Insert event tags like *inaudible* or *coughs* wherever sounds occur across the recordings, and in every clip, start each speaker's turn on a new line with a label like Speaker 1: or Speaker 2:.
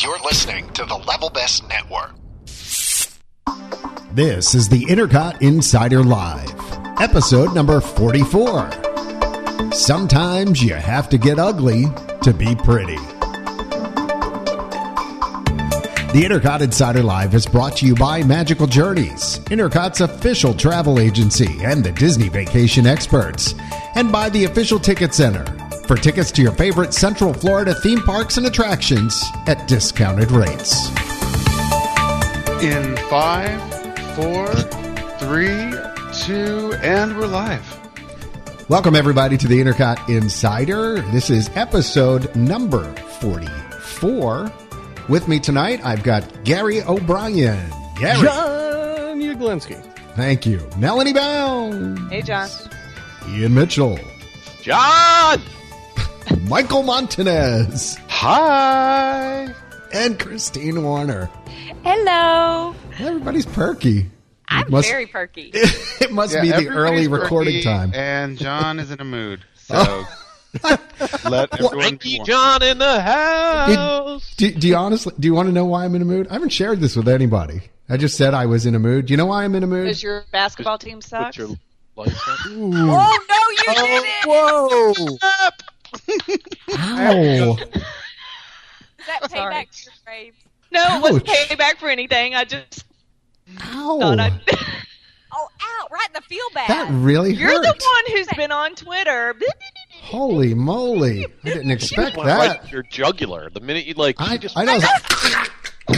Speaker 1: You're listening to the Level Best Network.
Speaker 2: This is the Intercot Insider Live, episode number 44. Sometimes you have to get ugly to be pretty. The Intercot Insider Live is brought to you by Magical Journeys, Intercot's official travel agency and the Disney vacation experts, and by the Official Ticket Center for tickets to your favorite Central Florida theme parks and attractions at discounted rates.
Speaker 3: In five, four, three, two, and we're live.
Speaker 2: Welcome, everybody, to the Intercot Insider. This is episode number 44. With me tonight, I've got Gary O'Brien. Gary.
Speaker 4: John Yaglinski.
Speaker 2: Thank you. Melanie Bound.
Speaker 5: Hey, John.
Speaker 2: Ian Mitchell.
Speaker 4: John!
Speaker 2: Michael Montanez.
Speaker 3: Hi.
Speaker 2: And Christine Warner.
Speaker 5: Hello.
Speaker 2: Everybody's perky.
Speaker 5: I'm
Speaker 2: it must, *laughs*
Speaker 5: very perky.
Speaker 2: It must be the early
Speaker 3: everybody's
Speaker 2: recording
Speaker 3: perky,
Speaker 2: time. Oh.
Speaker 3: And John is in
Speaker 2: *laughs*
Speaker 3: a mood. So *laughs* let everyone be
Speaker 4: Frankie
Speaker 3: warm.
Speaker 4: John in the
Speaker 2: Do,
Speaker 4: house!
Speaker 2: do, do you honestly do you want to know why I'm in a mood? I haven't shared this with anybody. I just said I was in a mood. Do you know why I'm in a mood?
Speaker 5: Does your basketball team suck?
Speaker 4: *laughs* your lights up.
Speaker 5: Oh no, you did it.
Speaker 3: Whoa.
Speaker 2: Ow. Oh,
Speaker 6: Is that payback
Speaker 5: Sorry.
Speaker 6: for your grades?
Speaker 5: No, it wasn't
Speaker 2: Ouch.
Speaker 5: payback for anything. I just
Speaker 2: Ow.
Speaker 5: thought I.
Speaker 6: Oh, ow! Right in the feel bag.
Speaker 2: That really
Speaker 5: *laughs* You're
Speaker 2: hurt.
Speaker 5: the one who's been on Twitter. *laughs*
Speaker 2: Holy moly! I didn't expect
Speaker 4: Went right
Speaker 2: that.
Speaker 4: to your jugular. The minute you like,
Speaker 2: I,
Speaker 4: you just,
Speaker 2: I
Speaker 5: *laughs*
Speaker 2: know.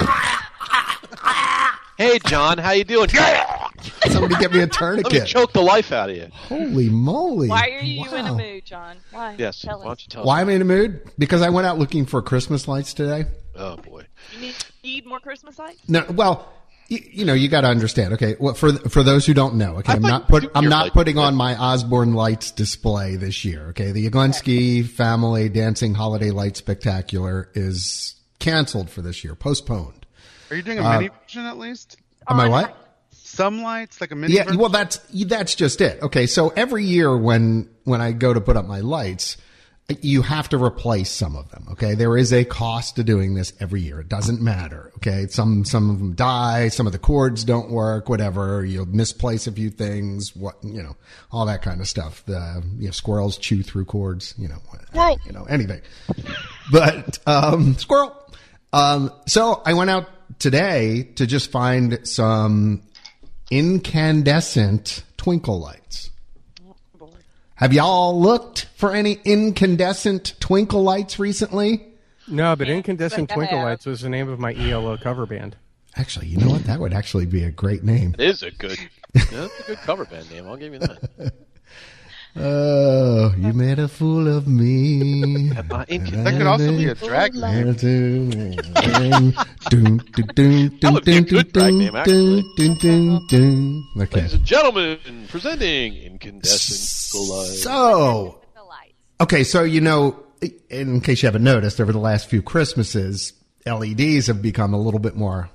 Speaker 4: hey John, how you doing? Let
Speaker 2: Somebody get me a
Speaker 4: me
Speaker 2: tourniquet.
Speaker 4: choke the life out of you.
Speaker 2: Holy moly!
Speaker 5: Why are you in a
Speaker 2: Wow.
Speaker 5: mood, John? Why?
Speaker 4: Yes,
Speaker 5: Tell
Speaker 4: why don't
Speaker 5: us.
Speaker 4: you tell
Speaker 2: Why
Speaker 4: me?
Speaker 2: am I in a mood? Because I went out looking for Christmas lights today.
Speaker 4: Oh boy.
Speaker 5: You need, need more Christmas lights?
Speaker 2: No, well, you, you know, you got to understand. Okay, well, for for those who don't know, okay,
Speaker 4: I
Speaker 2: I'm
Speaker 4: thought
Speaker 2: not
Speaker 4: you
Speaker 2: put
Speaker 4: do
Speaker 2: I'm
Speaker 4: your
Speaker 2: not
Speaker 4: lights,
Speaker 2: putting
Speaker 4: but-
Speaker 2: on my Osborne lights display this year. Okay, the Yaglinsky Family Dancing Holiday Light Spectacular is canceled for this year, postponed.
Speaker 3: Are you doing
Speaker 2: Uh,
Speaker 3: a mini version at least?
Speaker 2: Am I
Speaker 4: Oh,
Speaker 5: On-
Speaker 2: what?
Speaker 3: Some lights, like a mini
Speaker 2: Yeah,
Speaker 3: version?
Speaker 2: well, that's that's just it. Okay, so every year when when I go to put up my lights, you have to replace some of them. Okay, there is a cost to doing this every year. It doesn't matter. Okay, some some of them die, some of the cords don't work, whatever. You'll misplace a few things. What you know, all that kind of stuff. The you know, squirrels chew through cords. You know, what, you know anything. But um, squirrel. Um, so I went out today to just find some incandescent twinkle lights.
Speaker 4: Oh,
Speaker 2: Have y'all looked for any incandescent twinkle lights recently?
Speaker 7: No, but Incandescent
Speaker 5: but I
Speaker 7: Twinkle
Speaker 5: have.
Speaker 7: Lights was the name of my ELO cover band.
Speaker 2: Actually, you know what? That would actually be a great name.
Speaker 4: It is a good,
Speaker 2: *laughs*
Speaker 4: that's a good cover band name. I'll give you that.
Speaker 2: Oh, you made a fool of
Speaker 4: *laughs*
Speaker 2: me.
Speaker 4: Uh, in-
Speaker 3: that could also be a drag name.
Speaker 2: That
Speaker 4: would be a good drag name, actually.
Speaker 2: Okay.
Speaker 4: Ladies and gentlemen, presenting incandescent collide.
Speaker 2: So,
Speaker 6: The lights.
Speaker 2: Okay, so you know, in case you haven't noticed, over the last few Christmases, LEDs have become a little bit more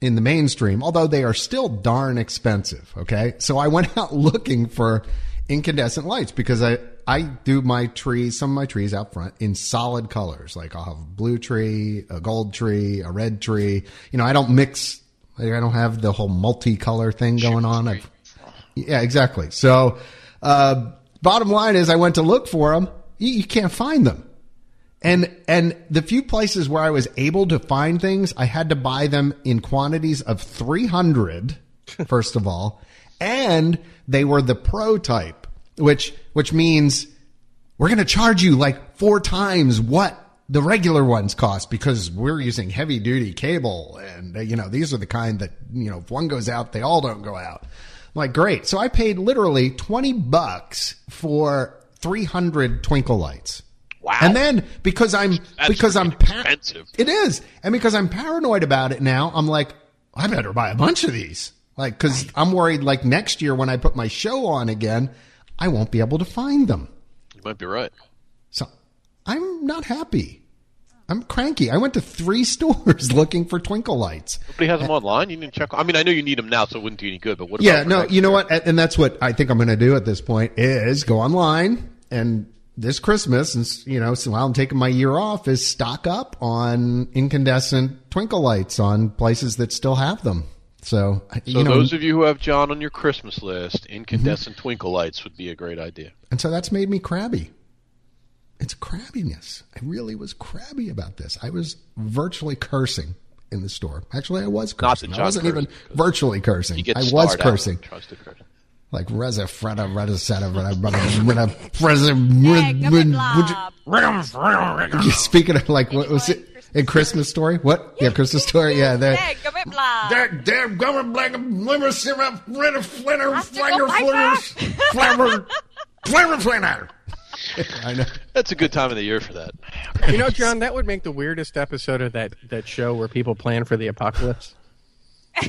Speaker 2: in the mainstream, although they are still darn expensive. Okay, so I went *laughs* out looking for incandescent lights because I I do my trees, some of my trees out front in solid colors. Like I'll have a blue tree, a gold tree, a red tree. You know, I don't mix. Like I don't have the whole multicolor thing going on. I've, yeah, exactly. So, uh, bottom line is, I went to look for them. You, you can't find them, and and the few places where I was able to find things, I had to buy them in quantities of three hundred. First of all, and they were the pro type, which which means we're going to charge you like four times what the regular ones cost because we're using heavy duty cable and uh, you know these are the kind that you know if one goes out they all don't go out I'm like great so i paid literally 20 bucks for 300 twinkle lights
Speaker 4: Wow.
Speaker 2: and then because i'm
Speaker 4: That's
Speaker 2: because i'm
Speaker 4: really
Speaker 2: pa-
Speaker 4: expensive.
Speaker 2: it is and because i'm paranoid about it now i'm like i better buy a bunch of these like because i'm worried like next year when i put my show on again i won't be able to find them
Speaker 4: you might be right.
Speaker 2: so I'm not happy. I'm cranky. I went to three *laughs* stores looking for twinkle lights.
Speaker 4: Nobody has them online. You need to check. I mean, I know you need them now, so it wouldn't do you any good. But what?
Speaker 2: Yeah,
Speaker 4: about
Speaker 2: no,
Speaker 4: next
Speaker 2: you know
Speaker 4: year?
Speaker 2: what? And that's what I think I'm going to do at this point is go online and this Christmas, and s- you know, so while I'm taking my year off, is stock up on incandescent twinkle lights on places that still have them. So,
Speaker 4: So
Speaker 2: you know,
Speaker 4: those of you who have John on your Christmas list, incandescent twinkle lights would be a great idea.
Speaker 2: and so that's made me crabby. It's crabbiness. I really was crabby about this. I was virtually cursing in the store. Actually, I was
Speaker 4: Not
Speaker 2: cursing.
Speaker 4: that
Speaker 2: I
Speaker 4: John
Speaker 2: wasn't
Speaker 4: cursed,
Speaker 2: even
Speaker 4: 'cause
Speaker 2: virtually cursing.
Speaker 4: You get
Speaker 2: I
Speaker 4: starred
Speaker 2: was
Speaker 4: out.
Speaker 2: cursing.
Speaker 4: Trust the curse.
Speaker 2: like Reza Freda Reza Seta Reza Reza *laughs* Reza
Speaker 6: Would,
Speaker 2: Reza *laughs* Speaking of like what was it in Christmas story? What? Yeah, Christmas story. Yeah, that. That damn government black limber syrup, red of flinner,
Speaker 6: Flanger, Flanger.
Speaker 2: flavor, flavor flinner. *laughs* I know.
Speaker 4: That's a good time of the year for that.
Speaker 7: You know, John, that would make the weirdest episode of that, that show where people plan for the apocalypse.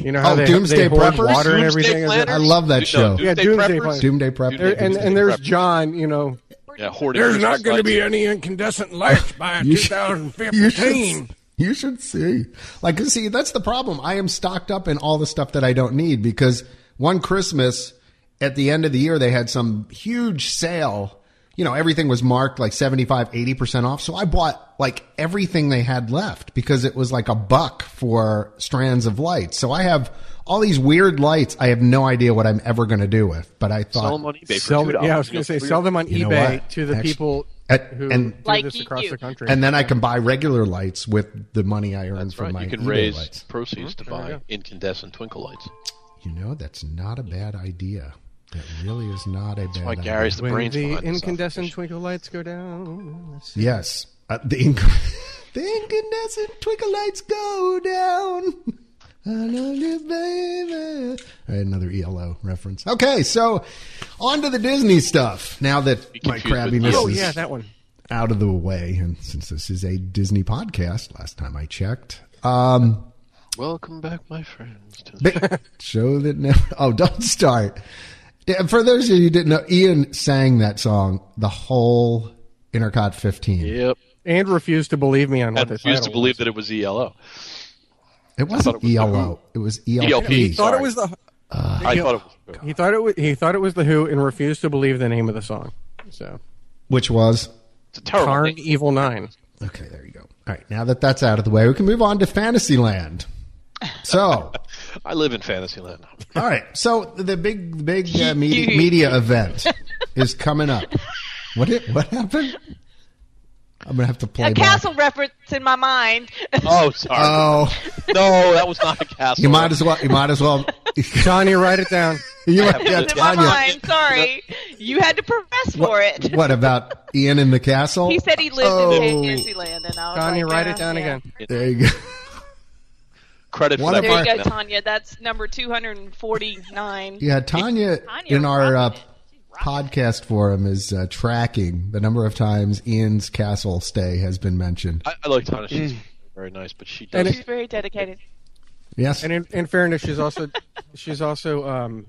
Speaker 7: You know how
Speaker 2: Oh,
Speaker 7: they,
Speaker 2: Doomsday
Speaker 7: they hoard
Speaker 2: Preppers?
Speaker 7: water and
Speaker 4: Doomsday
Speaker 7: everything. is it-
Speaker 4: planners?
Speaker 2: I love that
Speaker 4: Dude,
Speaker 2: show.
Speaker 4: No,
Speaker 2: Yeah,
Speaker 4: Doomsday
Speaker 7: Doomsday
Speaker 4: preppers.
Speaker 7: planners.
Speaker 2: Doomsday prep.
Speaker 4: Doomsday
Speaker 7: And,
Speaker 4: Doomsday
Speaker 7: and there's
Speaker 4: preppers.
Speaker 7: John, you know,
Speaker 4: Yeah, hoarding
Speaker 8: There's
Speaker 4: Christmas
Speaker 8: not going to
Speaker 4: lights.
Speaker 8: be any incandescent
Speaker 7: *laughs*
Speaker 8: lights by
Speaker 2: *laughs* You should- You should,
Speaker 8: 2015.
Speaker 2: you should see. Like, see, that's the problem. I am stocked up in all the stuff that I don't need because one Christmas at the end of the year, they had some huge sale. You know, everything was marked like 75, 80% off. So I bought like everything they had left because it was like a buck for strands of lights. So I have all these weird lights. I have no idea what I'm ever going to do with, but I thought.
Speaker 4: Sell them on eBay for
Speaker 7: sell
Speaker 4: $2.
Speaker 7: them, yeah, I was going
Speaker 4: You'll
Speaker 7: to say,
Speaker 4: clear-
Speaker 7: sell them on
Speaker 2: know
Speaker 7: eBay
Speaker 2: what?
Speaker 7: to the
Speaker 2: Actually-
Speaker 7: people
Speaker 2: At-
Speaker 7: who
Speaker 2: and-
Speaker 7: do
Speaker 5: Like
Speaker 7: this across
Speaker 5: you.
Speaker 7: the country.
Speaker 2: and then I can buy regular lights with the money I earn from
Speaker 4: Right,
Speaker 2: my
Speaker 4: you can
Speaker 2: eBay
Speaker 4: raise
Speaker 2: lights.
Speaker 4: proceeds to buy incandescent twinkle lights.
Speaker 2: You know, that's not a bad idea. That really is not a bad
Speaker 4: Why
Speaker 2: idea.
Speaker 4: Gary's the
Speaker 7: when
Speaker 4: brains
Speaker 7: the
Speaker 4: behind this
Speaker 7: incandescent twinkle lights go down.
Speaker 2: yes. Uh, the, *laughs* inc- the incandescent twinkle lights go down. I love you, baby. All right, another ELO reference. Okay, so on to the Disney stuff. Now
Speaker 4: You
Speaker 2: that my
Speaker 4: confused with
Speaker 2: crabbiness
Speaker 4: ELO.
Speaker 7: Oh,
Speaker 2: is
Speaker 7: yeah, that one.
Speaker 2: out of the way, and since this is a Disney podcast, last time I checked, um,
Speaker 4: episode. Welcome back, my friends. to-
Speaker 2: Big *laughs* show that never. Oh, don't start. Yeah, For those of you who didn't know, Ian sang that song the whole Intercot 15.
Speaker 4: Yep.
Speaker 7: And refused to believe me on
Speaker 4: I
Speaker 7: what this
Speaker 4: refuse to believe that it was E ELO.
Speaker 2: It
Speaker 4: thought
Speaker 2: wasn't
Speaker 4: it was
Speaker 2: ELO.
Speaker 4: the Who.
Speaker 2: It was E
Speaker 4: ELP.
Speaker 2: ELP.
Speaker 4: Sorry.
Speaker 8: Thought it was the
Speaker 4: I thought it was.
Speaker 7: He thought it was he thought it was the Who and refused to believe the name of the song. So
Speaker 2: Which was.
Speaker 4: It's a terrible
Speaker 7: Carn
Speaker 4: name.
Speaker 7: Evil Nine.
Speaker 2: Okay, there you go. All right, now that that's out of the way, we can move on to Fantasyland. *laughs* So,
Speaker 4: I live in Fantasyland.
Speaker 2: all right. So the big, big *laughs* uh, media, media event is coming up. What did, What happened? I'm gonna have to play
Speaker 5: A
Speaker 2: back.
Speaker 5: castle reference in my mind. *laughs*
Speaker 4: Oh, sorry.
Speaker 2: Oh,
Speaker 4: no, that was not a castle.
Speaker 2: you might as well. You might as *laughs* well.
Speaker 7: Johnny, write
Speaker 5: *laughs*
Speaker 7: it down.
Speaker 2: You might,
Speaker 4: Yeah,
Speaker 2: yeah,
Speaker 5: in my
Speaker 4: Tanya.
Speaker 5: mind. Sorry, you had to profess for it.
Speaker 2: What about Ian in the castle?
Speaker 5: He said he lived
Speaker 2: Oh.
Speaker 5: in Fantasyland, and I was
Speaker 7: Johnny,
Speaker 5: like,
Speaker 7: write
Speaker 5: uh,
Speaker 7: it down
Speaker 5: yeah.
Speaker 7: again.
Speaker 2: There you go.
Speaker 4: Credit
Speaker 2: One
Speaker 4: for
Speaker 2: of
Speaker 4: that.
Speaker 5: There you
Speaker 4: part.
Speaker 5: go, Tanya. That's number two hundred and forty-nine. *laughs*
Speaker 2: Yeah, Tanya,
Speaker 6: Tanya
Speaker 2: in our uh,
Speaker 6: rocking it. She's rocking
Speaker 2: podcast forum is uh, tracking the number of times Ian's castle stay has been mentioned.
Speaker 4: I, I like Tana.
Speaker 2: Mm.
Speaker 4: She's very nice, but she
Speaker 7: And
Speaker 4: does.
Speaker 5: She's very dedicated.
Speaker 2: Yes,
Speaker 7: And in, in fairness, she's also *laughs* she's also um,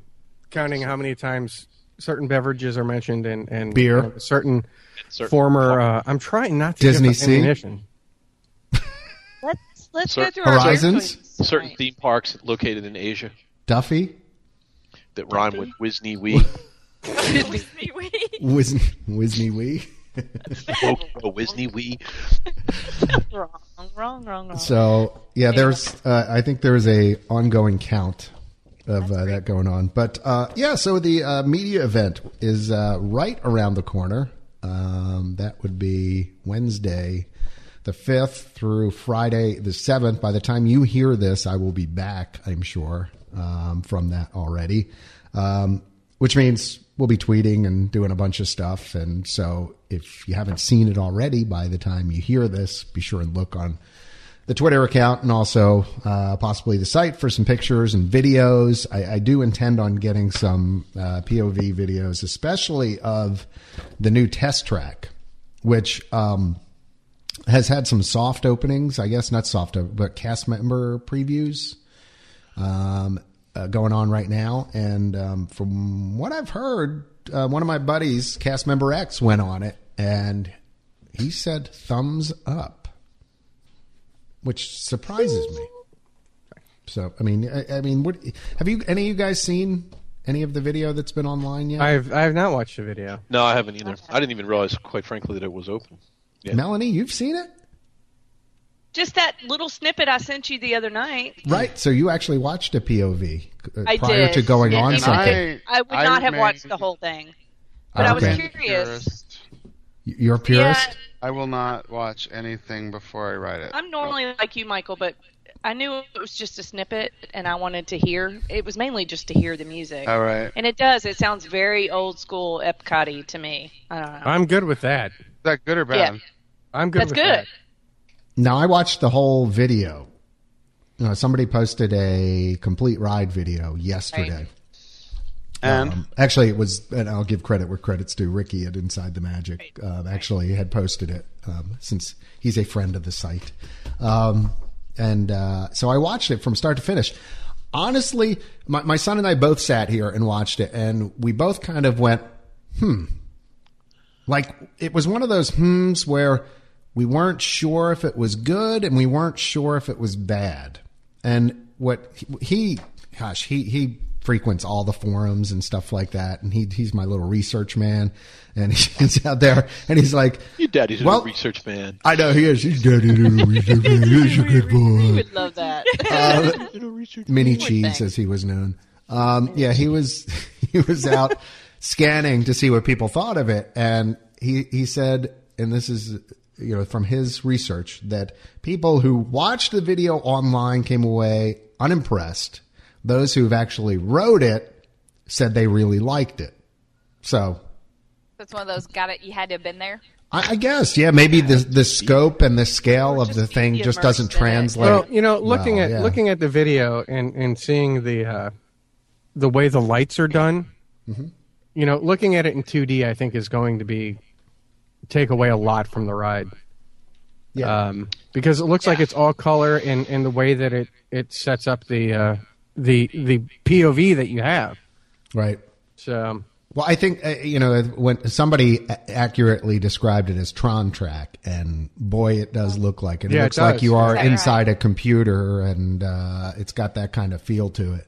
Speaker 7: counting how many times certain beverages are mentioned and and
Speaker 2: Beer.
Speaker 7: and certain,
Speaker 4: certain-
Speaker 7: former. Uh, I'm trying not to give
Speaker 2: Disney
Speaker 7: up
Speaker 2: Sea.
Speaker 7: ammunition.
Speaker 5: Let's let's
Speaker 4: Cer-
Speaker 5: go through our
Speaker 2: Horizons?
Speaker 5: territories tonight.
Speaker 4: certain theme parks located in Asia
Speaker 2: Duffy
Speaker 4: that rhyme with
Speaker 2: *laughs*
Speaker 4: Wisney Wee.
Speaker 2: Wiz- Wizney Wee.
Speaker 4: Woke a Wisney Wee.
Speaker 5: *laughs* Wrong, wrong, wrong, wrong.
Speaker 2: So yeah, there's. Uh, I think there is a ongoing count of uh, that going on. But uh, yeah, so the uh, media event is uh, right around the corner. Um, that would be Wednesday, the fifth through Friday the seventh. By the time you hear this, I will be back. I'm sure um, from that already, um, which means we'll be tweeting and doing a bunch of stuff. And so, if you haven't seen it already, by the time you hear this, be sure and look on the Twitter account and also uh, possibly the site for some pictures and videos. I, I do intend on getting some uh, POV videos, especially of the new test track, which um, has had some soft openings, I guess, not soft, but cast member previews um, uh, going on right now. And um, from what I've heard, uh, one of my buddies, cast member X, went on it and he said thumbs up which surprises me. So, I mean, I, I mean, what have you? Any of you guys seen any of the video that's been online yet?
Speaker 7: I've I've not watched the video.
Speaker 4: No, I haven't either. I didn't even realize, quite frankly, that it was open. Yeah.
Speaker 2: Melanie, you've seen it,
Speaker 5: Just that little snippet I sent you the other night.
Speaker 2: right? So you actually watched a POV uh,
Speaker 5: I
Speaker 2: prior
Speaker 5: did.
Speaker 2: to going
Speaker 5: Yeah,
Speaker 2: on
Speaker 5: and
Speaker 2: something.
Speaker 3: I,
Speaker 5: I would not have
Speaker 3: remain
Speaker 5: watched the whole thing, but I was
Speaker 2: Okay.
Speaker 5: curious.
Speaker 2: You're a purist.
Speaker 5: Yeah,
Speaker 3: I will not watch anything before I write it.
Speaker 5: I'm normally like you, Michael, but I knew it was just a snippet, and I wanted to hear. It was mainly just to hear the music,
Speaker 7: Oh.
Speaker 3: All right. Is
Speaker 5: and it does. It sounds very old school Epcot to me. I don't know.
Speaker 7: I'm good with that.
Speaker 3: that good or bad?
Speaker 5: Yeah.
Speaker 7: I'm good
Speaker 5: That's
Speaker 7: with
Speaker 5: good.
Speaker 7: that.
Speaker 2: Now I watched the whole video. Uh, somebody posted a complete ride video yesterday.
Speaker 3: And
Speaker 2: Um, actually, it was, and I'll give credit where credit's due. Ricky at Inside the Magic uh, actually had posted it um, since he's a friend of the site. Um, and uh, so I watched it from start to finish. Honestly, my, my son and I both sat here and watched it, and we both kind of went, hmm, like it was one of those hmms where we weren't sure if it was good and we weren't sure if it was bad. And what he, gosh, he he frequents all the forums and stuff like that, and he he's my little research man, and *laughs* he's out there and he's like,
Speaker 4: Your daddy's
Speaker 2: Well-
Speaker 4: a research man.
Speaker 2: I know he is. He's daddy little research man. He's a good
Speaker 5: *laughs* You
Speaker 2: boy. *laughs*
Speaker 5: would love that.
Speaker 2: Uh, Mini
Speaker 5: would
Speaker 2: Cheese,
Speaker 5: think.
Speaker 2: as he was known. Um, yeah, he was *laughs* he was out scanning to see what people thought of it, and he he said, and this is you know from his research that people who watched the video online came away unimpressed. Those who've actually wrote it said they really liked it. So
Speaker 6: That's one of those. Got it. You had to have been there.
Speaker 2: I, I guess yeah, maybe the the scope and the scale of
Speaker 5: just
Speaker 2: the thing
Speaker 5: be
Speaker 2: just doesn't
Speaker 5: immersed in it.
Speaker 2: translate.
Speaker 7: Well, you know, looking
Speaker 2: Wow,
Speaker 7: at
Speaker 2: yeah.
Speaker 7: looking at the video and and seeing the uh, the way the lights are done,
Speaker 2: Mm-hmm.
Speaker 7: you know, looking at it in 2D, I think is going to be take away a lot from the ride.
Speaker 2: Yeah.
Speaker 7: Um, because it looks like it's all color and and the way that it it sets up the uh, the the POV that you have.
Speaker 2: right.
Speaker 7: So um,
Speaker 2: Well, I think uh, you know when somebody a- accurately described it as Tron track, and boy, it does look like it. It
Speaker 7: Yeah, it
Speaker 2: looks like
Speaker 7: does.
Speaker 2: you are
Speaker 6: Exactly.
Speaker 2: inside a computer, and uh, it's got that kind of feel to it.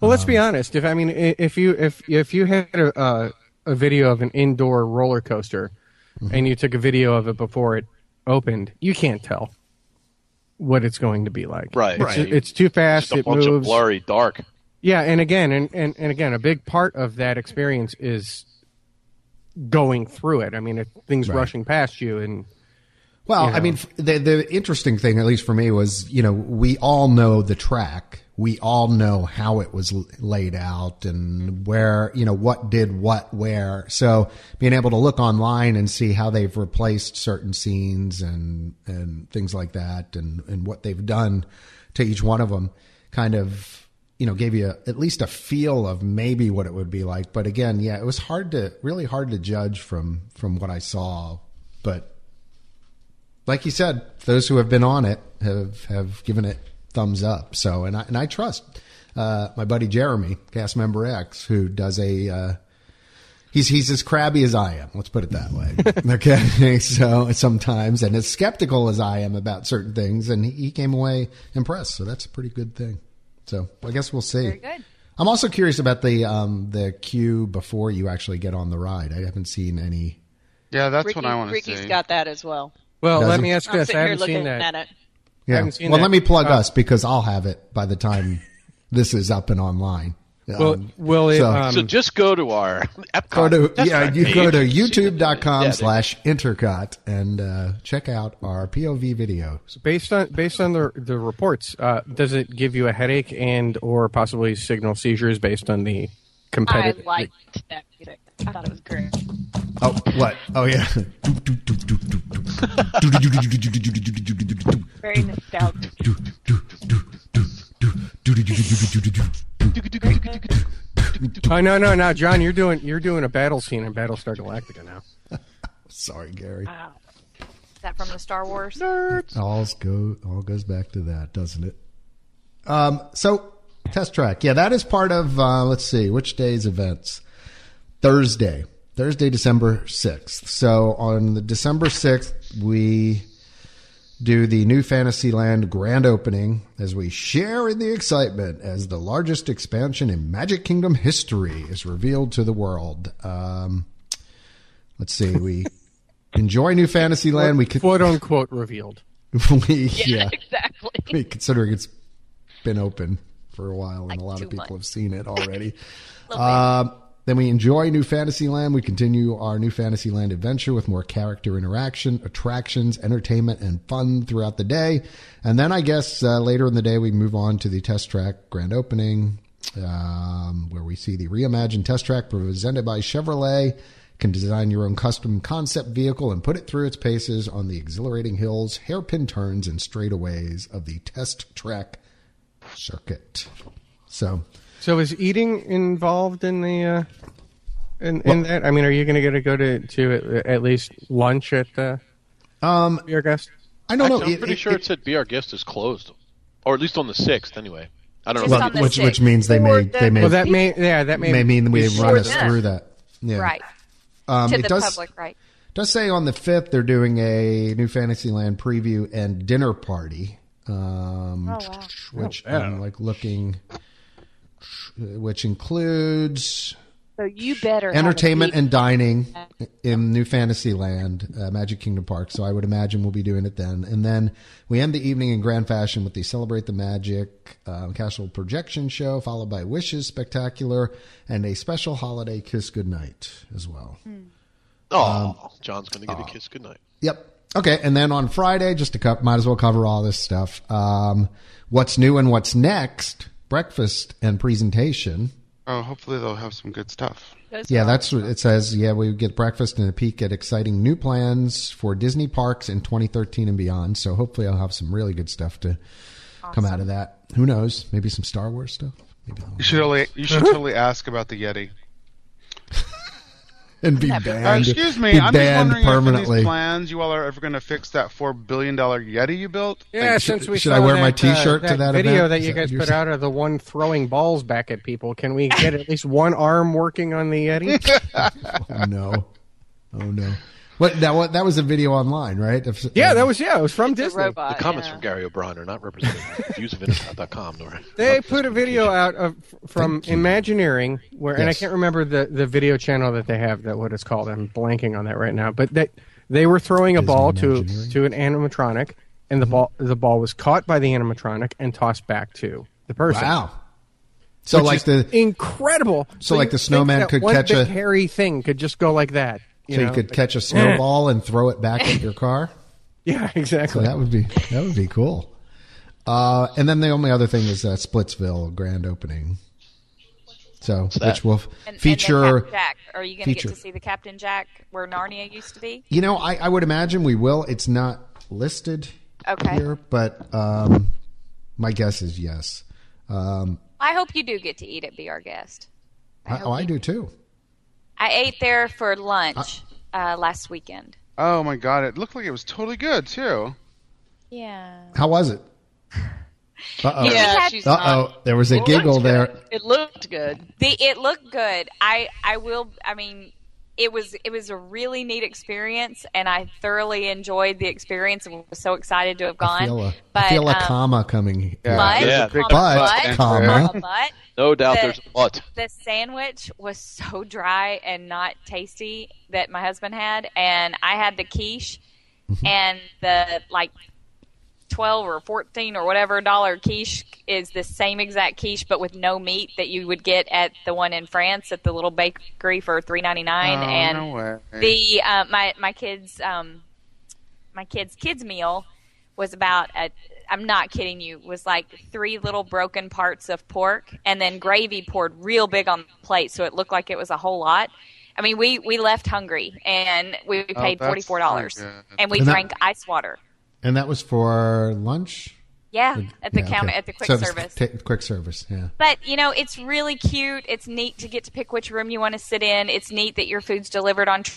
Speaker 7: Well, let's be honest. If I mean, i- if you if if you had a uh, a video of an indoor roller coaster, and you took a video of it before it opened, you can't tell what it's going to be like.
Speaker 4: Right.
Speaker 7: It's,
Speaker 4: Right.
Speaker 7: it's too fast.
Speaker 4: Just a
Speaker 7: it
Speaker 4: bunch
Speaker 7: moves.
Speaker 4: of blurry dark.
Speaker 7: Yeah, and again, and, and and again, a big part of that experience is going through it. I mean, if things rushing past you, and
Speaker 2: Well, I mean, f- the the interesting thing, at least for me, was you know we all know the track, we all know how it was l- laid out and where you know what did what where. So being able to look online and see how they've replaced certain scenes and and things like that, and and what they've done to each one of them, kind of you know gave you a, at least a feel of maybe what it would be like. But again, yeah, it was hard to really hard to judge from from what I saw, but like you said, those who have been on it have have given it thumbs up. So, and I and I trust uh, my buddy Jeremy, cast member X, who does a. Uh, He's, he's as crabby as I am. Let's put it that way.
Speaker 6: *laughs*
Speaker 2: okay. *laughs* So sometimes, and as skeptical as I am about certain things, and he came away impressed. So that's a pretty good thing. So I guess we'll see.
Speaker 6: Very good.
Speaker 2: I'm also curious about the um, the queue before you actually get on the ride. I haven't seen any.
Speaker 3: yeah, that's
Speaker 5: Ricky,
Speaker 3: what I want to see.
Speaker 5: Ricky's got that as well.
Speaker 7: well,
Speaker 2: Does
Speaker 7: let
Speaker 2: it-
Speaker 7: me ask
Speaker 5: I'm
Speaker 7: this.
Speaker 5: sitting
Speaker 7: I
Speaker 5: here
Speaker 7: haven't
Speaker 5: looking
Speaker 7: seen that.
Speaker 5: at it.
Speaker 2: Yeah.
Speaker 7: haven't seen
Speaker 2: well,
Speaker 7: that.
Speaker 2: let me plug
Speaker 7: Uh,
Speaker 2: us because I'll have it by the time *laughs* this is up and online.
Speaker 7: Well,
Speaker 2: Um,
Speaker 7: will it?
Speaker 2: so-
Speaker 7: um,
Speaker 4: So just go to our *laughs* Epcot.
Speaker 2: go to
Speaker 4: test
Speaker 2: yeah,
Speaker 4: track
Speaker 2: you go
Speaker 4: page.
Speaker 2: to
Speaker 4: Yeah,
Speaker 2: youtube.com
Speaker 4: there-
Speaker 2: slash intercot and uh, check out our POV videos.
Speaker 7: based on based on the the reports, uh, does it give you a headache and or possibly signal seizures based on the
Speaker 5: I
Speaker 7: competitive?
Speaker 5: liked that music. I thought it was great.
Speaker 2: Oh, what? Oh yeah. *laughs*
Speaker 5: Very nostalgic.
Speaker 7: oh no no no, John, you're doing you're doing a battle scene in Battlestar Galactica now.
Speaker 2: Sorry, Gary.
Speaker 6: Is that from the Star Wars?
Speaker 2: All's go all goes back to that, doesn't it? Um, so test track, yeah, that is part of. Uh, let's see, which day's events? Thursday, Thursday, December sixth. So on the December sixth, we do the new Fantasyland grand opening as we share in the excitement as the largest expansion in Magic Kingdom history is revealed to the world. Um, let's see, *laughs* we enjoy New Fantasyland. We could,
Speaker 7: quote unquote revealed.
Speaker 2: *laughs* we, yeah, *laughs*
Speaker 5: exactly.
Speaker 2: we- considering it's been open for a while and a lot of
Speaker 6: two
Speaker 2: people have
Speaker 6: months.
Speaker 2: seen it
Speaker 6: *laughs*
Speaker 2: already. Um, then we enjoy New Fantasyland. We continue our New Fantasyland adventure with more character interaction, attractions, entertainment, and fun throughout the day. And then I guess uh, later in the day, we move on to the test track grand opening, um, where we see the reimagined test track presented by Chevrolet. Can design your own custom concept vehicle and put it through its paces on the exhilarating hills, hairpin turns, and straightaways of the test track circuit. So
Speaker 7: So is eating involved in the uh, in, in that? I mean, are you going to get to go to to at- at least lunch at the um your guest?
Speaker 2: I don't know.
Speaker 4: Actually, I'm
Speaker 2: It-
Speaker 4: pretty
Speaker 2: it-
Speaker 4: sure it, said "Be Our Guest" is closed, or at least on the sixth. Anyway, I don't
Speaker 6: Just
Speaker 4: know.
Speaker 2: Well,
Speaker 6: on the
Speaker 2: which which
Speaker 6: sixth.
Speaker 2: means they may
Speaker 5: Or the-
Speaker 2: they may,
Speaker 7: Well, that may yeah that may,
Speaker 2: may mean we run
Speaker 6: sure
Speaker 2: us
Speaker 6: does.
Speaker 2: through that. Yeah.
Speaker 6: Right.
Speaker 2: Um,
Speaker 6: to
Speaker 2: it
Speaker 6: the
Speaker 2: does
Speaker 6: public, right.
Speaker 2: does say on the fifth they're doing a New Fantasyland preview and dinner party. Um,
Speaker 6: Oh, wow.
Speaker 2: Which I'm like looking, which includes
Speaker 5: So you better have a
Speaker 2: entertainment
Speaker 5: big-
Speaker 2: and dining in New Fantasyland, uh, Magic Kingdom Park. So I would imagine we'll be doing it then. And then we end the evening in grand fashion with the Celebrate the Magic um, Castle Projection Show, followed by Wishes Spectacular and a special holiday kiss goodnight as well.
Speaker 4: Oh,
Speaker 2: um,
Speaker 4: John's going to
Speaker 2: uh,
Speaker 4: give a kiss goodnight.
Speaker 2: Yep. Okay. And then on Friday, just to co- might as well cover all this stuff. Um, what's new and what's next? Breakfast and presentation.
Speaker 3: Oh, hopefully they'll have some good stuff.
Speaker 5: Those
Speaker 2: Yeah,
Speaker 5: are-
Speaker 2: that's what it says. Yeah, we get breakfast and a peek at exciting new plans for Disney parks in 2013 and beyond. So hopefully, I'll have some really good stuff to come out of that. Who knows? Maybe some Star Wars stuff. Maybe I'll-
Speaker 3: You *laughs* should only you should totally ask about the Yeti.
Speaker 2: and be
Speaker 3: Uh,
Speaker 2: banned.
Speaker 3: excuse me,
Speaker 2: be
Speaker 3: I'm just
Speaker 2: banned
Speaker 3: wondering if in
Speaker 2: permanently.
Speaker 3: these plans you all are ever going to fix that four billion dollar Yeti you built.
Speaker 7: Yeah, since we
Speaker 2: should
Speaker 7: saw
Speaker 2: I wear
Speaker 7: that,
Speaker 2: my
Speaker 7: uh,
Speaker 2: t-shirt to that
Speaker 7: video
Speaker 2: event?
Speaker 7: that
Speaker 2: Is
Speaker 7: you
Speaker 2: that what
Speaker 7: guys
Speaker 2: you're
Speaker 7: put
Speaker 2: saying?
Speaker 7: out of the one throwing balls back at people, can we get at least one arm working on the
Speaker 2: *laughs*
Speaker 7: Yeti?
Speaker 2: *laughs* oh no! Oh no! What that? What that was a video online, right? If-
Speaker 7: yeah, that was yeah, it was from Disney.
Speaker 5: robot.
Speaker 4: The comments
Speaker 5: Uh, yeah.
Speaker 4: from Gary O'Brien are not representing the views of Internet.com.
Speaker 2: *laughs*
Speaker 4: Nor
Speaker 7: They put a video out of from Imagineering where, and I
Speaker 2: Yes.
Speaker 7: can't remember the, the video channel that they have that what it's called. I'm blanking on that right now, but that they were throwing a ball to
Speaker 2: Imagineering. Mm-hmm.
Speaker 7: to an animatronic, and the ball the ball was caught by the animatronic and tossed back to the person.
Speaker 2: wow. So
Speaker 7: Which
Speaker 2: like
Speaker 7: is
Speaker 2: the
Speaker 7: incredible.
Speaker 2: So,
Speaker 7: you
Speaker 2: like, the
Speaker 7: think
Speaker 2: snowman
Speaker 7: that
Speaker 2: could
Speaker 7: one
Speaker 2: catch
Speaker 7: big
Speaker 2: a-
Speaker 7: hairy thing could just go like that. You
Speaker 2: so you
Speaker 7: know?
Speaker 2: could catch a snowball and throw it back at your car.
Speaker 7: yeah, *laughs* exactly.
Speaker 2: So that would be that would be cool. Uh, and then the only other thing is uh, Splitsville grand opening. So
Speaker 4: that?
Speaker 2: which will f-
Speaker 6: And,
Speaker 2: feature.
Speaker 6: And then Captain Jack. Are you going to get
Speaker 2: feature.
Speaker 6: to see the Captain Jack where Narnia used to be?
Speaker 2: you know, I, I would imagine we will. It's not listed
Speaker 6: Okay.
Speaker 2: here, but um, my guess is yes. Um,
Speaker 6: I hope you do get to eat at Be Our Guest.
Speaker 2: I, oh, I do too.
Speaker 6: I ate there for lunch uh, last weekend.
Speaker 3: Oh my god, it looked like it was totally good too.
Speaker 6: Yeah.
Speaker 2: How was
Speaker 6: *laughs*
Speaker 2: it? Uh oh.
Speaker 5: Yeah,
Speaker 6: had-
Speaker 5: she's
Speaker 2: Uh
Speaker 5: not-
Speaker 2: oh. There was a
Speaker 5: It
Speaker 2: giggle
Speaker 5: looked
Speaker 2: there.
Speaker 5: good. It looked good.
Speaker 6: The it looked good. I I will. I mean, it was it was a really neat experience, and I thoroughly enjoyed the experience, and was so excited to have gone.
Speaker 2: I feel a,
Speaker 6: but
Speaker 2: I feel a
Speaker 6: um,
Speaker 2: comma coming. here.
Speaker 6: But,
Speaker 4: Yeah,
Speaker 6: comma,
Speaker 2: but,
Speaker 6: but,
Speaker 2: comma.
Speaker 6: comma, but,
Speaker 4: No doubt
Speaker 6: The-
Speaker 4: there's a lot.
Speaker 6: the sandwich was so dry and not tasty that my husband had, and I had the quiche
Speaker 3: Mm-hmm.
Speaker 6: and the like twelve or fourteen or whatever dollar quiche is the same exact quiche but with no meat that you would get at the one in France at the little bakery for three ninety nine,
Speaker 3: Oh,
Speaker 6: and
Speaker 3: no way.
Speaker 6: the uh, my my kids um my kids kids meal was about a I'm not kidding you was like three little broken parts of pork and then gravy poured real big on the plate so it looked like it was a whole lot. I mean we we left hungry and we paid
Speaker 3: Oh, that's
Speaker 6: forty four dollars
Speaker 3: pretty good.
Speaker 6: and we
Speaker 2: And that-
Speaker 6: drank ice water.
Speaker 2: And that was for lunch.
Speaker 6: Yeah, at the
Speaker 2: Yeah,
Speaker 6: counter
Speaker 2: okay.
Speaker 6: at the quick
Speaker 2: So it was
Speaker 6: service.
Speaker 2: t- quick service. Yeah.
Speaker 6: But you know, it's really cute. It's neat to get to pick which room you want to sit in. It's neat that your food's delivered on tr-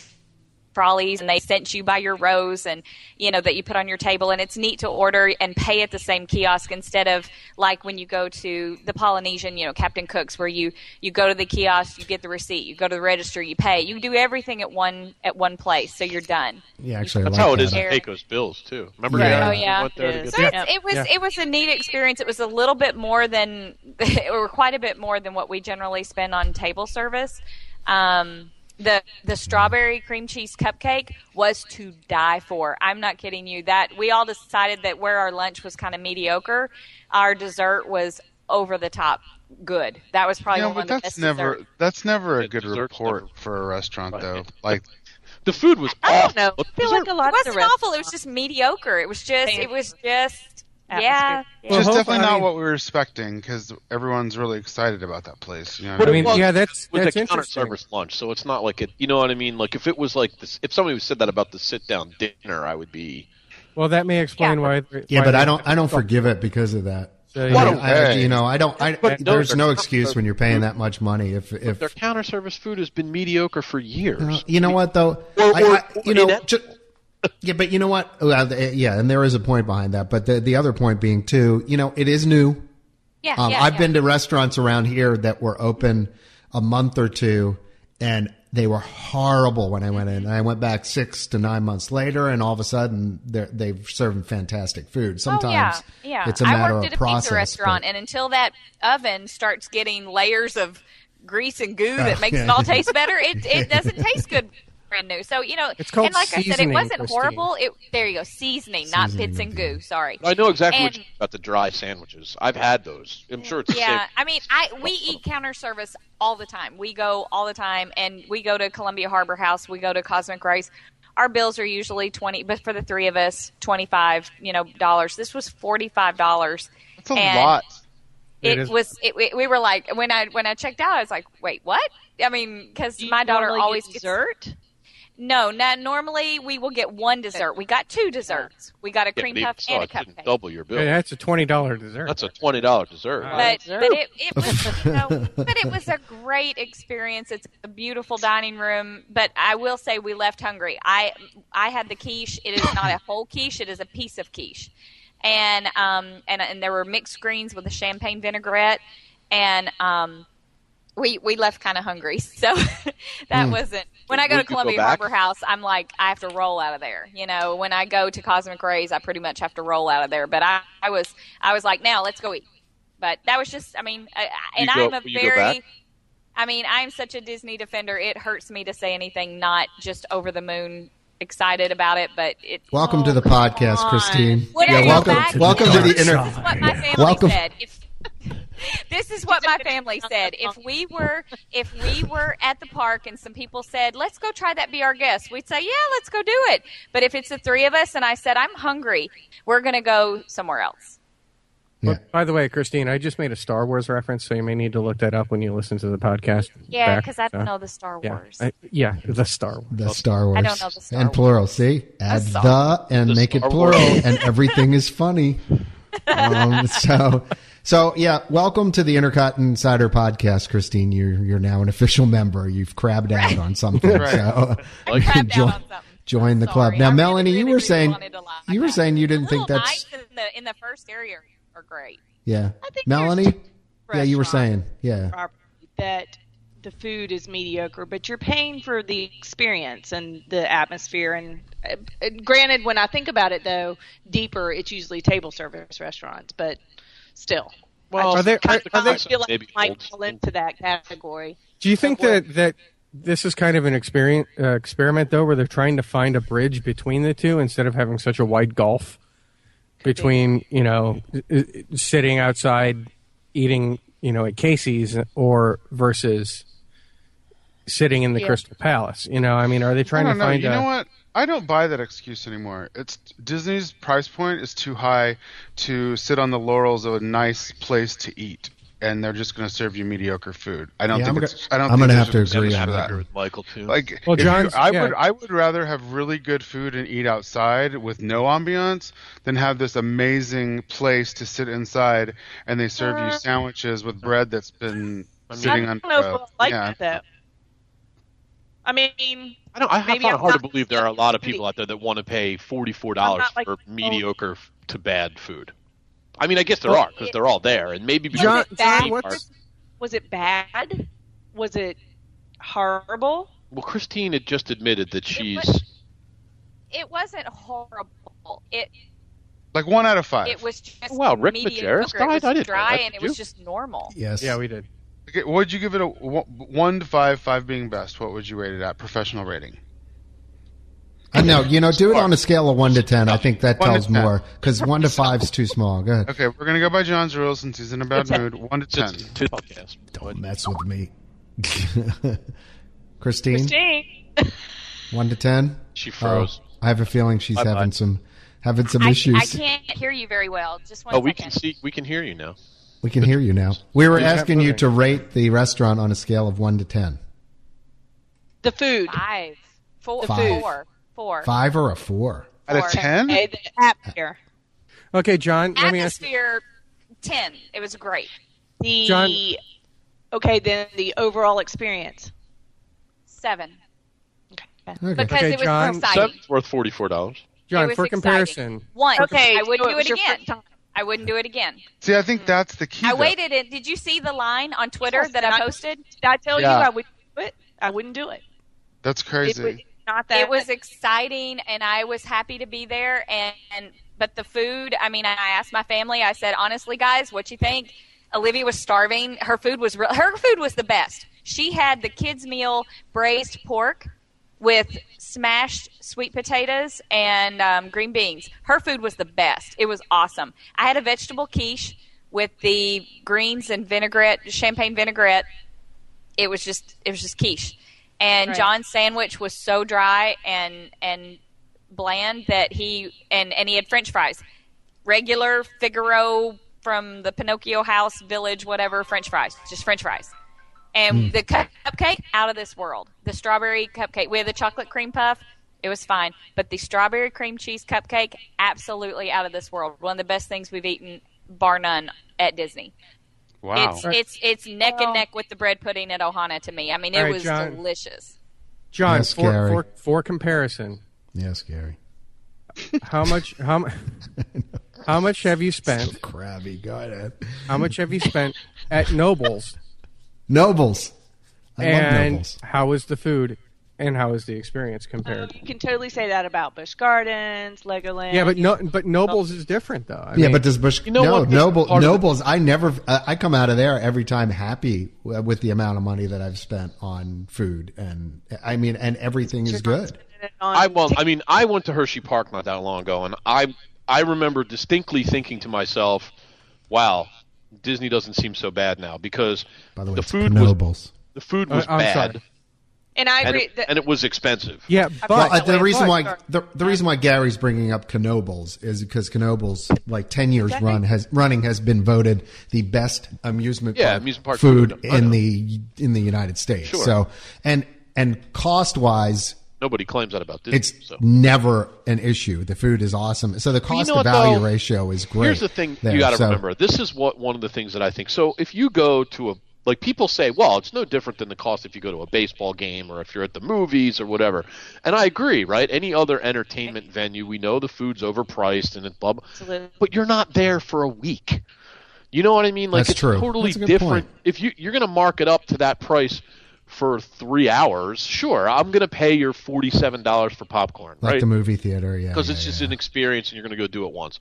Speaker 6: trolleys and they sent you by your rows and you know that you put on your table and it's neat to order and pay at the same kiosk instead of like when you go to the Polynesian, you know, Captain Cook's where you you go to the kiosk, you get the receipt, you go to the register, you pay. You do everything at one at one place so you're done.
Speaker 2: Yeah, actually, I
Speaker 4: That's
Speaker 2: like
Speaker 4: how it
Speaker 2: that.
Speaker 4: is in
Speaker 6: Eric.
Speaker 4: Pecos Bills too. Remember
Speaker 2: Yeah.
Speaker 4: we
Speaker 2: Oh,
Speaker 4: went
Speaker 6: yeah.
Speaker 4: there to
Speaker 5: Yes.
Speaker 4: get
Speaker 6: So it's,
Speaker 7: Yeah.
Speaker 6: it was
Speaker 7: Yeah.
Speaker 6: it was a neat experience. It was a little bit more than, *laughs* or quite a bit more than what we generally spend on table service. Um, the the strawberry cream cheese cupcake was to die for. I'm not kidding you. That we all decided that where our lunch was kind of mediocre, our dessert was over the top good. That was probably
Speaker 3: Yeah,
Speaker 6: one
Speaker 3: but
Speaker 6: of the best
Speaker 3: that's never
Speaker 6: desserts.
Speaker 3: that's never a
Speaker 4: Yeah,
Speaker 3: good
Speaker 4: dessert's
Speaker 3: report
Speaker 4: never-
Speaker 3: for a restaurant
Speaker 4: Right.
Speaker 3: though. Like
Speaker 4: the food was
Speaker 5: I
Speaker 4: awful.
Speaker 5: don't know.
Speaker 4: What
Speaker 5: I feel like a lot
Speaker 6: It
Speaker 5: of the
Speaker 6: wasn't
Speaker 5: rest-
Speaker 6: awful. It was just mediocre. It was just it was just yeah.
Speaker 5: Atmosphere.
Speaker 6: yeah.
Speaker 7: Well,
Speaker 3: just
Speaker 7: hope-
Speaker 3: definitely
Speaker 7: I
Speaker 3: not
Speaker 7: mean-
Speaker 3: what we were expecting because everyone's really excited about that place. You know
Speaker 7: I
Speaker 3: what I
Speaker 7: mean,
Speaker 3: mean?
Speaker 7: yeah, that's
Speaker 4: was
Speaker 7: that's
Speaker 4: a counter
Speaker 7: interesting.
Speaker 4: service lunch, so it's not like it. You know what I mean? Like if it was like this, if somebody said that about the sit down dinner, I would be.
Speaker 7: Well, that may explain
Speaker 6: Yeah.
Speaker 7: why. why
Speaker 2: Yeah, but
Speaker 7: they-
Speaker 2: I don't. I don't forgive it because of that.
Speaker 7: So,
Speaker 2: I
Speaker 7: yeah.
Speaker 2: don't- I-
Speaker 3: way.
Speaker 2: you know, I don't. I,
Speaker 4: But no,
Speaker 2: there's
Speaker 4: they're-
Speaker 2: no excuse when you're paying that much money. If if
Speaker 4: Their counter service food has been mediocre for years.
Speaker 7: Uh,
Speaker 2: you know what though,
Speaker 4: Or-
Speaker 2: I,
Speaker 4: or-
Speaker 2: I- you
Speaker 4: or
Speaker 2: know,
Speaker 4: inept-
Speaker 2: ju- yeah, but you know what? Well, th- yeah, and there is a point behind that. But the the other point being too, you know, it is new.
Speaker 6: Yeah,
Speaker 2: Um,
Speaker 6: yeah,
Speaker 2: I've
Speaker 6: yeah.
Speaker 2: been to restaurants around here that were open a month or two, and they were horrible when I went in. And I went back six to nine months later, and all of a sudden they're they're serving fantastic food. Sometimes
Speaker 6: oh, yeah, yeah.
Speaker 2: it's a
Speaker 6: I
Speaker 2: matter
Speaker 6: worked
Speaker 2: of
Speaker 6: at a
Speaker 2: process.
Speaker 6: pizza restaurant,
Speaker 2: but-
Speaker 6: and until that oven starts getting layers of grease and goo that
Speaker 2: Oh,
Speaker 6: makes it
Speaker 2: yeah.
Speaker 6: all taste better, it
Speaker 2: *laughs*
Speaker 6: it doesn't taste good brand new. So you know,
Speaker 7: It's called
Speaker 6: and like I said, it
Speaker 7: seasoning,
Speaker 6: wasn't
Speaker 7: Christine.
Speaker 6: horrible. It there you go, seasoning, not
Speaker 2: Seasoning
Speaker 6: bits
Speaker 2: would
Speaker 6: and
Speaker 2: be-
Speaker 6: goo. Sorry.
Speaker 4: I know exactly what
Speaker 6: And-
Speaker 4: you mean about the dry sandwiches. I've had those. I'm sure it's the
Speaker 6: *laughs* Yeah,
Speaker 4: same.
Speaker 6: I mean, I we eat counter service all the time. We go all the time, and we go to Columbia Harbor House. We go to Cosmic Rice. Our bills are usually twenty, but for the three of us, twenty five, you know, dollars. This was forty five dollars.
Speaker 3: That's a lot.
Speaker 7: It
Speaker 6: it,
Speaker 7: is-
Speaker 6: was it, we- we were like when i when i checked out i was like wait what i mean because
Speaker 5: Do you
Speaker 6: my daughter
Speaker 5: normally get
Speaker 6: always gets-
Speaker 5: dessert.
Speaker 6: no not normally we will get one dessert we got two desserts we got a
Speaker 4: Yeah,
Speaker 6: cream
Speaker 4: but even
Speaker 6: puff
Speaker 4: so,
Speaker 6: and a
Speaker 4: it didn't
Speaker 6: cupcake
Speaker 4: double your bill.
Speaker 7: Yeah, that's a twenty dollar dessert.
Speaker 4: That's a twenty dollar dessert.
Speaker 6: but
Speaker 5: Dessert.
Speaker 6: but it, it was you know, but it was a great experience it's a beautiful dining room but i will say we left hungry i i had the quiche it is not a whole quiche it is a piece of quiche and um and and there were mixed greens with a champagne vinaigrette and um we we left kind of hungry, *laughs* so that wasn't. When I go
Speaker 4: Would
Speaker 6: to
Speaker 4: you go
Speaker 6: Columbia
Speaker 4: back?
Speaker 6: Harbor House, I'm like I have to roll out of there. You know, when I go to Cosmic Rays, I pretty much have to roll out of there. But I, I was I was like, now let's go eat. But that was just, I mean, I, I- and
Speaker 4: You go-
Speaker 6: I'm a
Speaker 4: will you go back?
Speaker 6: very, I mean, I'm such a Disney defender. It hurts me to say anything not just over the moon excited about it, but it.
Speaker 2: Welcome to the podcast,
Speaker 5: on.
Speaker 2: Christine.
Speaker 6: Would I go
Speaker 2: welcome,
Speaker 6: back?
Speaker 2: welcome to the inner.
Speaker 6: This is what my family
Speaker 2: Welcome.
Speaker 6: said. If, *laughs* this is what my family said. If we were if we were at the park and some people said, "Let's go try that be our guest." We'd say, "Yeah, let's go do it." But if it's the three of us and I said, "I'm hungry," we're going to go somewhere else.
Speaker 2: Yeah.
Speaker 7: By the way, Christine, I just made a Star Wars reference, so you may need to look that up when you listen to the podcast.
Speaker 6: Yeah,
Speaker 7: back,
Speaker 6: cuz I
Speaker 7: so,
Speaker 6: don't know the Star
Speaker 7: Yeah,
Speaker 6: Wars.
Speaker 7: I- yeah, the Star Wars.
Speaker 2: The Star Wars.
Speaker 6: I don't know the Star
Speaker 2: and
Speaker 6: Wars.
Speaker 2: plural. See, add the and
Speaker 4: The
Speaker 2: make it
Speaker 4: Star
Speaker 2: plural,
Speaker 4: Wars.
Speaker 2: and everything is
Speaker 6: *laughs*
Speaker 2: funny. Um, so, so yeah. Welcome to the Intercot Insider Podcast, Christine. You're you're now an official member. You've crabbed out on something. So,
Speaker 4: Like-
Speaker 2: you can
Speaker 6: Crabbed out
Speaker 2: *laughs* join,
Speaker 6: on something.
Speaker 2: join the club.
Speaker 6: Sorry,
Speaker 2: Now,
Speaker 6: I really,
Speaker 2: Melanie, you
Speaker 6: really,
Speaker 2: were
Speaker 6: really
Speaker 2: saying
Speaker 6: wanted to lie.
Speaker 2: you were saying you didn't think
Speaker 6: Little
Speaker 2: that's
Speaker 6: nights in the in the first area are great.
Speaker 2: yeah.
Speaker 5: think there's
Speaker 2: Melanie, yeah, you were saying
Speaker 5: restaurant
Speaker 2: yeah.
Speaker 5: property that the food is mediocre, but you're paying for the experience and the atmosphere. And uh, uh, granted, when I think about it, though, deeper, it's usually table service restaurants, but still.
Speaker 4: Well,
Speaker 7: Are there-
Speaker 5: I
Speaker 7: are- are there-
Speaker 5: kinda feel like
Speaker 4: Maybe
Speaker 5: I might
Speaker 4: old
Speaker 5: fall into that category.
Speaker 7: Do you think that that this is kind of an experience, uh, experiment though, where they're trying to find a bridge between the two instead of having such a wide gulf between you know i- i- sitting outside eating you know at Casey's or versus sitting in the Crystal Palace? You know, I mean, are they
Speaker 3: I
Speaker 7: trying to
Speaker 3: don't know.
Speaker 7: find
Speaker 3: You
Speaker 7: a,
Speaker 3: know what? I don't buy that excuse anymore. It's Disney's price point is too high to sit on the laurels of a nice place to eat, and they're just going to serve you mediocre food. I don't
Speaker 2: Yeah,
Speaker 3: think
Speaker 2: I'm
Speaker 3: it's. I don't.
Speaker 2: I'm
Speaker 3: think
Speaker 2: gonna
Speaker 3: there's
Speaker 2: have to
Speaker 3: a
Speaker 2: agree
Speaker 3: purpose
Speaker 2: on
Speaker 3: for
Speaker 2: that.
Speaker 3: that.
Speaker 4: with Michael too.
Speaker 3: Like,
Speaker 7: Well,
Speaker 3: if you-
Speaker 7: John's-
Speaker 3: I
Speaker 7: yeah.
Speaker 3: would I would rather have really good food and eat outside with no ambiance than have this amazing place to sit inside and they serve you sandwiches with bread that's been
Speaker 4: I mean-
Speaker 5: I
Speaker 3: sitting on.
Speaker 5: don't know if
Speaker 3: bread.
Speaker 5: I like
Speaker 3: yeah.
Speaker 5: that, I mean,
Speaker 4: I don't. I
Speaker 5: Maybe
Speaker 4: find it
Speaker 5: I'm
Speaker 4: hard to
Speaker 5: not-
Speaker 4: believe there are a lot of people out there that want to pay forty four
Speaker 5: I'm
Speaker 4: dollars
Speaker 5: not, like,
Speaker 4: for
Speaker 5: people-
Speaker 4: mediocre f- to bad food. I mean, I guess there are because they're all there, and maybe because
Speaker 7: John,
Speaker 4: of the
Speaker 7: John,
Speaker 4: cheap
Speaker 7: what's
Speaker 4: part-
Speaker 5: was it bad? Was it horrible?
Speaker 4: well, Christine had just admitted that
Speaker 6: It
Speaker 4: she's
Speaker 6: was- It wasn't horrible. It
Speaker 3: Like one out of five.
Speaker 6: it was just
Speaker 4: Wow, Rick
Speaker 6: mediocre.
Speaker 4: Majerus
Speaker 6: It was
Speaker 4: died? I didn't know
Speaker 6: dry
Speaker 4: that,
Speaker 6: and
Speaker 4: did
Speaker 6: it was
Speaker 4: you?
Speaker 6: just normal.
Speaker 2: Yes.
Speaker 7: Yeah, we did.
Speaker 3: Okay, what would you give it a one one to five, five being best? What would you rate it at? Professional rating.
Speaker 2: I know. You know, do it on a scale of one to ten. I think that
Speaker 3: One to
Speaker 2: tells
Speaker 3: 10.
Speaker 2: more because one to five's too small. Go ahead.
Speaker 3: Okay, we're gonna go by John's rules since he's in a bad mood. One to ten.
Speaker 4: just two podcasts.
Speaker 2: Don't mess with me. *laughs* Christine,
Speaker 5: Christine,
Speaker 2: one to ten.
Speaker 4: She froze.
Speaker 2: Oh, I have a feeling she's
Speaker 4: Bye-bye.
Speaker 2: having some having some
Speaker 6: I,
Speaker 2: issues.
Speaker 6: I can't hear you very well. Just one
Speaker 4: Oh, we
Speaker 6: second.
Speaker 4: can see. We can hear you now.
Speaker 2: We can hear you now. We were
Speaker 7: We kept
Speaker 2: asking you
Speaker 7: moving.
Speaker 2: to rate the restaurant on a scale of one to ten.
Speaker 5: the food.
Speaker 6: Five. Four.
Speaker 2: Five.
Speaker 6: Four. Four.
Speaker 2: Five or a four?
Speaker 3: Out of
Speaker 6: Four.
Speaker 3: ten?
Speaker 5: Okay, the atmosphere.
Speaker 7: Okay, John. Let me ask.
Speaker 6: Atmosphere ten. It was great.
Speaker 5: The
Speaker 7: John-
Speaker 5: okay, then the overall experience.
Speaker 6: Seven.
Speaker 2: Okay.
Speaker 6: Because
Speaker 7: Okay,
Speaker 6: it was
Speaker 7: John,
Speaker 6: exciting.
Speaker 4: Seven's worth forty four dollars.
Speaker 6: It
Speaker 7: John,
Speaker 6: was
Speaker 7: for
Speaker 6: exciting.
Speaker 7: comparison,
Speaker 6: One.
Speaker 5: Okay,
Speaker 6: I
Speaker 5: so
Speaker 6: wouldn't
Speaker 5: it
Speaker 6: do
Speaker 5: was
Speaker 6: it
Speaker 5: your
Speaker 6: again.
Speaker 5: first time.
Speaker 6: I wouldn't do it again.
Speaker 3: See, I think that's the key.
Speaker 6: I
Speaker 3: though.
Speaker 6: waited. And did you see the line on Twitter
Speaker 5: Yes,
Speaker 6: that
Speaker 5: and
Speaker 6: I
Speaker 5: I-
Speaker 6: posted?
Speaker 5: Did I tell
Speaker 3: Yeah.
Speaker 5: you I would do it? I wouldn't do it.
Speaker 3: That's
Speaker 5: It
Speaker 3: crazy.
Speaker 5: was not that
Speaker 6: It was exciting, and I was happy to be there. And, and but the food. I mean, I asked my family. I said, honestly, guys, what you think? Olivia was starving. Her food was real. Her food was the best. She had the kids' meal braised pork with smashed sweet potatoes and um, green beans. Her food was the best. It was awesome. I had a vegetable quiche with the greens and vinaigrette, champagne vinaigrette. It was just it was just quiche. And
Speaker 5: Right.
Speaker 6: John's sandwich was so dry and and bland that he and and he had French fries, regular Figaro from the Pinocchio House Village, whatever French fries, just French fries. And the cup- cupcake out of this world. The strawberry cupcake. We had the chocolate cream puff. It was fine, but the strawberry cream cheese cupcake, absolutely out of this world. One of the best things we've eaten, bar none, at Disney.
Speaker 3: wow.
Speaker 6: It's it's it's neck and neck with the bread pudding at Ohana to me. I mean, it
Speaker 7: All right,
Speaker 6: was
Speaker 7: John.
Speaker 6: delicious.
Speaker 7: John,
Speaker 2: That's
Speaker 7: for,
Speaker 2: scary.
Speaker 7: for for comparison,
Speaker 2: Yes, Gary.
Speaker 7: how much how mu- how much have you
Speaker 2: *laughs*
Speaker 7: spent?
Speaker 2: Crabby. Go ahead.
Speaker 7: How much have you spent at Nobles?
Speaker 2: Nobles. I love
Speaker 7: And
Speaker 2: nobles.
Speaker 7: how was the food? And how was the experience compared?
Speaker 5: Um, You can totally say that about Busch Gardens, Legoland.
Speaker 7: yeah, but no, but Nobles is different though. I
Speaker 2: yeah,
Speaker 7: mean,
Speaker 2: but does Bush?
Speaker 4: know
Speaker 2: no,
Speaker 4: what?
Speaker 2: noble,
Speaker 4: Part of it-
Speaker 2: nobles. I never. I I come out of there every time happy w- with the amount of money that I've spent on food, and I mean, and everything is good.
Speaker 5: On-
Speaker 4: I well, I mean, I went to Hershey Park not that long ago, and I I remember distinctly thinking to myself, "Wow, Disney doesn't seem so bad now because
Speaker 2: By the way, it's
Speaker 4: food was
Speaker 2: nobles.
Speaker 4: the food was
Speaker 7: Uh, I'm
Speaker 4: bad,
Speaker 7: sorry.
Speaker 5: and I
Speaker 4: and
Speaker 5: agree.
Speaker 4: it,
Speaker 5: that,
Speaker 4: and it was expensive."
Speaker 7: yeah,
Speaker 2: Well,
Speaker 7: but
Speaker 2: uh, the
Speaker 5: But-
Speaker 2: reason why
Speaker 5: but-
Speaker 2: the, the reason why Gary's bringing up Knobles is because Knobles, like ten years
Speaker 5: That
Speaker 2: run,
Speaker 5: makes-
Speaker 2: has running has been voted the best amusement
Speaker 4: Yeah,
Speaker 2: park,
Speaker 4: amusement park
Speaker 2: food
Speaker 4: food. I
Speaker 2: in
Speaker 4: know.
Speaker 2: the in the United States.
Speaker 4: Sure.
Speaker 2: So and and cost wise,
Speaker 4: Nobody claims that about Disney.
Speaker 2: it's
Speaker 4: so.
Speaker 2: never an issue. The food is awesome. So the
Speaker 4: you
Speaker 2: cost
Speaker 4: know
Speaker 2: to
Speaker 4: what,
Speaker 2: value
Speaker 4: though?
Speaker 2: ratio is great.
Speaker 4: Here's the thing
Speaker 2: there.
Speaker 4: you got to
Speaker 2: So-
Speaker 4: remember. This is what one of the things that I think. So if you go to a like people say, well, it's no different than the cost if you go to a baseball game or if you're at the movies or whatever. And I agree, right? Any other entertainment venue, we know the food's overpriced and it blah, blah.
Speaker 5: Absolutely.
Speaker 4: But you're not there for a week. You know what I mean? Like
Speaker 2: That's
Speaker 4: it's
Speaker 2: true.
Speaker 4: totally
Speaker 2: That's a good
Speaker 4: different.
Speaker 2: point.
Speaker 4: If you you're going to mark it up to that price for 3 hours, sure, I'm going to pay your $47 for popcorn,
Speaker 2: like
Speaker 4: right?
Speaker 2: the movie theater, yeah,
Speaker 4: because
Speaker 2: yeah,
Speaker 4: it's just
Speaker 2: yeah.
Speaker 4: an experience and you're going to go do it once.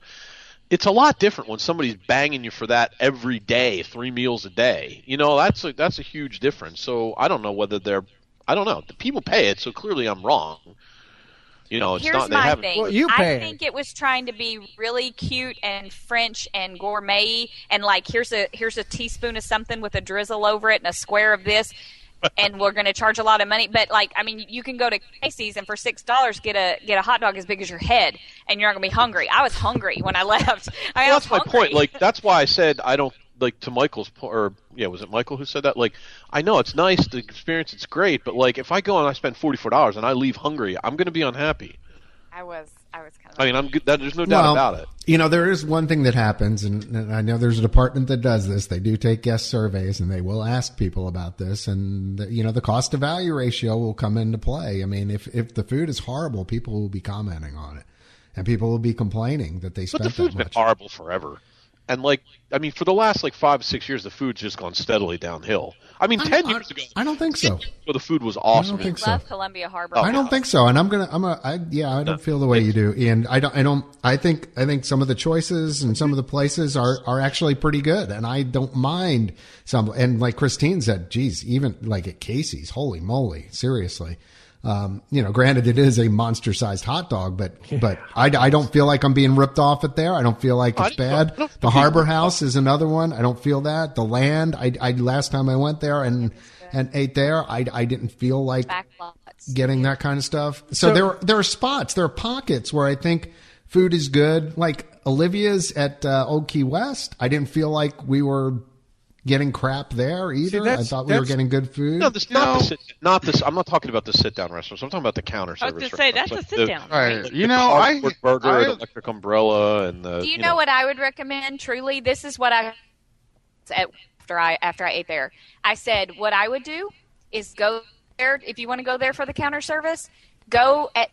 Speaker 4: It's a lot different when somebody's banging you for that every day, three meals a day. You know, that's a, that's a huge difference. So I don't know whether they're, I don't know. The people pay it, so clearly I'm wrong. You know, it's
Speaker 6: Here's
Speaker 4: not they
Speaker 6: my
Speaker 4: haven't.
Speaker 6: thing.
Speaker 7: Well, you
Speaker 6: I
Speaker 7: pay.
Speaker 6: think it was trying to be really cute and French and gourmet and like here's a here's a teaspoon of something with a drizzle over it and a square of this and we're going to charge a lot of money but like I mean you can go to Casey's and for $6 get a get a hot dog as big as your head and you're not going to be hungry. I was hungry when I left. *laughs* I mean, I
Speaker 4: Well,
Speaker 6: was
Speaker 4: that's my
Speaker 6: hungry.
Speaker 4: point. Like that's why I said I don't like to Michael's po- or yeah, was it Michael who said that? Like I know it's nice, the experience it's great, but like if I go and I spend forty four dollars and I leave hungry, I'm going to be unhappy.
Speaker 6: I was I was kind of.
Speaker 4: I mean, I'm good. that- There's no doubt
Speaker 2: Well,
Speaker 4: about it.
Speaker 2: You know, there is one thing that happens, and, and I know there's a department that does this. They do take guest surveys, and they will ask people about this, and the, you know, the cost to value ratio will come into play. I mean, if if the food is horrible, people will be commenting on it, and people will be complaining that they
Speaker 4: But
Speaker 2: spent
Speaker 4: the food's
Speaker 2: that
Speaker 4: been
Speaker 2: much.
Speaker 4: horrible forever. And like, I mean, for the last like five, six years, the food's just gone steadily downhill. I mean,
Speaker 2: I-
Speaker 4: ten
Speaker 2: I-
Speaker 4: years ago,
Speaker 2: I don't think so.
Speaker 4: Well, the food was
Speaker 2: I
Speaker 4: awesome.
Speaker 2: don't think so.
Speaker 6: love Columbia Harbor.
Speaker 4: Oh,
Speaker 2: I don't think so, and I'm gonna, I'm a, I, yeah, I don't feel the way you do, and I don't, I don't, I think, I think some of the choices and some of the places are are actually pretty good, and I don't mind some, and like Christine said, geez, even like at Casey's, holy moly, seriously, um, you know, granted it is a monster sized hot dog, but but I, I don't feel like I'm being ripped off at there. I don't feel like
Speaker 4: I
Speaker 2: it's
Speaker 4: don't-
Speaker 2: bad.
Speaker 4: I don't
Speaker 2: The
Speaker 4: feel
Speaker 2: Harbor
Speaker 4: ripped off.
Speaker 2: House is another one. I don't feel that. The Land, I, I last time I went there and and ate there, I I didn't feel like
Speaker 6: Back lots.
Speaker 2: getting that kind of stuff. So, there are, there are spots, there are pockets where I think food is good. Like Olivia's at uh, Old Key West, I didn't feel like we were getting crap there either. I
Speaker 7: that's-
Speaker 2: thought we were
Speaker 7: that's-
Speaker 2: getting good food.
Speaker 4: No, this not the sit, not this. I'm not talking about the sit down restaurants. I'm talking about the counter
Speaker 5: I was
Speaker 4: service.
Speaker 5: going to say, that's
Speaker 4: restaurants,
Speaker 5: a
Speaker 4: like
Speaker 5: sit
Speaker 4: the-
Speaker 5: down.
Speaker 3: Right.
Speaker 5: Right.
Speaker 3: You know, I,
Speaker 4: Cardboard burger,
Speaker 3: I-
Speaker 4: the electric umbrella, and the.
Speaker 6: Do you, know, what I would recommend? Truly, this is what I at- after I after I ate there. I said what I would do is go there if you want to go there for the counter service. Go at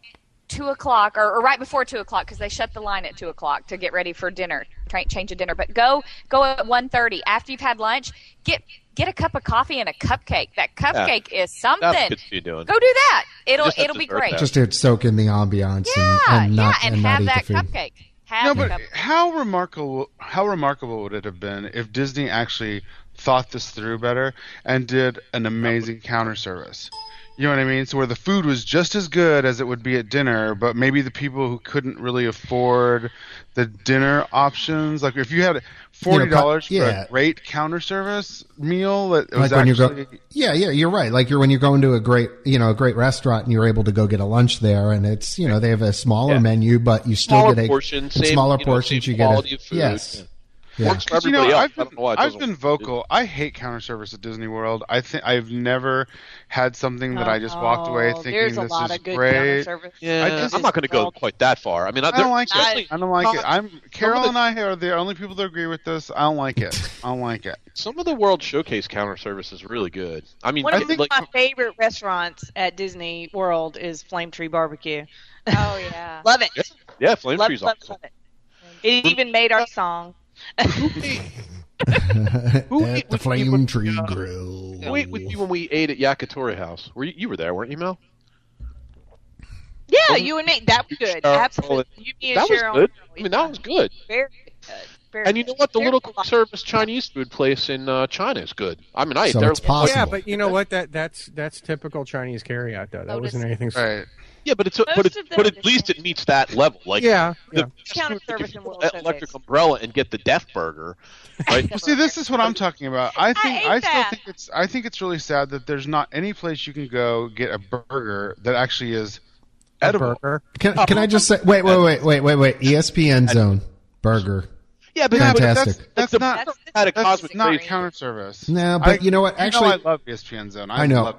Speaker 6: two o'clock or, or right before two o'clock because they shut the line at two o'clock to get ready for dinner, try, change of dinner. But go go at one thirty after you've had lunch. Get get a cup of coffee and a cupcake. That cupcake is something.
Speaker 4: good to be doing.
Speaker 6: Go do that. It'll
Speaker 4: Just have
Speaker 6: it'll be
Speaker 4: dessert
Speaker 6: great.
Speaker 4: there.
Speaker 2: just to soak in the ambiance
Speaker 6: yeah,
Speaker 2: and, and not
Speaker 6: yeah, and,
Speaker 2: not
Speaker 6: have
Speaker 2: eat
Speaker 6: that
Speaker 2: the food.
Speaker 6: cupcake.
Speaker 3: No,
Speaker 6: Have the
Speaker 3: but
Speaker 6: cupcake.
Speaker 3: how remarkable how remarkable would it have been if Disney actually thought this through better and did an amazing counter service? You know what I mean? So where the food was just as good as it would be at dinner, but maybe the people who couldn't really afford the dinner options, like if you had forty dollars
Speaker 2: You know, pro-
Speaker 3: for
Speaker 2: yeah.
Speaker 3: a great counter service meal that it was
Speaker 2: like when you
Speaker 3: actually
Speaker 2: go, yeah, yeah, you're right. Like you're when you're going to a great, you know, a great restaurant and you're able to go get a lunch there, and it's you know they have a smaller
Speaker 4: Yeah.
Speaker 2: menu, but you still
Speaker 4: Smaller
Speaker 2: get a
Speaker 4: portion,
Speaker 2: it's
Speaker 4: same-
Speaker 2: smaller
Speaker 4: you know,
Speaker 2: portions.
Speaker 4: same
Speaker 2: you get
Speaker 4: quality
Speaker 2: a,
Speaker 4: of food.
Speaker 2: yes, yeah.
Speaker 4: Works for
Speaker 3: 'Cause, you
Speaker 4: everybody
Speaker 3: know, I've
Speaker 4: else. I
Speaker 3: been,
Speaker 4: don't know why it
Speaker 3: I've
Speaker 4: doesn't
Speaker 3: been
Speaker 4: work.
Speaker 3: vocal. I hate counter service at Disney World. I think I've never had something that I just walked away
Speaker 5: Oh,
Speaker 3: thinking
Speaker 5: there's a
Speaker 3: this
Speaker 5: lot
Speaker 3: is
Speaker 5: of good counter
Speaker 3: great.
Speaker 5: service.
Speaker 4: Yeah,
Speaker 3: I just-
Speaker 4: I'm not going to go quite that far. I mean,
Speaker 3: I don't like
Speaker 4: certainly
Speaker 3: it. I don't like it.
Speaker 4: not-
Speaker 3: I'm Carol and I are the only people that agree with this. I don't like it. I don't like it.
Speaker 4: Some of the World Showcase counter service is really good. I mean,
Speaker 5: One
Speaker 4: it-
Speaker 5: of
Speaker 4: like,
Speaker 5: my favorite restaurants at Disney World is Flame Tree Barbecue.
Speaker 6: oh
Speaker 5: *laughs*
Speaker 6: yeah.
Speaker 5: Love it.
Speaker 4: yeah, yeah, Flame
Speaker 5: love,
Speaker 4: Tree's
Speaker 5: love,
Speaker 4: awesome.
Speaker 5: love it. It even made our song.
Speaker 4: Who
Speaker 2: At the
Speaker 4: ate with me
Speaker 2: Flame
Speaker 4: when-
Speaker 2: Tree
Speaker 4: uh,
Speaker 2: Grill.
Speaker 4: Who ate with you when we ate at Yakitori House? Were you, you were there, weren't you, Mel?
Speaker 5: Yeah, you and me. That was good.
Speaker 4: Cheryl.
Speaker 5: Absolutely. You, me, and
Speaker 4: That was
Speaker 5: Cheryl.
Speaker 4: good. I mean, that was good.
Speaker 5: Very good. Very
Speaker 4: And you know what? The
Speaker 5: good.
Speaker 4: little
Speaker 5: Very
Speaker 4: quick service Chinese food place in uh, China is good. I mean, I ate
Speaker 2: So
Speaker 4: there.
Speaker 2: it's possible.
Speaker 7: Yeah, but you know what? That that's that's typical Chinese carryout though. That wasn't anything. s-
Speaker 3: Right.
Speaker 4: Yeah, but it's a, but
Speaker 5: Most
Speaker 4: it's,
Speaker 5: of them
Speaker 4: but
Speaker 5: are
Speaker 4: at
Speaker 5: the
Speaker 4: least
Speaker 5: same.
Speaker 4: it meets that level. Like
Speaker 7: Yeah,
Speaker 4: the
Speaker 7: yeah.
Speaker 4: best
Speaker 5: Counter
Speaker 4: food, if
Speaker 5: service
Speaker 4: you
Speaker 5: and
Speaker 4: go
Speaker 5: World
Speaker 4: at
Speaker 5: Showcase.
Speaker 4: electric umbrella and get the death burger,
Speaker 5: *laughs*
Speaker 4: right?
Speaker 3: Well, see, this is what I'm talking about. I think
Speaker 6: ate
Speaker 3: I, still
Speaker 6: that.
Speaker 3: think it's I think it's really sad that there's not any place you can go get a burger that actually is
Speaker 7: A
Speaker 3: edible.
Speaker 7: burger.
Speaker 2: Can,
Speaker 4: Oh,
Speaker 2: can I just say? Wait, wait, wait, wait, wait, wait. E ESPN Zone burger.
Speaker 4: yeah, but
Speaker 3: Yeah, but
Speaker 2: Fantastic.
Speaker 3: That's, that's
Speaker 4: The-
Speaker 3: not
Speaker 5: That's-
Speaker 4: had a
Speaker 3: that's
Speaker 4: cosmic
Speaker 3: not
Speaker 4: rating.
Speaker 3: counter service.
Speaker 2: No, but you know what? Actually-
Speaker 3: I love E ESPN Zone. I,
Speaker 2: I know.
Speaker 3: Love,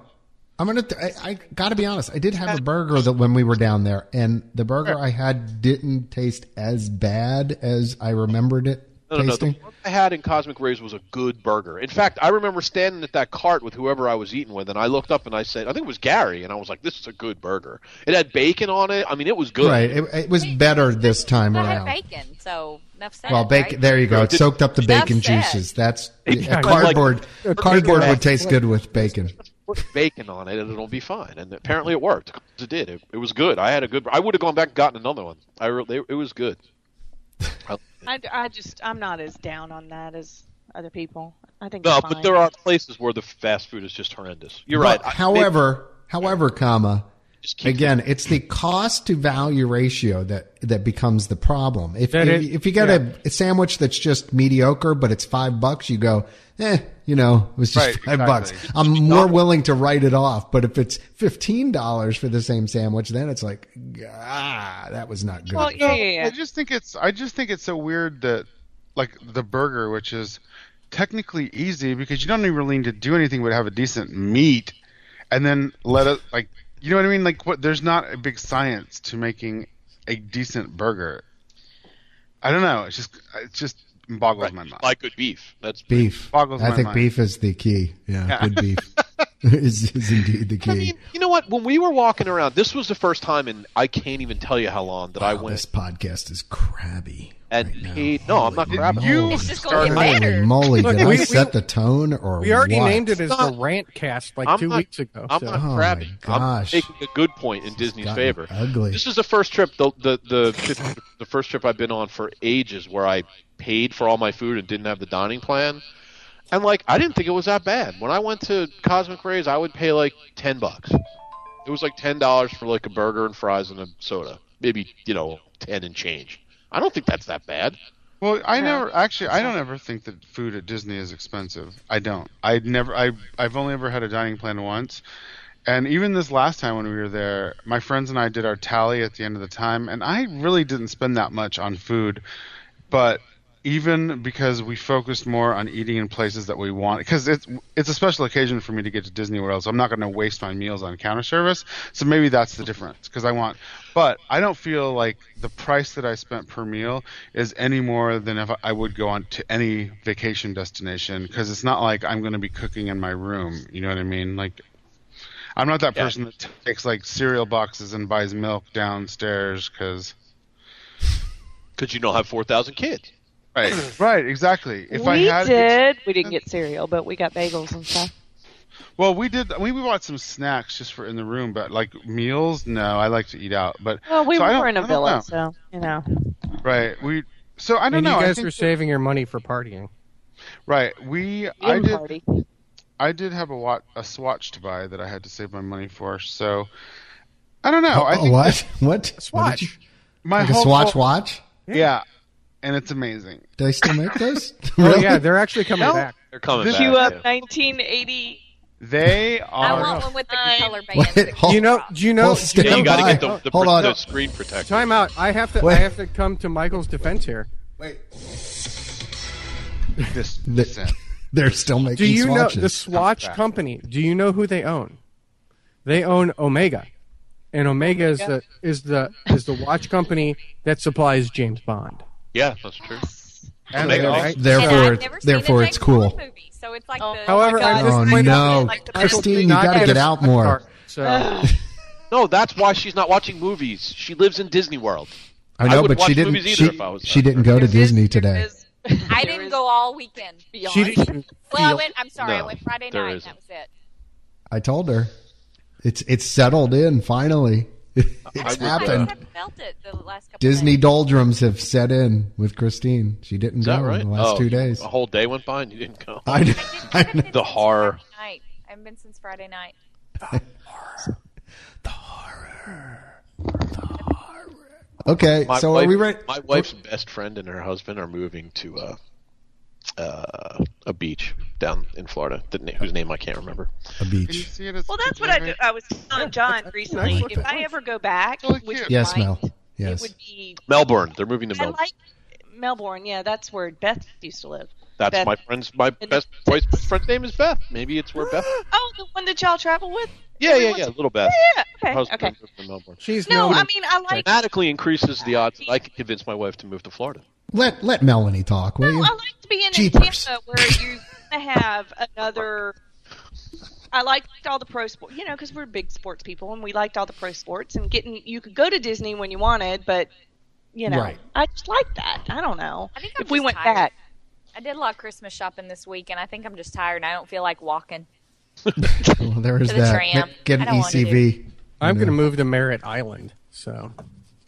Speaker 2: I'm gonna. Th- I, I gotta be honest. I did have a burger that when we were down there, and the burger I had didn't taste as bad as I remembered it
Speaker 4: No, no, no. The
Speaker 2: tasting.
Speaker 4: one I had in Cosmic Rays was a good burger. In fact, I remember standing at that cart with whoever I was eating with, and I looked up and I said, I think it was Gary, and I was like, this is a good burger. It had bacon on it. I mean, it was good.
Speaker 2: Right. It, it was better this time
Speaker 6: I had
Speaker 2: around.
Speaker 6: bacon, so enough said.
Speaker 2: Well, bacon.
Speaker 6: right?
Speaker 2: There you go. It
Speaker 4: Did-
Speaker 2: soaked up the
Speaker 6: That's
Speaker 2: bacon
Speaker 6: sad.
Speaker 2: juices. That's
Speaker 7: Yeah,
Speaker 2: a
Speaker 4: like-
Speaker 7: but
Speaker 2: cardboard.
Speaker 7: Or
Speaker 2: cardboard
Speaker 7: bacon.
Speaker 2: would taste good with bacon.
Speaker 4: Put bacon on it, and it'll be fine. And apparently it worked. It did. It, it was good. I had a good I would have gone back and gotten another one. I re- they, It
Speaker 2: *laughs*
Speaker 4: was good. I-
Speaker 5: I, I just I'm not as down on that as other people. I think
Speaker 4: no,
Speaker 5: it's
Speaker 4: but
Speaker 5: fine.
Speaker 4: there are places where the fast food is just horrendous. You're
Speaker 2: But
Speaker 4: right. I- they
Speaker 2: however, however, comma.
Speaker 4: just keep-
Speaker 2: Again, it's the cost to value ratio that that becomes the problem. If
Speaker 7: That
Speaker 2: if,
Speaker 7: is-
Speaker 2: if you get a sandwich that's just mediocre, but it's five bucks, you go, eh, you know, it was just
Speaker 3: Right,
Speaker 2: five
Speaker 3: exactly.
Speaker 2: bucks. I'm more willing to write it off. But if it's fifteen dollars for the same sandwich, then it's like, ah, that was not good.
Speaker 5: Well, yeah, yeah,
Speaker 3: I
Speaker 5: yeah.
Speaker 3: just think it's I just think it's so weird that like the burger, which is technically easy because you don't even really need to do anything but have a decent meat, and then let it like you know what I mean. Like what? There's not a big science to making a decent burger. I don't know. It's just it just boggles my mind.
Speaker 4: Like good beef. That's
Speaker 2: Beef.
Speaker 3: Boggles
Speaker 2: I
Speaker 3: my
Speaker 2: think
Speaker 3: mind.
Speaker 2: beef is the key. Yeah, good
Speaker 3: *laughs*
Speaker 2: beef is, is indeed the key.
Speaker 4: I mean, you know what? When we were walking around, this was the first time in I can't even tell you how long that I
Speaker 2: Wow,
Speaker 4: went
Speaker 2: this podcast is crabby.
Speaker 4: and
Speaker 2: right now.
Speaker 4: paid. No, I'm not
Speaker 2: Holy
Speaker 4: crapping.
Speaker 3: You
Speaker 2: moly.
Speaker 6: It's just going to get
Speaker 3: Started-
Speaker 2: Holy
Speaker 6: better.
Speaker 2: moly!
Speaker 7: Look,
Speaker 2: Did I
Speaker 7: we- we-
Speaker 2: set the tone or
Speaker 7: We already
Speaker 2: what?
Speaker 7: named it as the
Speaker 4: Not-
Speaker 7: rant cast like
Speaker 4: I'm
Speaker 7: 2
Speaker 4: not-
Speaker 7: weeks ago.
Speaker 4: I'm
Speaker 7: so.
Speaker 4: not
Speaker 2: Oh,
Speaker 4: crabbing.
Speaker 2: my
Speaker 4: I'm
Speaker 2: gosh.
Speaker 4: making a good point in Disney's
Speaker 2: gotten
Speaker 4: favor.
Speaker 2: ugly.
Speaker 4: This is the first trip the the the, the first trip I've been on for ages where I paid for all my food and didn't have the dining plan. And like I didn't think it was that bad. When I went to Cosmic Rays, I would pay like ten bucks. It was like ten dollars for like a burger and fries and a soda, maybe you know ten and change. I don't think that's that bad.
Speaker 3: Well, I never actually. I don't ever think that food at Disney is expensive. I don't. I never. I I've only ever had a dining plan once, and even this last time when we were there, my friends and I did our tally at the end of the time, and I really didn't spend that much on food, but even because we focused more on eating in places that we want, because it's it's a special occasion for me to get to Disney World, so I'm not going to waste my meals on counter service. So maybe that's the difference, because I want. But I don't feel like the price that I spent per meal is any more than if I would go on to any vacation destination, because it's not like I'm going to be cooking in my room. You know what I mean? Like. I'm not that
Speaker 4: Yeah.
Speaker 3: person that takes like cereal boxes and buys milk downstairs because
Speaker 4: Because you don't have four thousand kids.
Speaker 3: right, *clears throat* right, exactly. If
Speaker 5: we
Speaker 3: I had
Speaker 5: did. We didn't get cereal, but we got bagels and stuff.
Speaker 3: Well, we did. We, we bought some snacks just for in the room, but like meals, no. I like to eat out, but
Speaker 5: Well, we
Speaker 3: so I don't-
Speaker 5: were in
Speaker 3: I
Speaker 5: a
Speaker 3: don't
Speaker 5: villa,
Speaker 3: know.
Speaker 5: so you know.
Speaker 3: right? We so I don't
Speaker 7: and
Speaker 3: know.
Speaker 7: you
Speaker 3: I
Speaker 7: guys
Speaker 3: think
Speaker 7: are
Speaker 3: that-
Speaker 7: saving your money for partying.
Speaker 3: right. We I
Speaker 5: Ian
Speaker 3: did.
Speaker 5: party.
Speaker 3: I did have a wat, a swatch to buy that I had to save my money for. So I don't know.
Speaker 2: Oh,
Speaker 3: I think
Speaker 2: what? What? What did you-
Speaker 7: Swatch.
Speaker 3: my
Speaker 2: Like a
Speaker 3: whole
Speaker 2: Swatch
Speaker 3: goal-
Speaker 2: watch?
Speaker 3: Yeah, and it's amazing.
Speaker 2: Do they still make those?
Speaker 7: Oh
Speaker 2: *laughs* Really?
Speaker 7: yeah, they're actually coming
Speaker 3: No.
Speaker 7: back.
Speaker 4: They're coming
Speaker 3: This-
Speaker 4: back.
Speaker 2: uh,
Speaker 5: Queue up
Speaker 4: yeah.
Speaker 5: 1980. *laughs*
Speaker 3: They
Speaker 6: I
Speaker 3: are.
Speaker 6: want one with the color
Speaker 2: Wait,
Speaker 6: bands. that
Speaker 2: hold-
Speaker 6: go
Speaker 7: You know,
Speaker 6: across.
Speaker 7: do you know?
Speaker 2: Well,
Speaker 7: do you
Speaker 4: Yeah, you
Speaker 7: know-
Speaker 4: got to
Speaker 2: Hold
Speaker 4: get
Speaker 2: on.
Speaker 4: the, the,
Speaker 2: Hold
Speaker 4: the,
Speaker 2: on.
Speaker 4: screen protector.
Speaker 7: Time out. I have to.
Speaker 2: Wait.
Speaker 7: I have to come to Michael's defense here.
Speaker 2: Wait.
Speaker 3: This, this
Speaker 2: Th- They're still making
Speaker 7: Do you
Speaker 2: swatches.
Speaker 7: know the Swatch company? Do you know who they own? They own Omega, and Omega is the is the is the watch company that supplies James Bond.
Speaker 4: Yeah, that's true.
Speaker 3: and
Speaker 4: Omega
Speaker 3: they
Speaker 4: makes
Speaker 3: all-
Speaker 6: And
Speaker 2: *laughs* therefore,
Speaker 6: I've never seen a
Speaker 2: therefore,
Speaker 6: James
Speaker 2: it's cool.
Speaker 6: Bond Movie, so it's like the,
Speaker 7: However,
Speaker 5: God.
Speaker 7: I'm
Speaker 5: Oh,
Speaker 7: just pointing out
Speaker 2: no.
Speaker 7: that Michael
Speaker 2: Christine,
Speaker 7: did
Speaker 2: you
Speaker 7: not
Speaker 2: gotta
Speaker 7: get
Speaker 2: get
Speaker 7: a
Speaker 2: out
Speaker 7: Swatch
Speaker 2: more.
Speaker 7: card, so
Speaker 4: No, that's why she's not watching movies. She lives in Disney World.
Speaker 2: I know,
Speaker 4: wouldn't
Speaker 2: but
Speaker 4: watch
Speaker 2: she didn't.
Speaker 4: movies either
Speaker 2: She,
Speaker 4: if I was
Speaker 2: she
Speaker 4: her.
Speaker 2: didn't go to
Speaker 5: There is-
Speaker 2: Disney
Speaker 5: there
Speaker 2: today.
Speaker 5: is-
Speaker 6: I
Speaker 5: there
Speaker 6: didn't
Speaker 5: is
Speaker 6: go all weekend.
Speaker 2: *laughs*
Speaker 5: beyond.
Speaker 7: she didn't.
Speaker 6: Well, I
Speaker 7: feel-
Speaker 6: went. I'm sorry, I
Speaker 4: No,
Speaker 6: went Friday
Speaker 4: there
Speaker 6: night. and
Speaker 4: isn't.
Speaker 6: That was it.
Speaker 2: I told her, it's it's settled in finally. it's
Speaker 4: would,
Speaker 2: happened.
Speaker 6: I just haven't felt it the last couple.
Speaker 2: Disney
Speaker 6: Days.
Speaker 2: doldrums have set in with Christine. She didn't
Speaker 4: Is
Speaker 2: go
Speaker 4: that right?
Speaker 2: in the last
Speaker 4: Oh,
Speaker 2: two days.
Speaker 4: A whole day went by and you didn't go.
Speaker 2: *laughs* I, know-
Speaker 6: I
Speaker 2: I *laughs* know.
Speaker 6: haven't been
Speaker 4: The
Speaker 6: since
Speaker 4: horror.
Speaker 6: Friday night. I haven't been since Friday night.
Speaker 2: Okay,
Speaker 4: My
Speaker 2: so
Speaker 4: wife,
Speaker 2: are we right?
Speaker 4: My wife's best friend and her husband are moving to uh, uh, a beach down in Florida, the, na- whose name I can't remember.
Speaker 2: A
Speaker 3: Can you
Speaker 2: beach.
Speaker 3: see it as
Speaker 5: Well, that's what I, do. I was telling John recently. If I ever go back,
Speaker 3: Really
Speaker 5: which
Speaker 3: cute.
Speaker 2: Yes,
Speaker 5: might,
Speaker 2: Mel.
Speaker 5: it
Speaker 2: Yes.
Speaker 5: would be.
Speaker 4: Melbourne. They're moving to
Speaker 5: I
Speaker 4: Melbourne.
Speaker 5: like Melbourne. Yeah, that's where Beth used to live.
Speaker 4: That's
Speaker 5: Beth.
Speaker 4: my friend's. My
Speaker 5: And
Speaker 4: best wife's best friend's name is Beth. Maybe it's where
Speaker 5: *gasps*
Speaker 4: Beth.
Speaker 5: Oh, the one that y'all travel with?
Speaker 4: Yeah, yeah, yeah. Little Beth.
Speaker 5: Yeah.
Speaker 4: Her
Speaker 5: Okay.
Speaker 4: husband
Speaker 5: Okay.
Speaker 4: moved to Melbourne.
Speaker 7: She's
Speaker 5: No,
Speaker 7: Melbourne.
Speaker 5: I mean I like.
Speaker 4: Dramatically increases the odds that I could convince my wife to move to Florida.
Speaker 2: Let let Melanie talk, will
Speaker 5: No, I
Speaker 2: you?
Speaker 5: like to be in
Speaker 2: Jeepers.
Speaker 5: Tampa where you're gonna have another. I liked all the pro sports, you know, because we're big sports people and we liked all the pro sports and getting. You could go to Disney when you wanted, but you know,
Speaker 2: Right.
Speaker 5: I just like that. I don't know
Speaker 6: I think I'm
Speaker 5: if we
Speaker 6: just
Speaker 5: went
Speaker 6: tired.
Speaker 5: back.
Speaker 6: I did a lot of Christmas shopping this week, and I think I'm just tired. and I don't feel like walking.
Speaker 2: Well, there is
Speaker 6: To the
Speaker 2: that.
Speaker 6: tram.
Speaker 2: Get- Get an
Speaker 6: I
Speaker 2: E
Speaker 6: don't wanna do-
Speaker 2: ECV.
Speaker 7: I'm going to move to Merritt Island, so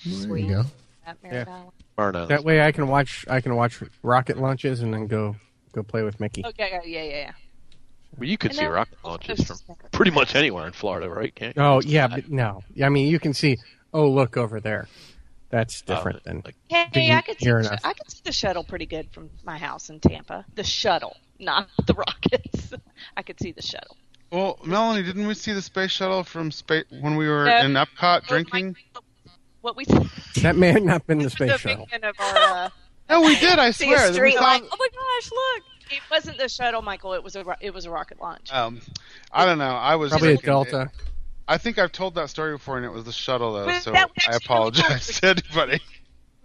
Speaker 2: There you go.
Speaker 5: at Merritt Island.
Speaker 4: Marin Island.
Speaker 7: that way I can watch. I can watch rocket launches and then go go play with Mickey.
Speaker 6: Oh,
Speaker 5: Okay, yeah, yeah, yeah. yeah.
Speaker 4: Well, you could
Speaker 5: And
Speaker 4: see
Speaker 5: then-
Speaker 4: rocket launches from pretty much anywhere in Florida, right? Can't you?
Speaker 7: Oh yeah, but no. I mean, you can see. Oh, look over there. That's different
Speaker 4: Oh,
Speaker 7: than
Speaker 4: Um, like-
Speaker 5: Hey,
Speaker 7: Didn't
Speaker 5: I could see
Speaker 7: hear
Speaker 5: the sh-
Speaker 7: enough.
Speaker 5: I could see the shuttle pretty good from my house in Tampa. The shuttle, not the *laughs* rockets. I could see the shuttle.
Speaker 3: Well, Melanie, didn't we see the space shuttle from space when we were
Speaker 5: No.
Speaker 3: in Epcot drinking?
Speaker 5: What we said.
Speaker 7: that may have not been the
Speaker 5: the
Speaker 7: space shuttle.
Speaker 5: beginning of our, uh,
Speaker 3: No, we did. I
Speaker 5: *laughs* See a
Speaker 3: swear. We
Speaker 5: street
Speaker 3: saw-
Speaker 5: light.
Speaker 6: Oh my gosh! Look.
Speaker 5: it
Speaker 7: Uh,
Speaker 5: wasn't the shuttle, Michael. It was a ro- it was a rocket launch.
Speaker 3: um, I don't know. I was
Speaker 7: Probably a
Speaker 3: drinking.
Speaker 7: Delta.
Speaker 3: I think I've told that story before, and it was the shuttle though.
Speaker 5: But
Speaker 3: So
Speaker 5: that was
Speaker 3: I
Speaker 5: actually really cool.
Speaker 3: apologize to anybody. *laughs*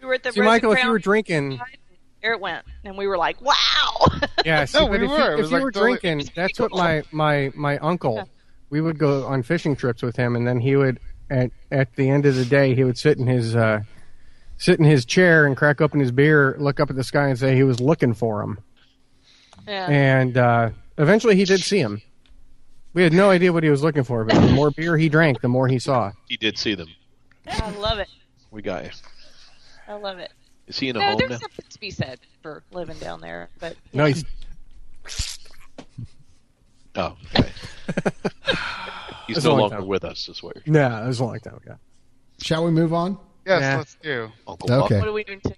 Speaker 5: We were at the
Speaker 7: See, Michael, if
Speaker 5: Rosencrown-
Speaker 7: you were drinking,
Speaker 5: there it went, and we were like, "Wow!" *laughs*
Speaker 7: yeah,
Speaker 3: *laughs*
Speaker 7: see,
Speaker 3: No,
Speaker 7: but
Speaker 3: we
Speaker 7: if
Speaker 3: were.
Speaker 7: you,
Speaker 3: It
Speaker 7: if
Speaker 3: was
Speaker 7: you
Speaker 3: like
Speaker 7: were
Speaker 3: the only-
Speaker 7: drinking,
Speaker 3: *laughs*
Speaker 7: that's what my my my uncle. We would go on fishing trips with him, and then he would at at the end of the day he would sit in his uh, sit in his chair and crack open his beer, look up at the sky, and say he was looking for him.
Speaker 5: yeah.
Speaker 7: And uh, eventually, he did see him. We had no idea what he was looking for, but the more beer he drank, the more he saw.
Speaker 4: He did see them.
Speaker 5: I love it.
Speaker 4: We got you.
Speaker 5: I love it.
Speaker 4: Is he in a
Speaker 5: No,
Speaker 4: home
Speaker 5: there's
Speaker 4: now?
Speaker 5: something to be said for living down there, but
Speaker 7: No, he's
Speaker 4: Oh,
Speaker 7: *laughs*
Speaker 4: okay. He's
Speaker 7: That's
Speaker 4: no
Speaker 7: all I
Speaker 4: longer
Speaker 7: found.
Speaker 4: with us. Is what your
Speaker 7: no, it was a long time ago.
Speaker 2: Shall we move on?
Speaker 3: Yes,
Speaker 7: Yeah.
Speaker 3: let's do.
Speaker 4: Uncle
Speaker 2: Okay.
Speaker 5: what are we doing? To-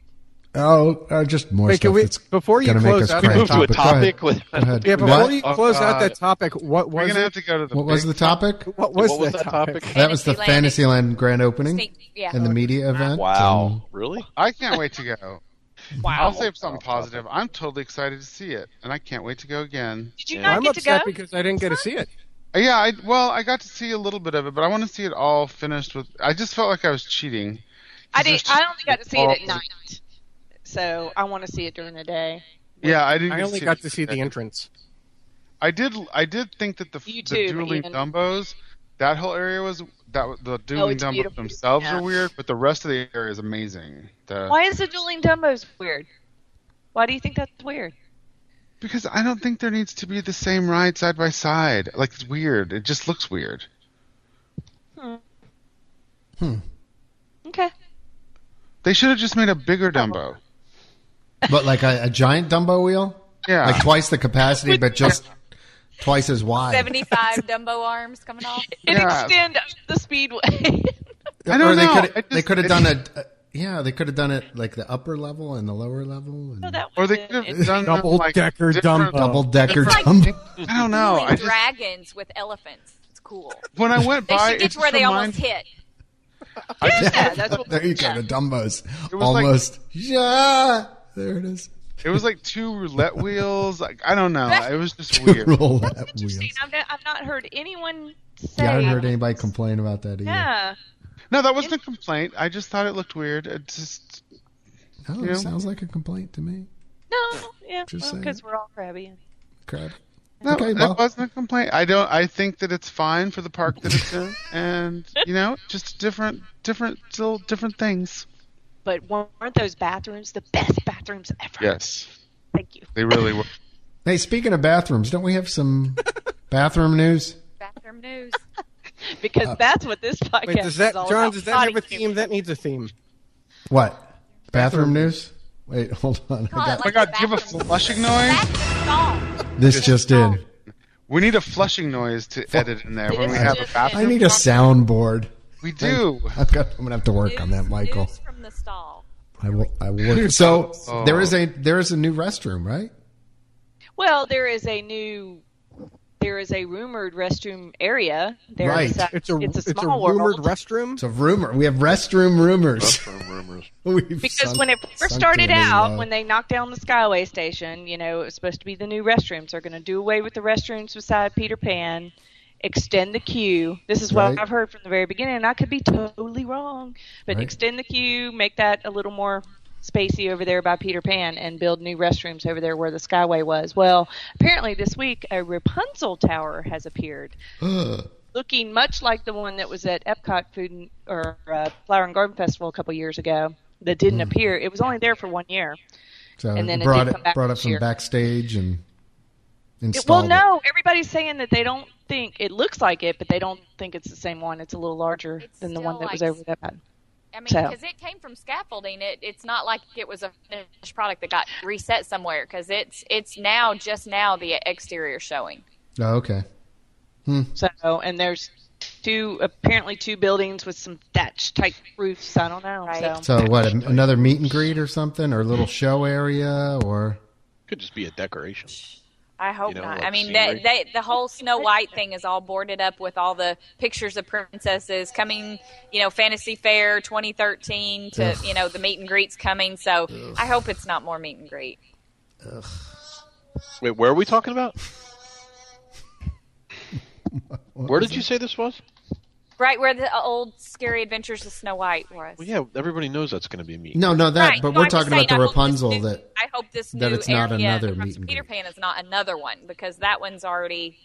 Speaker 2: Oh, uh, just more
Speaker 7: Wait, can
Speaker 2: stuff.
Speaker 7: we-
Speaker 2: that's
Speaker 7: before you
Speaker 2: gonna
Speaker 7: close
Speaker 2: make us
Speaker 7: out-
Speaker 4: Buck.
Speaker 7: Right,
Speaker 4: We move to a topic
Speaker 2: Go ahead.
Speaker 4: with.
Speaker 2: Go ahead.
Speaker 7: Yeah, before
Speaker 2: what,
Speaker 7: you
Speaker 3: Oh,
Speaker 7: close out that
Speaker 3: God.
Speaker 7: topic, what
Speaker 3: We're
Speaker 7: was
Speaker 3: gonna
Speaker 7: it?
Speaker 3: have to go to the.
Speaker 2: what was
Speaker 3: big-
Speaker 2: the topic?
Speaker 7: What was,
Speaker 4: *laughs* What was that topic?
Speaker 2: That was the
Speaker 6: Fantasyland.
Speaker 2: Fantasyland grand opening
Speaker 6: Sneak- yeah.
Speaker 2: and the media event.
Speaker 4: Wow, really?
Speaker 3: I can't wait to go.
Speaker 6: Wow.
Speaker 3: I'll save something positive. I'm totally excited to see it, and I can't wait to go again.
Speaker 5: Did you
Speaker 4: Yeah.
Speaker 5: not
Speaker 7: I'm
Speaker 5: get to go?
Speaker 7: upset because I didn't get to see it.
Speaker 3: Uh, Yeah, I well, I got to see a little bit of it, but I want to see it all finished with. I just felt like I was cheating.
Speaker 5: I
Speaker 3: there's
Speaker 5: did. I only got to see it at
Speaker 3: awful.
Speaker 5: night, so I want to see it during the day.
Speaker 3: Yeah, I didn't.
Speaker 7: I
Speaker 3: get
Speaker 7: only
Speaker 3: see
Speaker 7: got
Speaker 3: it.
Speaker 7: to see the entrance.
Speaker 3: I did. I did think that the,
Speaker 5: You
Speaker 3: the
Speaker 5: too,
Speaker 3: dueling
Speaker 5: Ian.
Speaker 3: Dumbos, that whole area was that was-
Speaker 6: Oh,
Speaker 3: the dueling
Speaker 5: it's
Speaker 3: Dumbos
Speaker 5: beautiful.
Speaker 3: themselves
Speaker 5: Yeah.
Speaker 3: are weird, but the rest of the area is amazing. The-
Speaker 5: Why is the dueling Dumbos weird? Why do you think that's weird?
Speaker 3: Because I don't think there needs to be the same ride side by side. Like it's weird. It just looks weird.
Speaker 5: Okay.
Speaker 3: They should have just made a bigger Dumbo.
Speaker 2: But like a, a giant Dumbo wheel?
Speaker 3: Yeah.
Speaker 6: *laughs*
Speaker 2: Like twice the capacity, but just twice as wide.
Speaker 6: 75 Dumbo arms coming
Speaker 4: *laughs*
Speaker 6: off.
Speaker 5: It
Speaker 3: Yeah.
Speaker 5: extend up the speedway. *laughs*
Speaker 3: I don't
Speaker 2: or they
Speaker 3: know.
Speaker 2: could
Speaker 3: I just-
Speaker 2: they could have
Speaker 3: it-
Speaker 2: done it. Uh, yeah, they could have done it like the upper level and the lower level and
Speaker 5: No, that
Speaker 3: or they
Speaker 5: wasn't
Speaker 7: *laughs*
Speaker 3: could
Speaker 5: it.
Speaker 3: have done
Speaker 7: Double
Speaker 3: like,
Speaker 7: decker
Speaker 3: different-
Speaker 7: Dumbo.
Speaker 2: double decker
Speaker 3: Different-
Speaker 2: Dumbo.
Speaker 3: I don't know.
Speaker 6: Dueling
Speaker 3: I just,
Speaker 6: dragons with elephants. It's cool.
Speaker 3: when I went
Speaker 6: They
Speaker 3: by,
Speaker 6: should
Speaker 3: it
Speaker 6: get to
Speaker 3: just
Speaker 6: where they
Speaker 3: reminded,
Speaker 6: almost hit.
Speaker 5: *laughs*
Speaker 2: *laughs*
Speaker 5: Yeah, that's what
Speaker 2: there you go, the Dumbos.
Speaker 3: was like-
Speaker 2: Almost. yeah, there it is. *laughs*
Speaker 3: It was like two roulette wheels. Like I don't know. It was just
Speaker 2: To
Speaker 3: weird.
Speaker 2: roll that wheel.
Speaker 5: interesting. I've not, I've not heard anyone
Speaker 2: Yeah,
Speaker 5: say.
Speaker 2: I haven't heard anybody complain about that either.
Speaker 5: Yeah.
Speaker 3: No, that wasn't a complaint. I just thought it looked weird. It just
Speaker 2: Oh,
Speaker 3: Yeah.
Speaker 2: sounds like a complaint to me.
Speaker 5: No. Yeah.
Speaker 2: Just saying.
Speaker 5: because we're all crabby.
Speaker 2: Crap.
Speaker 3: No,
Speaker 2: Okay, well.
Speaker 3: that wasn't a complaint. I don't. I think that it's fine for the park that it's in, and you know, just different, different, still different things.
Speaker 5: But weren't those bathrooms the best bathrooms ever?
Speaker 3: Yes,
Speaker 5: Thank you.
Speaker 3: they really were.
Speaker 2: Hey, speaking of bathrooms, don't we have
Speaker 3: *laughs*
Speaker 2: some bathroom news?
Speaker 6: Bathroom news.
Speaker 5: Because that's what this podcast
Speaker 7: Uh, Wait, does that
Speaker 5: is all
Speaker 7: John?
Speaker 5: about.
Speaker 7: Does that have a
Speaker 5: Body
Speaker 7: theme? That needs a theme.
Speaker 2: What? Bathroom news? Wait, *laughs* hold on. I
Speaker 6: Call
Speaker 2: got,
Speaker 3: Oh
Speaker 6: it
Speaker 3: my
Speaker 6: like
Speaker 3: God!
Speaker 6: the
Speaker 3: Give a
Speaker 6: bathroom-
Speaker 3: flushing noise.
Speaker 6: bathroom stall.
Speaker 2: this just in.
Speaker 3: We need a flushing noise to edit in there when we have a
Speaker 2: I
Speaker 3: bathroom.
Speaker 2: need a soundboard.
Speaker 3: We do.
Speaker 2: I've got, I'm gonna have to work on that,
Speaker 6: News-
Speaker 2: Michael.
Speaker 6: News from the stall.
Speaker 2: I will. I will. work- So there is a there is a new restroom, right?
Speaker 5: Well, there is a new, there is a rumored restroom area. There
Speaker 2: Right.
Speaker 5: is
Speaker 7: It's a
Speaker 5: it's a
Speaker 7: it's a
Speaker 5: small
Speaker 7: rumored
Speaker 5: world.
Speaker 7: restroom.
Speaker 2: It's a rumor. We have restroom rumors.
Speaker 4: Restroom rumors.
Speaker 2: *laughs* We've
Speaker 5: Because
Speaker 2: sunk-
Speaker 5: when it first
Speaker 2: sunk uh,
Speaker 5: started
Speaker 2: to a new
Speaker 5: out,
Speaker 2: low.
Speaker 5: when they knocked down the Skyway station, you know, it was supposed to be the new restrooms. They're going to do away with the restrooms beside Peter Pan, extend the queue. This is what
Speaker 2: Right.
Speaker 5: I've heard from the very beginning, and I could be totally wrong, but
Speaker 2: Right.
Speaker 5: extend the queue, make that a little more spacey over there by Peter Pan, and build new restrooms over there where the Skyway was. Well, apparently this week, a Rapunzel Tower
Speaker 2: *gasps*
Speaker 5: has appeared looking much like the one that was at Epcot Food and, or uh, Flower and Garden Festival a couple years ago that didn't
Speaker 2: Hmm.
Speaker 5: appear. It was only there for one year.
Speaker 2: so
Speaker 5: and then it
Speaker 2: brought
Speaker 5: did come back
Speaker 2: brought up
Speaker 5: this
Speaker 2: some
Speaker 5: year.
Speaker 2: backstage and
Speaker 5: It, well,
Speaker 2: installed. it.
Speaker 5: no, everybody's saying that they don't think it looks like it, but they don't think it's the same one. It's a little larger
Speaker 6: It's
Speaker 5: than the
Speaker 6: still
Speaker 5: one that was
Speaker 6: like-
Speaker 5: over at Epcot.
Speaker 6: I mean,
Speaker 5: So.
Speaker 6: because it came from scaffolding. It, it's not like it was a finished product that got reset somewhere. Because it's it's now just now the exterior showing.
Speaker 2: Oh, okay.
Speaker 5: So, and there's two apparently two buildings with some thatch type roofs. I don't know.
Speaker 6: Right.
Speaker 5: So.
Speaker 2: So what? an- Another meet and greet or something, or a little show area, or
Speaker 4: Could just be a decoration.
Speaker 6: I
Speaker 4: You
Speaker 6: hope
Speaker 4: know,
Speaker 6: not.
Speaker 4: like
Speaker 6: I mean,
Speaker 4: scenery.
Speaker 6: they, they, the whole Snow White thing is all boarded up with all the pictures of princesses coming. You know, Fantasy Fair 2013 to
Speaker 2: Ugh.
Speaker 6: you know the meet and greets coming. So I hope it's not more meet and greet.
Speaker 4: Wait, where
Speaker 2: *laughs*
Speaker 4: are we talking about? Where did you say this was?
Speaker 6: right where the uh, old Scary Adventures of Snow White was.
Speaker 4: Well, yeah, everybody knows that's going to be me.
Speaker 2: No, no, that.
Speaker 6: Right,
Speaker 2: But
Speaker 6: so
Speaker 2: we're
Speaker 6: I'm just
Speaker 2: talking about the
Speaker 6: saying, I hope this
Speaker 2: Rapunzel
Speaker 6: new-
Speaker 2: that.
Speaker 6: I hope this
Speaker 2: that
Speaker 6: new
Speaker 2: it's not
Speaker 6: area
Speaker 2: another
Speaker 6: across
Speaker 2: meet
Speaker 6: from
Speaker 2: and
Speaker 6: Peter
Speaker 2: greet.
Speaker 6: Pan is not another one because that one's already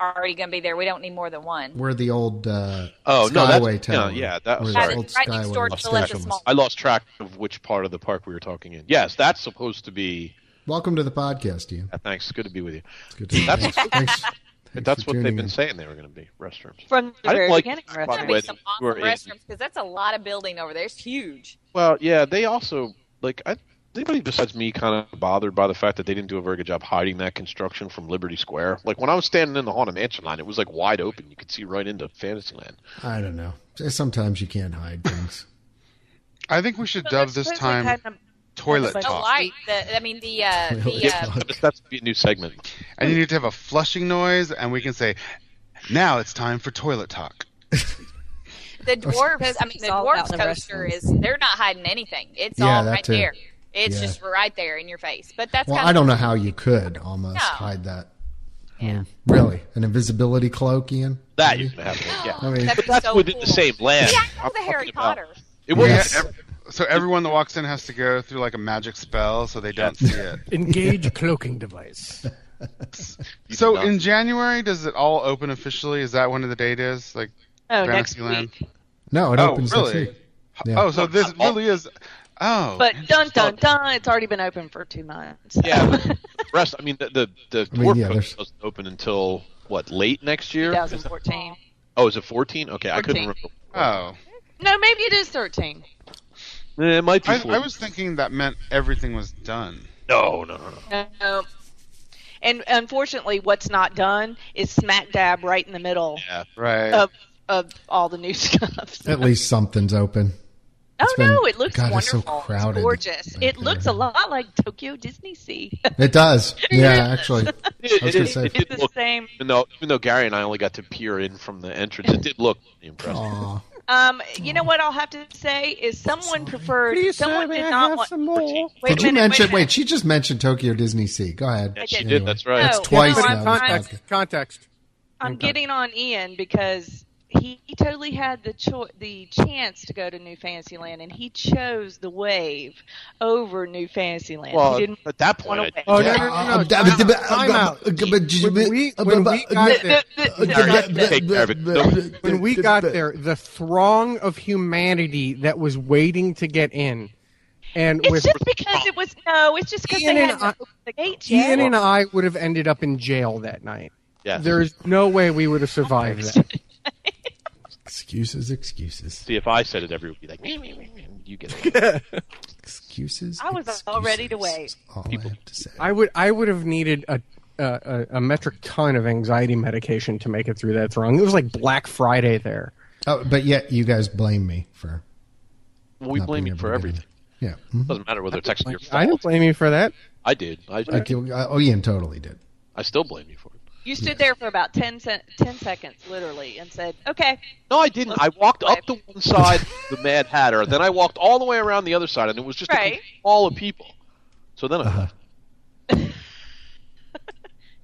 Speaker 6: already going to be there. We don't need more than one.
Speaker 2: Where the old uh,
Speaker 4: Oh,
Speaker 2: Skyway
Speaker 4: no, that's- no,
Speaker 2: Tower.
Speaker 4: yeah, that-
Speaker 2: where the
Speaker 4: sorry.
Speaker 2: old
Speaker 6: Right next door
Speaker 2: Skyway
Speaker 6: to the Linda
Speaker 2: station was.
Speaker 6: Small.
Speaker 4: I lost track of which part of the park we were talking in. Yes, that's supposed to be.
Speaker 2: Welcome to the podcast, Ian.
Speaker 4: uh, Thanks, good to be with you.
Speaker 2: It's good to
Speaker 4: That's-
Speaker 2: thanks, thanks,
Speaker 4: But
Speaker 2: thanks
Speaker 4: that's
Speaker 2: for
Speaker 4: what they've
Speaker 2: tuning
Speaker 4: been
Speaker 2: in.
Speaker 4: saying they were going to be restrooms.
Speaker 5: From the
Speaker 4: I
Speaker 5: very
Speaker 4: didn't like
Speaker 5: beginning.
Speaker 4: this
Speaker 5: right?
Speaker 4: part
Speaker 6: There's
Speaker 4: of
Speaker 6: gonna be
Speaker 4: it.
Speaker 6: some
Speaker 4: Where
Speaker 6: awesome
Speaker 4: is-
Speaker 6: restrooms because that's a lot of building over there. It's huge.
Speaker 4: Well, yeah, they also like I. Anybody besides me kind of bothered by the fact that they didn't do a very good job hiding that construction from Liberty Square? Like when I was standing in the Haunted Mansion line, it was like wide open. You could see right into Fantasyland.
Speaker 2: I don't know. Sometimes you can't hide things.
Speaker 3: I think we should dub this time toilet
Speaker 5: But-
Speaker 6: The
Speaker 3: talk.
Speaker 6: light, Oh, the I mean the
Speaker 2: *laughs*
Speaker 6: uh, the
Speaker 2: Yeah.
Speaker 6: uh,
Speaker 4: That's be a new segment.
Speaker 3: And you need to have a flushing noise, and we can say, now it's time for toilet talk.
Speaker 2: *laughs*
Speaker 6: the dwarfs. I mean the
Speaker 5: It's all about
Speaker 6: dwarfs
Speaker 5: the
Speaker 6: coaster
Speaker 5: restrooms.
Speaker 6: is they're not hiding anything. It's
Speaker 2: Yeah,
Speaker 6: all
Speaker 2: that
Speaker 6: right
Speaker 2: too.
Speaker 6: there. It's
Speaker 2: Yeah.
Speaker 6: just right there in your face. But that's
Speaker 2: Well,
Speaker 6: kind
Speaker 2: I
Speaker 6: of
Speaker 2: don't know how you could almost hide that. I mean, really, an invisibility cloak, Ian?
Speaker 4: That you're going to have to. Yeah.
Speaker 2: I mean,
Speaker 6: That'd be
Speaker 4: But that's
Speaker 6: so
Speaker 4: within
Speaker 6: cool.
Speaker 4: the same land.
Speaker 6: Yeah,
Speaker 4: I'm
Speaker 6: I know the
Speaker 4: talking
Speaker 6: Harry
Speaker 4: about-
Speaker 6: Potter.
Speaker 4: It was
Speaker 2: Yes.
Speaker 4: ev-
Speaker 3: So everyone that walks in has to go through like a magic spell so they don't see it.
Speaker 7: Engage cloaking device.
Speaker 3: So
Speaker 4: not-
Speaker 3: in January, does it all open officially? Is that when the date is? Like
Speaker 5: Oh, next
Speaker 3: Fantasyland?
Speaker 5: week.
Speaker 2: No, it
Speaker 3: Oh,
Speaker 2: opens
Speaker 3: really?
Speaker 2: next week. Yeah.
Speaker 3: Oh, so this really is. Oh,
Speaker 5: But dun dun dun, it's already been open for two months.
Speaker 4: Yeah.
Speaker 5: *laughs*
Speaker 4: the rest, I mean, the the, the
Speaker 2: I mean,
Speaker 4: dwarf
Speaker 2: yeah,
Speaker 4: coast
Speaker 2: there's-
Speaker 4: doesn't open until what late next year?
Speaker 5: 2014.
Speaker 4: Oh, is it 14? Okay, I couldn't
Speaker 5: 14.
Speaker 4: remember.
Speaker 3: oh,
Speaker 5: No, maybe it is 13.
Speaker 4: Eh, It might be.
Speaker 3: I,
Speaker 4: 14.
Speaker 3: I was thinking that meant everything was done.
Speaker 4: no, no, no, no.
Speaker 5: No. And unfortunately, what's not done is smack dab right in the middle
Speaker 4: Yeah.
Speaker 3: Right.
Speaker 5: of of all the new *laughs* stuff. So-
Speaker 2: At least something's open.
Speaker 5: oh
Speaker 2: been-
Speaker 5: no, it looks
Speaker 2: God, it's so
Speaker 5: wonderful.
Speaker 2: crowded
Speaker 5: gorgeous.
Speaker 2: back
Speaker 5: It
Speaker 2: there.
Speaker 5: looks a lot like Tokyo Disney Sea. *laughs*
Speaker 2: It does. Yeah, actually.
Speaker 4: It,
Speaker 2: I was
Speaker 4: it
Speaker 2: gonna
Speaker 4: is-
Speaker 2: say-
Speaker 4: it did
Speaker 5: it's the
Speaker 4: look,
Speaker 5: same.
Speaker 4: even though even though Gary and I only got to peer in from the entrance, it did look impressive.
Speaker 2: Aw.
Speaker 5: Um, you
Speaker 7: Oh.
Speaker 5: know what I'll have to say is someone preferred. someone did not want.
Speaker 7: more.
Speaker 5: Wait
Speaker 2: Did
Speaker 5: a
Speaker 2: you
Speaker 5: minute,
Speaker 2: mention?
Speaker 5: a minute.
Speaker 2: Wait, she just mentioned Tokyo Disney Sea. Go ahead.
Speaker 4: Yeah, she
Speaker 5: did.
Speaker 4: did. That's right.
Speaker 5: No.
Speaker 2: It's twice
Speaker 5: No,
Speaker 2: now.
Speaker 5: I'm-
Speaker 2: this
Speaker 5: I'm-
Speaker 2: podcast.
Speaker 7: Context. Context.
Speaker 5: I'm
Speaker 7: Okay.
Speaker 5: getting on Ian because he, he totally had the cho- the chance to go to New Fantasyland, and he chose the wave over New Fantasyland.
Speaker 4: Well,
Speaker 5: he didn't.
Speaker 4: at that point, I,
Speaker 7: Oh no
Speaker 2: Yeah.
Speaker 7: no no!
Speaker 2: Uh,
Speaker 7: no. Time out,
Speaker 2: uh,
Speaker 7: time out. When we, when we got there,
Speaker 5: The- the- the-
Speaker 4: Sorry.
Speaker 5: the-
Speaker 4: Take care of it. No.
Speaker 7: when we got there, the throng of humanity that was waiting to get in, and
Speaker 5: it's
Speaker 7: with
Speaker 5: just because it was no. It's just because they
Speaker 7: Ian and
Speaker 5: hadn't
Speaker 7: I-
Speaker 5: opened the gates yet.
Speaker 7: Ian and I would have ended up in jail that night.
Speaker 4: yeah.
Speaker 7: There's no way we would have survived that.
Speaker 2: Excuses, excuses,
Speaker 4: See, if I said it, everyone would be like, "Meh, meh, meh, meh," you get it.
Speaker 2: excuses.
Speaker 5: I was
Speaker 2: excuses.
Speaker 5: all ready to wait.
Speaker 2: All I have to say.
Speaker 7: I would I would have needed a. A, a a metric ton of anxiety medication to make it through that throng. It was like Black Friday there.
Speaker 2: Oh, but yet you guys blame me for.
Speaker 4: we
Speaker 2: not
Speaker 4: blame
Speaker 2: being
Speaker 4: you for
Speaker 2: able to get
Speaker 4: everything.
Speaker 2: in. Yeah. Mhm.
Speaker 4: Doesn't matter whether it's actually your fault.
Speaker 7: I didn't blame you for that.
Speaker 4: I did. I,
Speaker 2: I do- I- oh, Ian totally did.
Speaker 4: I still blame you for it.
Speaker 5: You stood there for about 10, se- 10 seconds, literally, and said, "Okay."
Speaker 4: No, I didn't. I walked up to one side, the Mad Hatter, then I walked all the way around the other side, and it was just
Speaker 5: Right.
Speaker 4: all of people. So then I left.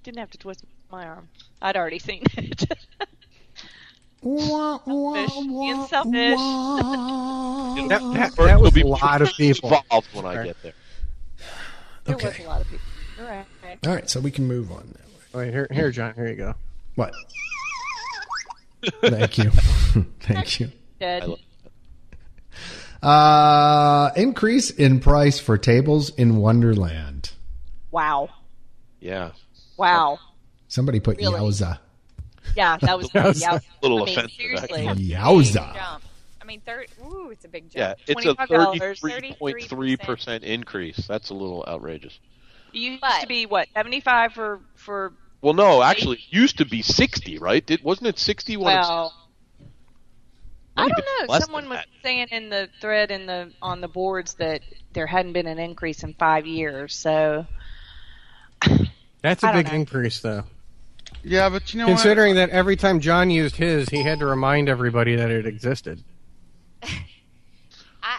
Speaker 5: Didn't have to twist my arm. I'd already seen it. *laughs*
Speaker 2: Wah, wah,
Speaker 5: Selfish. Ian
Speaker 2: wah, *laughs*
Speaker 5: selfish.
Speaker 2: wah.
Speaker 7: That, that, that was
Speaker 4: There'll be
Speaker 7: a lot of people.
Speaker 4: involved when I get there.
Speaker 5: there was
Speaker 2: Okay.
Speaker 5: a lot of people. All right.
Speaker 2: All right, so we can move on now.
Speaker 7: Wait, here, here, John. Here you go.
Speaker 2: What? Thank you. *laughs* Thank you.
Speaker 5: Dead.
Speaker 4: I love
Speaker 2: Uh, increase in price for tables in Wonderland.
Speaker 5: Wow.
Speaker 4: Yeah.
Speaker 5: Wow.
Speaker 4: Oh.
Speaker 2: Somebody put
Speaker 5: Really?
Speaker 2: yowza.
Speaker 5: Yeah, that
Speaker 4: *laughs*
Speaker 5: was,
Speaker 7: That was
Speaker 5: yeah.
Speaker 4: a little
Speaker 5: I mean,
Speaker 4: offensive,
Speaker 5: Seriously.
Speaker 4: actually.
Speaker 6: Big
Speaker 2: Yowza.
Speaker 6: jump. I mean, third. Ooh, it's a big
Speaker 4: Yeah,
Speaker 6: jump.
Speaker 4: it's a
Speaker 5: $25.
Speaker 4: 33.3% increase. That's a little outrageous.
Speaker 5: It used
Speaker 6: But-
Speaker 5: to be what seventy five for for
Speaker 4: Well, no, actually, it used to be 60, right? Did, wasn't it 60 when it's-
Speaker 5: well. I
Speaker 4: Maybe
Speaker 5: don't know.
Speaker 4: less
Speaker 5: Someone
Speaker 4: than
Speaker 5: was
Speaker 4: that.
Speaker 5: saying in the thread in the on the boards that there hadn't been an increase in five years. So
Speaker 7: That's a
Speaker 5: I don't
Speaker 7: big
Speaker 5: know.
Speaker 7: increase, though.
Speaker 3: yeah, but you know what?
Speaker 7: Considering that every time John used his, he had to remind everybody that it existed.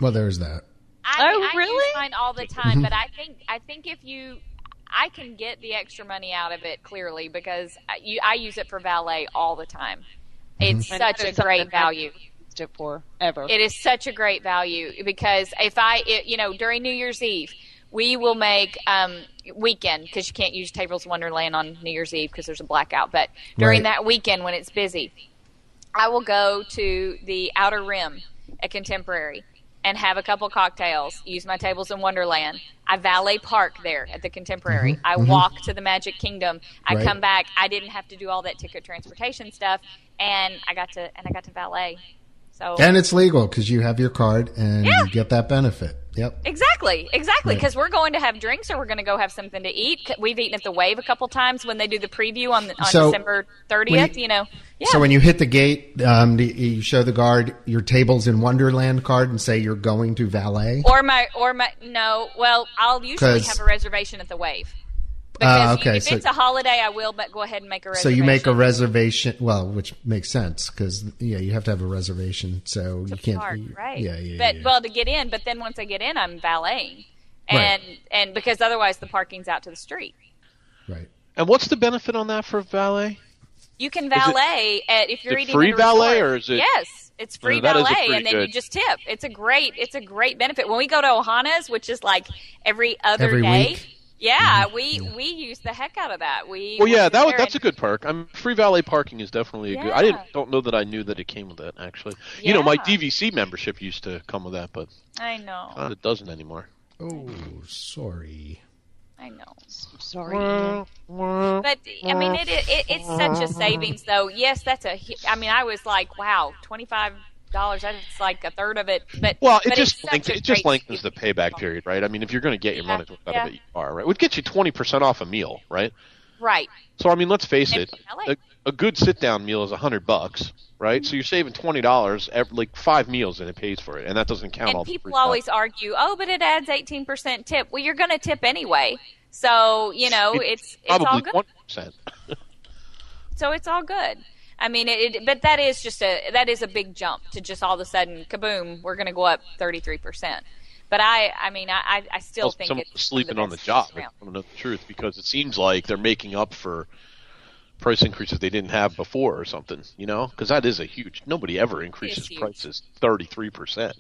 Speaker 2: Well, there's that.
Speaker 6: I,
Speaker 5: Oh,
Speaker 6: I use
Speaker 5: really?
Speaker 6: mine all the time, but I think I think if you, I can get the extra money out of it clearly because I, you, I use it for valet all the time. It's such a
Speaker 5: It's something
Speaker 6: great
Speaker 5: that I've
Speaker 6: value.
Speaker 5: used it for ever.
Speaker 6: It is such a great value because if I, it, you know, during New Year's Eve, we will make um, weekend because you can't use Tables Wonderland on New Year's Eve because there's a blackout. But during
Speaker 2: Right.
Speaker 6: that weekend when it's busy, I will go to the Outer Rim at Contemporary and have a couple cocktails, use my tables in Wonderland. I valet park there at the Contemporary. I walk to the Magic Kingdom. I
Speaker 2: Mm-hmm. Right.
Speaker 6: come back. I didn't have to do all that ticket transportation stuff, and I got to and I got to valet. So
Speaker 2: And it's legal because you have your card and
Speaker 6: Yeah.
Speaker 2: you get that benefit. Yep.
Speaker 6: Exactly, exactly.
Speaker 2: Right.
Speaker 6: Because we're going to have drinks, or we're going to go have something to eat. C- We've eaten at the Wave a couple times when they do the preview on, on
Speaker 2: So,
Speaker 6: December thirtieth.
Speaker 2: when-
Speaker 6: You, know, yeah,
Speaker 2: So when you hit the gate, um, do you show the guard your tables in Wonderland card and say you're going to valet.
Speaker 6: or my or my no. Well, I'll usually
Speaker 2: 'Cause-
Speaker 6: have a reservation at the Wave
Speaker 2: Ah,
Speaker 6: because
Speaker 2: okay,
Speaker 6: if
Speaker 2: so-
Speaker 6: it's a holiday, I will. But go ahead and make a
Speaker 2: So
Speaker 6: reservation.
Speaker 2: you make a reservation, well, which makes sense because yeah, you have to have a reservation, so you can't.
Speaker 6: card, right?
Speaker 2: Yeah, yeah,
Speaker 6: But
Speaker 2: yeah.
Speaker 6: well, to get in, but then once I get in, I'm valeting,
Speaker 2: Right.
Speaker 6: and and because otherwise the parking's out to the street.
Speaker 2: right.
Speaker 4: And what's the benefit on that for valet?
Speaker 6: You can valet at if you're
Speaker 4: it
Speaker 6: eating
Speaker 4: free
Speaker 6: at a resort.
Speaker 4: valet or is it-
Speaker 6: Yes, it's free
Speaker 4: that is a
Speaker 6: valet,
Speaker 4: free
Speaker 6: and then you
Speaker 4: good.
Speaker 6: just tip. It's a great, it's a great benefit. When we go to Ohana's, which is like every other
Speaker 2: Every
Speaker 6: day,
Speaker 2: week. Mm-hmm.
Speaker 6: yeah, we we use the heck out of that. We
Speaker 4: Well, yeah, that
Speaker 6: was
Speaker 4: would, that's a good perk. I mean, free valet parking is definitely a good. I
Speaker 6: Yeah.
Speaker 4: didn't don't know that I knew that it came with that actually. You know, my
Speaker 6: Yeah.
Speaker 4: DVC membership used to come with that, but
Speaker 6: I know,
Speaker 4: uh, it doesn't anymore.
Speaker 2: Oh, sorry.
Speaker 6: I know.
Speaker 5: Sorry.
Speaker 4: Uh,
Speaker 6: But I mean, it, it, it it's such a savings, though. Yes, that's a. hu- I mean, I was like, wow, twenty five dollars. That's like a third of it. But
Speaker 4: Well, it
Speaker 6: but
Speaker 4: just
Speaker 6: it's such
Speaker 4: length-
Speaker 6: a
Speaker 4: it just
Speaker 6: great
Speaker 4: lengthens the payback period, right? I mean, if you're going to get your
Speaker 6: Yeah,
Speaker 4: money's worth out
Speaker 6: yeah.
Speaker 4: of it, you are right. It would get you twenty percent off a meal, right?
Speaker 6: right?
Speaker 4: So I mean, let's face
Speaker 6: And
Speaker 4: it,
Speaker 6: valet.
Speaker 4: a, a good sit-down meal is hundred bucks, right? So you're saving twenty dollars, like five meals, and it pays for it, and that doesn't count all
Speaker 6: and
Speaker 4: the free
Speaker 6: people
Speaker 4: stuff.
Speaker 6: always argue, oh, but it adds eighteen percent tip. Well, you're going to tip anyway, so you know it's it's all
Speaker 4: probably
Speaker 6: good.
Speaker 4: one percent.
Speaker 6: So it's all good. I mean, it, it, but that is just a that is a big jump to just all of a sudden, kaboom, we're going to go up thirty three percent. But I, I mean, I, I- I still think
Speaker 4: someone
Speaker 6: it's
Speaker 4: sleeping
Speaker 6: the
Speaker 4: on the
Speaker 6: best
Speaker 4: job. I
Speaker 6: around.
Speaker 4: want to know the truth because it seems like they're making up for price increases they didn't have before or something. You know, because that is a huge. Nobody ever increases
Speaker 6: huge.
Speaker 4: prices thirty three percent.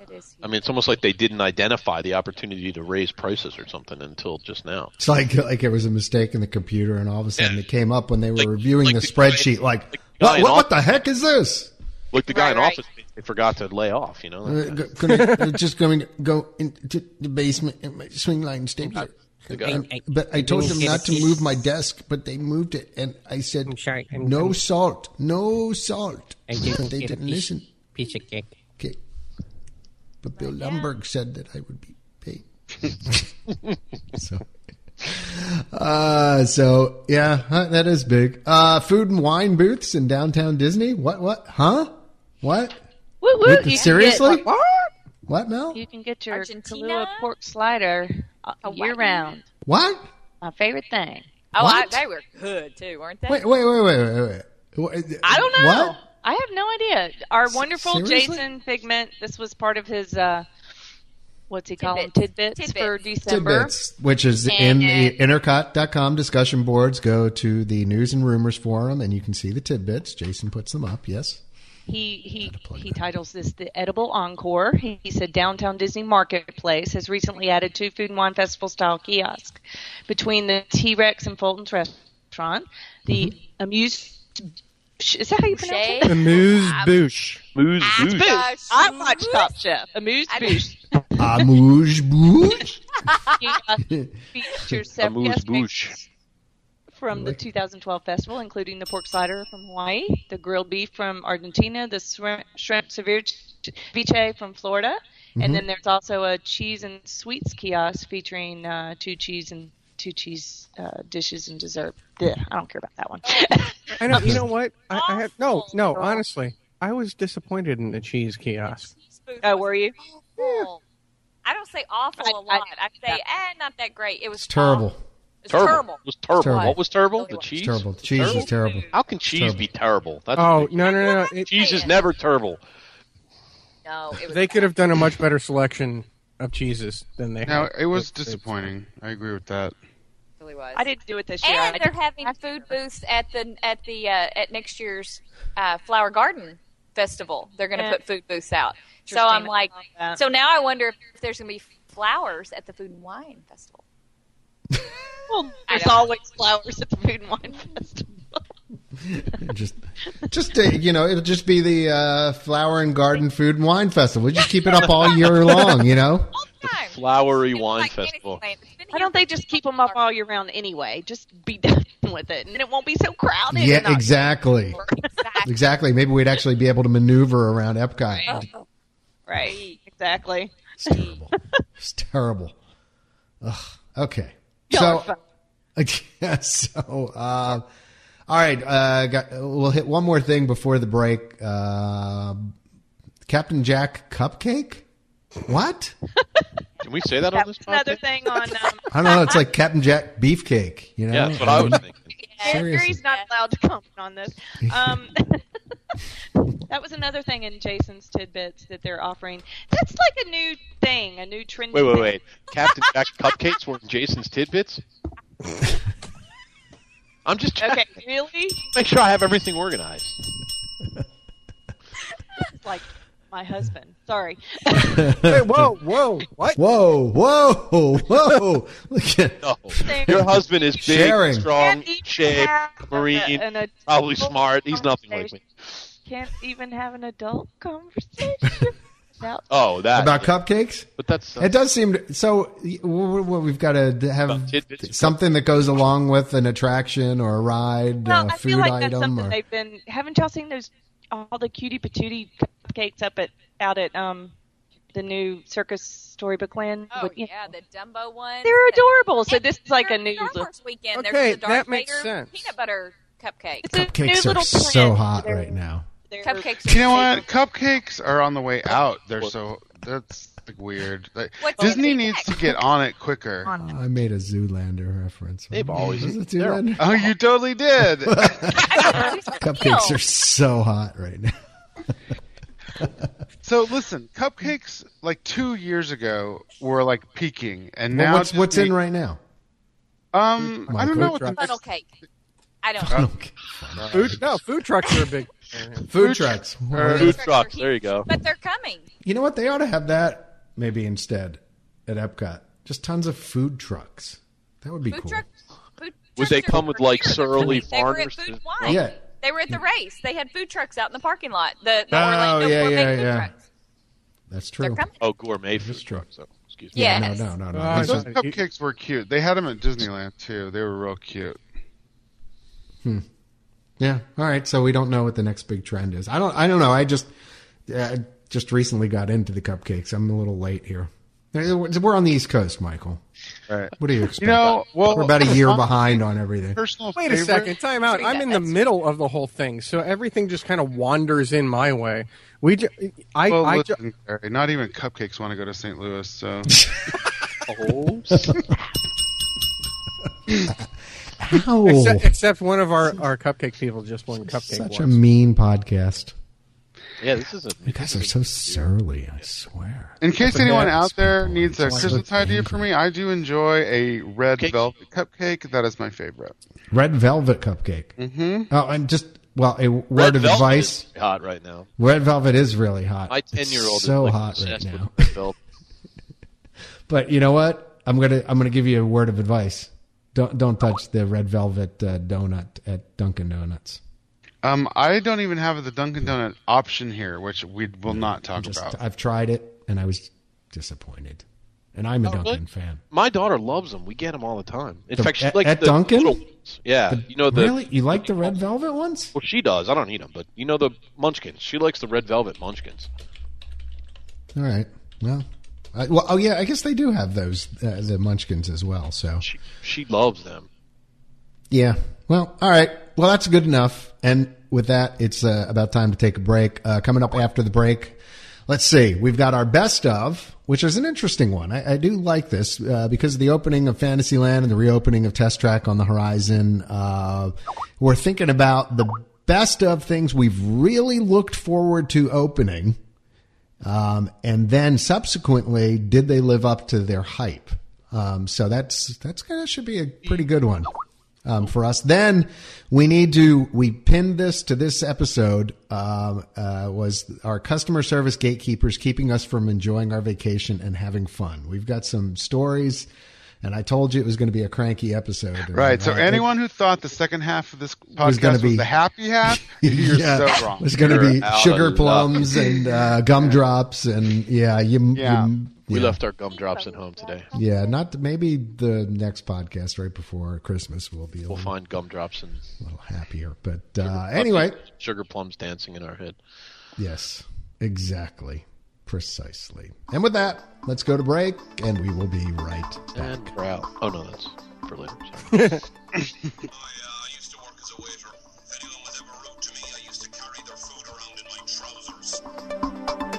Speaker 6: It is
Speaker 4: I mean, it's almost like they didn't identify the opportunity to raise prices or something until just now.
Speaker 2: It's like like it was a mistake in the computer, and all of a sudden it came up when they were
Speaker 4: Like-
Speaker 2: reviewing
Speaker 4: like
Speaker 2: the,
Speaker 4: the guy-
Speaker 2: spreadsheet. like,
Speaker 4: the guy
Speaker 2: what,
Speaker 4: in
Speaker 2: what, what the heck is this?
Speaker 4: Like the guy
Speaker 6: Right,
Speaker 4: in
Speaker 6: right.
Speaker 4: office, they forgot to lay off. You know,
Speaker 2: Uh,
Speaker 4: that guy.
Speaker 2: go- gonna- uh, just going to go into the basement and my swing line stapler.
Speaker 4: guy-
Speaker 2: And- but I told them not to move my desk, but they moved it, and I said,
Speaker 9: I'm sorry, I'm-
Speaker 2: "No
Speaker 9: I'm-
Speaker 2: salt, no salt."
Speaker 9: I
Speaker 2: but
Speaker 9: didn't
Speaker 2: they
Speaker 9: get a
Speaker 2: didn't
Speaker 9: piece,
Speaker 2: listen.
Speaker 9: piece of cake.
Speaker 2: Okay. But Bill Lumberg said that I would be paid.
Speaker 9: *laughs*
Speaker 2: so, uh, so yeah, huh, that is big. Uh, food and wine booths in downtown Disney. What? What? Huh? What?
Speaker 5: Woo, woo, you
Speaker 2: Seriously?
Speaker 5: Can get, what?
Speaker 2: What, Mel?
Speaker 5: You can get your
Speaker 6: Argentina?
Speaker 5: Kahlua pork slider uh,
Speaker 6: Hawaii?
Speaker 5: year round.
Speaker 2: What?
Speaker 5: My favorite thing.
Speaker 6: Oh, I,
Speaker 2: What?
Speaker 6: they were good too, weren't they?
Speaker 2: Wait, wait, wait, wait, wait, wait. What-
Speaker 5: I don't know.
Speaker 2: What?
Speaker 5: I have no idea. Our wonderful
Speaker 2: seriously?
Speaker 5: Jason Figment. This was part of his. Uh, what's he call 'em?
Speaker 6: Tidbit.
Speaker 5: Tidbits,
Speaker 6: Tidbits.
Speaker 5: for December.
Speaker 2: Tidbits, which is in the intercot.com discussion boards. Go to the news and rumors forum and you can see the tidbits. Jason puts them up. Yes.
Speaker 5: he he he titles this the edible encore he, he said downtown disney marketplace has recently added two food and wine festival style kiosks between the t-rex and fulton's restaurant the
Speaker 2: Mm-hmm.
Speaker 5: amuse is that how you pronounce
Speaker 6: Shay?
Speaker 5: it
Speaker 7: Amuse bouche.
Speaker 4: Moose
Speaker 6: Ask
Speaker 4: boosh.
Speaker 6: us.
Speaker 5: *laughs* i watched top chef amuse
Speaker 6: I-
Speaker 5: bouche
Speaker 2: Amuse bouche.
Speaker 6: *laughs*
Speaker 5: kiosk features several
Speaker 4: Amuse
Speaker 5: guest
Speaker 4: bouche.
Speaker 5: from the 2012 festival, including the pork slider from Hawaii, the grilled beef from Argentina, the shrimp, shrimp ceviche from Florida, and then there's also a cheese and sweets kiosk featuring uh, two cheese and two cheese uh, dishes and dessert. Blech, I don't care about that one. *laughs*
Speaker 7: I know. *laughs* You know what? I, I had no, no. Honestly, I was disappointed in the cheese kiosk.
Speaker 5: oh, were you?
Speaker 6: Awful. I don't say awful
Speaker 5: I-
Speaker 6: a lot.
Speaker 5: I-
Speaker 6: I, say, eh, not that great. It was
Speaker 2: It's terrible.
Speaker 6: It's
Speaker 4: Terrible.
Speaker 6: terrible.
Speaker 4: It was terrible.
Speaker 2: Terrible.
Speaker 4: What was terrible?
Speaker 6: Really
Speaker 4: The
Speaker 6: was.
Speaker 4: cheese.
Speaker 2: Terrible. The cheese is
Speaker 4: *laughs*
Speaker 2: terrible.
Speaker 4: How can cheese
Speaker 2: Terrible.
Speaker 4: be terrible? That's
Speaker 7: Oh no, no, no! no. It,
Speaker 4: cheese is never terrible.
Speaker 6: No, it was.
Speaker 7: they could have done a much better selection of cheeses than they.
Speaker 3: No,
Speaker 7: had.
Speaker 3: it was disappointing. I agree with that.
Speaker 6: really was.
Speaker 5: I didn't do it this year.
Speaker 6: And
Speaker 5: I
Speaker 6: they're
Speaker 5: did-
Speaker 6: having food booths at the at the uh, at next year's uh, Flower Garden Festival. They're going to
Speaker 5: Yeah.
Speaker 6: put food booths out. So I'm
Speaker 5: Interesting.
Speaker 6: like,
Speaker 5: Yeah.
Speaker 6: so now I wonder if, if there's going to be flowers at the Food and Wine Festival.
Speaker 5: Well,
Speaker 6: I
Speaker 5: there's
Speaker 6: don't-
Speaker 5: always flowers at the food and wine *laughs* festival.
Speaker 2: *laughs* just, just uh, you know, it'll just be the uh, flower and garden food and wine festival. We just keep it up all year long. You know,
Speaker 6: All the time.
Speaker 4: Flowery
Speaker 6: It's
Speaker 4: wine
Speaker 6: like
Speaker 4: festival.
Speaker 6: Fantasyland. It's been
Speaker 5: Why
Speaker 6: here
Speaker 5: don't they
Speaker 6: for
Speaker 5: just
Speaker 6: so
Speaker 5: keep them up
Speaker 6: long.
Speaker 5: all year round anyway? Just be *laughs* done with it, and it won't be so crowded. and
Speaker 2: yeah,
Speaker 5: not-
Speaker 2: exactly,
Speaker 6: *laughs* Exactly.
Speaker 2: exactly. Maybe we'd actually be able to maneuver around Epcot.
Speaker 6: Oh,
Speaker 5: Right, exactly.
Speaker 2: It's terrible. It's terrible. Ugh. Okay.
Speaker 5: Y'all are
Speaker 2: so, *laughs* yeah, so uh, all right. Uh, got, we'll hit one more thing before the break. Uh, Captain Jack cupcake. What?
Speaker 4: Can we say that on
Speaker 5: That
Speaker 4: this
Speaker 5: was another
Speaker 4: podcast?
Speaker 5: thing on. Um,
Speaker 2: I don't know. It's like Captain Jack beefcake. You know.
Speaker 4: Yeah, that's what
Speaker 2: *laughs*
Speaker 4: I was thinking.
Speaker 2: Seriously.
Speaker 5: Gary's not allowed to comment on this. Um, *laughs* that was another thing in Jason's tidbits that they're offering. That's like a new thing, a new trend.
Speaker 4: Wait, wait, wait. Captain Jack cupcakes were in Jason's tidbits. *laughs* I'm just trying
Speaker 5: Okay,
Speaker 4: to
Speaker 5: really?
Speaker 4: make sure I have everything organized.
Speaker 5: It's like my husband. Sorry.
Speaker 7: Wait, whoa, whoa, what?
Speaker 2: Whoa, whoa, whoa! Look at
Speaker 4: No.
Speaker 5: Thing.
Speaker 4: Your husband is big,
Speaker 2: Sharing.
Speaker 4: strong,
Speaker 5: Can't even
Speaker 4: shaped,
Speaker 5: have a-
Speaker 4: marine,
Speaker 5: an
Speaker 4: probably
Speaker 5: adult
Speaker 4: smart. He's nothing like me.
Speaker 5: conversation. Can't even have an adult
Speaker 4: *laughs*
Speaker 5: conversation without
Speaker 4: Oh, that.
Speaker 2: about cupcakes.
Speaker 4: But that's uh,
Speaker 2: It does seem to, so. w- w- We've got to have
Speaker 4: About tidbits.
Speaker 2: something that goes along with an attraction or a ride,
Speaker 5: Well,
Speaker 2: a
Speaker 5: I
Speaker 2: food
Speaker 5: feel like that's
Speaker 2: item.
Speaker 5: something
Speaker 2: Or,
Speaker 5: they've been. Haven't y'all seen those all the cutie patootie cupcakes up at out at um the new Circus Storybook Land?
Speaker 6: Oh
Speaker 5: But, you
Speaker 6: yeah,
Speaker 5: know,
Speaker 6: the Dumbo ones.
Speaker 5: they're
Speaker 6: the-
Speaker 5: adorable. So
Speaker 6: And
Speaker 5: this is like a
Speaker 6: during
Speaker 5: new.
Speaker 6: Star
Speaker 5: Little,
Speaker 6: Wars weekend.
Speaker 7: Okay,
Speaker 6: there's the Darth
Speaker 7: that makes
Speaker 6: Vader
Speaker 7: sense.
Speaker 6: Peanut butter cupcake.
Speaker 5: it's a new
Speaker 2: cupcakes are
Speaker 5: little
Speaker 2: so
Speaker 5: trend.
Speaker 2: hot
Speaker 5: They're-
Speaker 2: right now.
Speaker 5: they're-
Speaker 6: Cupcakes. Are
Speaker 3: You know what?
Speaker 6: safe.
Speaker 3: Cupcakes are on the way out. They're so that's like, weird. Like,
Speaker 6: What's
Speaker 3: Disney
Speaker 6: in the
Speaker 3: needs to
Speaker 6: bag?
Speaker 3: get on it quicker.
Speaker 2: Oh, I made a Zoolander reference.
Speaker 4: They've always-
Speaker 2: Was it
Speaker 4: they're-
Speaker 5: *laughs*
Speaker 2: Zoolander?
Speaker 3: Oh, you totally did.
Speaker 6: *laughs*
Speaker 2: Cupcakes are so hot right
Speaker 4: *laughs*
Speaker 2: now.
Speaker 3: so listen, cupcakes like two years ago were like peaking, and
Speaker 2: Well,
Speaker 3: now
Speaker 2: what's what's in
Speaker 3: Disney-
Speaker 2: right now?
Speaker 3: Um, I
Speaker 2: Michael?
Speaker 3: don't know what the
Speaker 7: Food
Speaker 6: funnel
Speaker 3: next-
Speaker 6: cake.
Speaker 4: *laughs*
Speaker 6: I don't know.
Speaker 2: *laughs* Okay.
Speaker 7: Food, no, food trucks are a big.
Speaker 2: Food trucks.
Speaker 3: or-
Speaker 4: food trucks. There you go.
Speaker 6: But they're coming.
Speaker 2: You know what? They ought to have that maybe instead at Epcot. Just tons of food trucks. That would be
Speaker 6: Food
Speaker 2: cool.
Speaker 6: truck. Food
Speaker 4: Would
Speaker 6: trucks
Speaker 4: they
Speaker 6: are
Speaker 4: come with,
Speaker 6: over
Speaker 4: like,
Speaker 6: here. They're
Speaker 4: surly
Speaker 6: coming. They were at
Speaker 4: farmers
Speaker 6: Food
Speaker 4: that-
Speaker 6: Wine.
Speaker 2: Yeah.
Speaker 6: They were at the race. They had food trucks out in the parking lot. The, the
Speaker 2: Oh,
Speaker 6: Orlando
Speaker 2: yeah,
Speaker 6: gourmet
Speaker 2: yeah,
Speaker 6: food
Speaker 2: yeah.
Speaker 6: trucks.
Speaker 2: That's
Speaker 6: They're
Speaker 2: true.
Speaker 6: coming.
Speaker 4: Oh, gourmet food
Speaker 2: true.
Speaker 4: trucks. So, excuse me.
Speaker 6: Yeah.
Speaker 2: No,
Speaker 6: Yes.
Speaker 2: no, no, no.
Speaker 7: Uh,
Speaker 2: These
Speaker 3: Those
Speaker 2: are-
Speaker 7: Sorry.
Speaker 3: cupcakes were cute. They had them at Disneyland too. They were real cute.
Speaker 2: yeah. All right. So we don't know what the next big trend is. I don't. I don't know. I just uh, just recently got into the cupcakes. I'm a little late here. We're on the East Coast, Michael.
Speaker 3: Right.
Speaker 2: What do you expect?
Speaker 3: You know, well,
Speaker 2: We're about a
Speaker 4: *laughs*
Speaker 2: year behind on everything.
Speaker 3: Personal
Speaker 7: Wait a
Speaker 3: favorite-
Speaker 7: second, time out. I'm in the middle of the whole thing, so everything just kind of wanders in my way. We, ju- I,
Speaker 3: Well,
Speaker 7: I, ju-
Speaker 3: listen, Gary, not even cupcakes want to go to St. Louis. So
Speaker 2: *laughs*
Speaker 4: Oh, *laughs*
Speaker 2: Ow.
Speaker 7: except, except one of our, our cupcake people just won cupcake.
Speaker 2: Such a
Speaker 7: once.
Speaker 2: mean podcast.
Speaker 4: yeah, this is a.
Speaker 2: You guys are so surly. I swear.
Speaker 3: In case
Speaker 7: a
Speaker 3: anyone
Speaker 7: bad
Speaker 3: out there
Speaker 2: people.
Speaker 3: needs a
Speaker 2: It's like
Speaker 3: Christmas
Speaker 2: they're
Speaker 3: idea
Speaker 2: angry.
Speaker 3: for me, I do enjoy a red
Speaker 4: Cake.
Speaker 3: velvet cupcake. That is my favorite.
Speaker 2: Red velvet cupcake. Mm-hmm. Oh, I'm just. Well, a word
Speaker 4: Red
Speaker 2: of
Speaker 4: Velvet
Speaker 2: advice.
Speaker 4: is hot right now.
Speaker 2: Red velvet is really hot.
Speaker 4: My
Speaker 2: It's
Speaker 4: ten-year-old
Speaker 2: so
Speaker 4: is like,
Speaker 2: hot right
Speaker 4: obsessed
Speaker 2: now.
Speaker 4: with Red Velvet.
Speaker 2: But you know what? I'm gonna I'm gonna give you a word of advice. Don't don't touch the red velvet uh, donut at Dunkin' Donuts.
Speaker 3: Um, I don't even have the Dunkin' Donut option here, which we will not talk
Speaker 2: Mm, Just uh,
Speaker 3: about.
Speaker 2: I've tried it and I was disappointed. And I'm a Dunkin'
Speaker 4: Oh, really?
Speaker 2: fan.
Speaker 4: My daughter loves them. We get them all the time. In
Speaker 2: The-
Speaker 4: fact, she
Speaker 2: at-
Speaker 4: likes
Speaker 2: at
Speaker 4: the
Speaker 2: Dunkin'?
Speaker 4: little ones. Yeah, you know the.
Speaker 2: really? You like the
Speaker 4: *laughs*
Speaker 2: red velvet ones?
Speaker 4: Well, she does. I don't need them, but you know the Munchkins. She likes the Red Velvet Munchkins.
Speaker 2: All right. Well, I, well. Oh yeah. I guess they do have those uh, the Munchkins as well. So
Speaker 4: She she loves them.
Speaker 2: Yeah. Well, all right. Well, that's good enough. And with that, it's uh, about time to take a break. Uh, coming up after the break, let's see. We've got our best of, which is an interesting one. I, I do like this uh, because of the opening of Fantasyland and the reopening of Test Track on the horizon. Uh, we're thinking about the best of things we've really looked forward to opening. Um, and then subsequently, did they live up to their hype? Um, so that's that's gonna should be a pretty good one um, for us. Then we need to we pinned this to this episode um, uh, was our customer service gatekeepers keeping us from enjoying our vacation and having fun. We've got some stories, and I told you it was going to be a cranky episode. And
Speaker 3: *laughs* Right. So
Speaker 2: I think
Speaker 3: anyone who thought the second half of this podcast
Speaker 2: Was
Speaker 3: was,
Speaker 2: gonna be-
Speaker 3: the happy
Speaker 2: *laughs*
Speaker 3: half, you're
Speaker 2: Yeah.
Speaker 3: so wrong.
Speaker 2: It's going to be
Speaker 4: You're out
Speaker 2: sugar
Speaker 4: of luck.
Speaker 2: plums and uh, gumdrops and yeah, you
Speaker 3: Yeah.
Speaker 2: you-
Speaker 4: We
Speaker 2: yeah.
Speaker 4: left our gumdrops at home today.
Speaker 2: Yeah, not maybe the next podcast right before Christmas will be a
Speaker 4: We'll
Speaker 2: little,
Speaker 4: find gumdrops and
Speaker 2: little happier. But uh, anyway,
Speaker 4: sugar plums dancing in our head.
Speaker 2: yes, exactly, precisely. And with that, let's go to break, and we will be right back.
Speaker 4: And we're out. Oh no, that's for later. Sorry.
Speaker 9: I used to work as a waiter. If anyone was ever rude to me, I used to carry their food around in my trousers.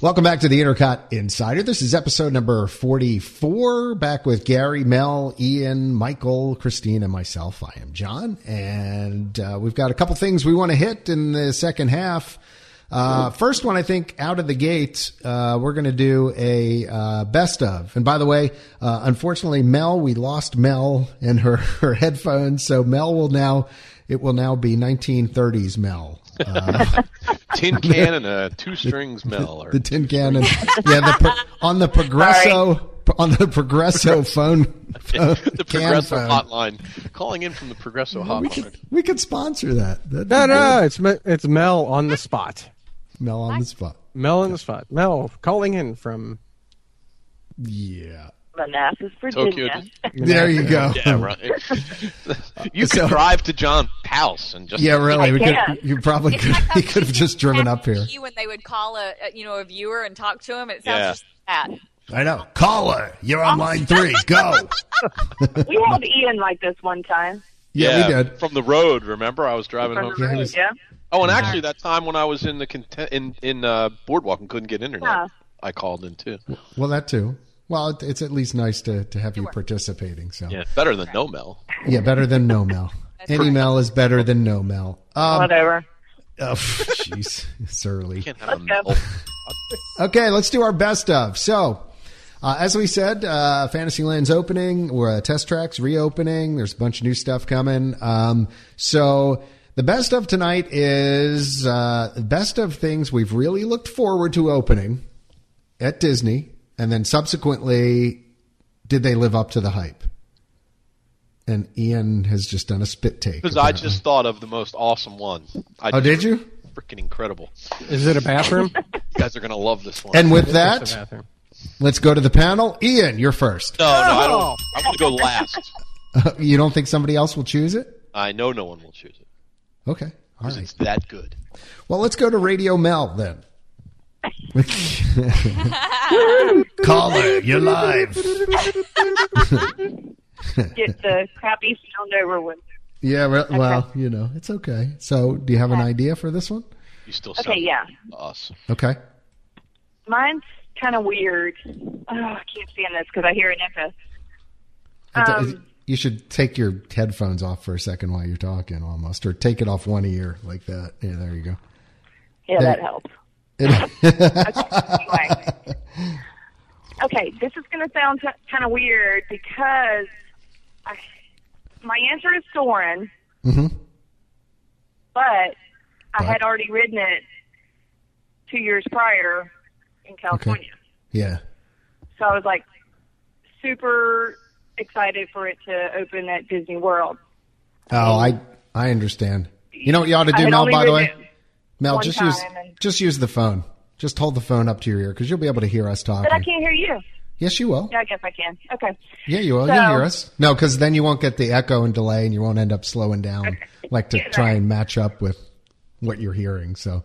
Speaker 2: Welcome back to the Intercot Insider. This is episode number 44. Back with Gary, Mel, Ian, Michael, Christine, and myself. I am John. And uh, we've got a couple things we want to hit in the second half. Uh, first one, I think, out of the gate, uh, we're going to do a uh, best of. And by the way, uh, unfortunately, Mel, we lost Mel and her, *laughs* her headphones. So Mel will now, it will now be 1930s Mel. Uh, *laughs*
Speaker 4: Tin can and a two strings mill. Or,
Speaker 2: the tin can and *laughs* yeah the pro, on the progresso on the *laughs* progresso phone, phone
Speaker 4: *laughs* the
Speaker 2: uh, can
Speaker 4: Progresso
Speaker 2: phone.
Speaker 4: hotline. Calling in from the Progresso hotline.
Speaker 2: we could sponsor that That'd be
Speaker 7: No,
Speaker 2: good.
Speaker 7: no, it's Me- it's Mel on the spot.
Speaker 2: mel on the spot
Speaker 7: Mel on the spot. Mel calling in from.
Speaker 2: yeah
Speaker 10: Manassas,
Speaker 4: Tokyo.
Speaker 10: Virginia.
Speaker 2: there you go
Speaker 4: Yeah, right.
Speaker 2: *laughs*
Speaker 4: *laughs* you could
Speaker 2: So-
Speaker 4: drive to John's house and
Speaker 2: *laughs*
Speaker 4: just
Speaker 2: yeah really we could
Speaker 10: Yeah.
Speaker 2: you probably *laughs*
Speaker 6: It's
Speaker 2: could
Speaker 6: like
Speaker 2: you
Speaker 6: that
Speaker 2: could have just driven up here
Speaker 6: You when they would call a a, you know a viewer and talk to him. It sounds
Speaker 4: Yeah.
Speaker 6: just like that.
Speaker 2: i know caller you're on line three go
Speaker 10: We had Ian like this one time.
Speaker 2: yeah, we did
Speaker 4: from the road. Remember, I was driving
Speaker 10: From
Speaker 4: home.
Speaker 10: the
Speaker 4: From
Speaker 2: Yeah, he
Speaker 10: road,
Speaker 2: was-
Speaker 10: yeah.
Speaker 4: oh, and actually, that time when I was in the content, in in uh, boardwalk and couldn't get internet,
Speaker 10: Yeah.
Speaker 4: I called in too.
Speaker 2: *laughs* well that too well it, it's at least nice to, to have you participating so
Speaker 4: Yeah, better than no Mel.
Speaker 2: Yeah, better than no mel any mel is better than no mel um
Speaker 10: Whatever.
Speaker 2: oh, *laughs* jeez surly
Speaker 4: Can't have a
Speaker 10: go.
Speaker 4: Mel.
Speaker 2: Okay, let's do our best of. So, uh, as we said, uh, Fantasyland's opening, or uh, Test Track's reopening. There's a bunch of new stuff coming. Um, so, the best of tonight is uh, best of things we've really looked forward to opening at Disney, and then subsequently, did they live up to the hype? And Ian has just done a spit take.
Speaker 4: Because I
Speaker 2: apparently.
Speaker 4: just thought of the most awesome one. I
Speaker 2: oh, did you?
Speaker 4: Freaking incredible! You
Speaker 7: Is it a bathroom?
Speaker 4: guys are gonna love this one.
Speaker 2: And with
Speaker 7: It's a
Speaker 2: that,
Speaker 7: bathroom.
Speaker 2: let's go to the panel. Ian, you're first.
Speaker 4: no, no, I don't. I'm gonna go last.
Speaker 2: *laughs* you don't think somebody else will choose it?
Speaker 4: I know no one will choose it.
Speaker 2: Okay. All
Speaker 4: 'cause
Speaker 2: right.
Speaker 4: It's that good.
Speaker 2: Well, let's go to Radio Mel
Speaker 10: *laughs*
Speaker 2: then. Caller, you're live.
Speaker 10: *laughs* Get the crappy sound over with.
Speaker 2: Yeah, well, well, you know, it's okay. So, do you have an idea for this one?
Speaker 4: You still sound
Speaker 10: Okay, yeah.
Speaker 4: like us.
Speaker 2: Okay.
Speaker 10: Mine's kind of weird. Oh, I can't stand this because I hear an echo. Um,
Speaker 2: you should take your headphones off for a second while you're talking, almost, or take it off one ear like that. Yeah, there you go.
Speaker 10: Yeah,
Speaker 2: Hey.
Speaker 10: that helps. okay, anyway. okay, this is going to sound t- kind of weird because I, my answer is Soren,
Speaker 2: *laughs* Mm-hmm.
Speaker 10: but I
Speaker 2: But-
Speaker 10: had already ridden it two years prior in California.
Speaker 2: Yeah.
Speaker 10: So I was like super excited for it to open at Disney World.
Speaker 2: Oh, I I understand. You know what you ought to
Speaker 10: I
Speaker 2: do,
Speaker 10: had
Speaker 2: Mel?
Speaker 10: only
Speaker 2: By the way,
Speaker 10: ridden it
Speaker 2: Mel,
Speaker 10: one
Speaker 2: just
Speaker 10: time
Speaker 2: use
Speaker 10: and-
Speaker 2: just use the phone. Just hold the phone up to your ear because you'll be able to hear us talking.
Speaker 10: But I can't hear you.
Speaker 2: Yes, you will.
Speaker 10: Yeah, I guess I can. Okay.
Speaker 2: Yeah, you will. You'll
Speaker 10: So-
Speaker 2: hear us. No, because then you won't get the echo and delay, and you won't end up slowing down, like to try and match up with what you're hearing. So,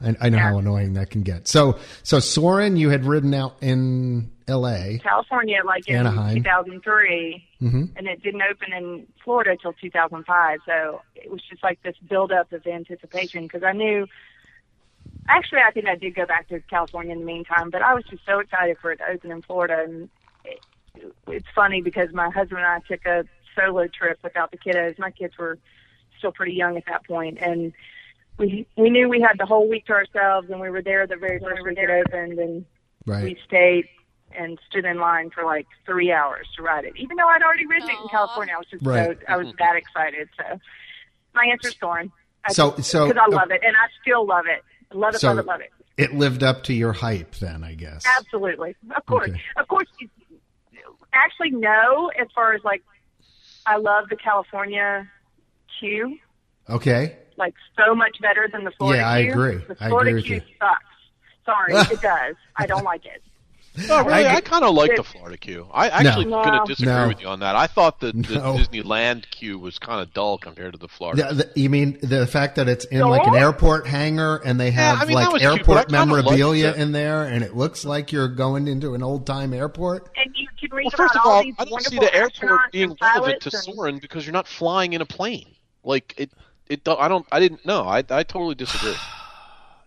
Speaker 2: I, I know how annoying that can get. So, so Soren, you had ridden out in L.A.
Speaker 10: California, like in
Speaker 2: Anaheim.
Speaker 10: 2003, and it didn't open in Florida till 2005. So it was just like this buildup of anticipation because I knew Actually, I think I did go back to California in the meantime, but I was just so excited for it to open in Florida. And it, it's funny because my husband and I took a solo trip without the kiddos. My kids were still pretty young at that point, and we we knew we had the whole week to ourselves, and we were there the very first week it opened, and
Speaker 2: Right.
Speaker 10: we stayed and stood in line for like three hours to ride it. Even though I'd already ridden it in California, I was just
Speaker 2: Right.
Speaker 10: so I was that excited. So my answer's Thorn. I
Speaker 2: So-
Speaker 10: just-
Speaker 2: so-
Speaker 10: 'cause I love it, and I still love it. Love it,
Speaker 2: So-
Speaker 10: love it, love it.
Speaker 2: It lived up to your hype then, I guess.
Speaker 10: Absolutely, of course,
Speaker 2: Okay.
Speaker 10: of course. you- Actually, no. As far as like, I love the California queue
Speaker 2: Okay.
Speaker 10: like so much better than the Florida
Speaker 2: Yeah, I
Speaker 10: queue.
Speaker 2: agree.
Speaker 10: The
Speaker 2: I
Speaker 10: Florida
Speaker 2: agree with
Speaker 10: queue
Speaker 2: you.
Speaker 10: sucks.
Speaker 2: *laughs*
Speaker 10: Sorry, it does. I don't like it.
Speaker 4: No, really, I,
Speaker 2: get-
Speaker 4: kind of like the
Speaker 10: It-
Speaker 4: Florida queue. I actually
Speaker 10: No.
Speaker 4: going to disagree
Speaker 2: No.
Speaker 4: with you on that. I thought the, the
Speaker 2: No.
Speaker 4: Disneyland queue was kind of dull compared to the Florida.
Speaker 2: The, the- you mean the fact that it's in like an
Speaker 10: No.
Speaker 2: airport hangar and they have
Speaker 4: I mean, that
Speaker 2: like
Speaker 4: was cute, but I
Speaker 2: airport
Speaker 4: kinda liked
Speaker 2: memorabilia
Speaker 4: it.
Speaker 2: in there and it looks like you're going into an old time airport?
Speaker 10: And you can read
Speaker 4: Well,
Speaker 10: about
Speaker 4: first of all,
Speaker 10: these
Speaker 4: I don't see the
Speaker 10: wonderful
Speaker 4: airport
Speaker 10: astronauts
Speaker 4: being
Speaker 10: and
Speaker 4: relevant
Speaker 10: pilots
Speaker 4: to
Speaker 10: and-
Speaker 4: Soren because you're not flying in a plane. Like it, it. don't- I don't. I didn't know. I, I totally disagree.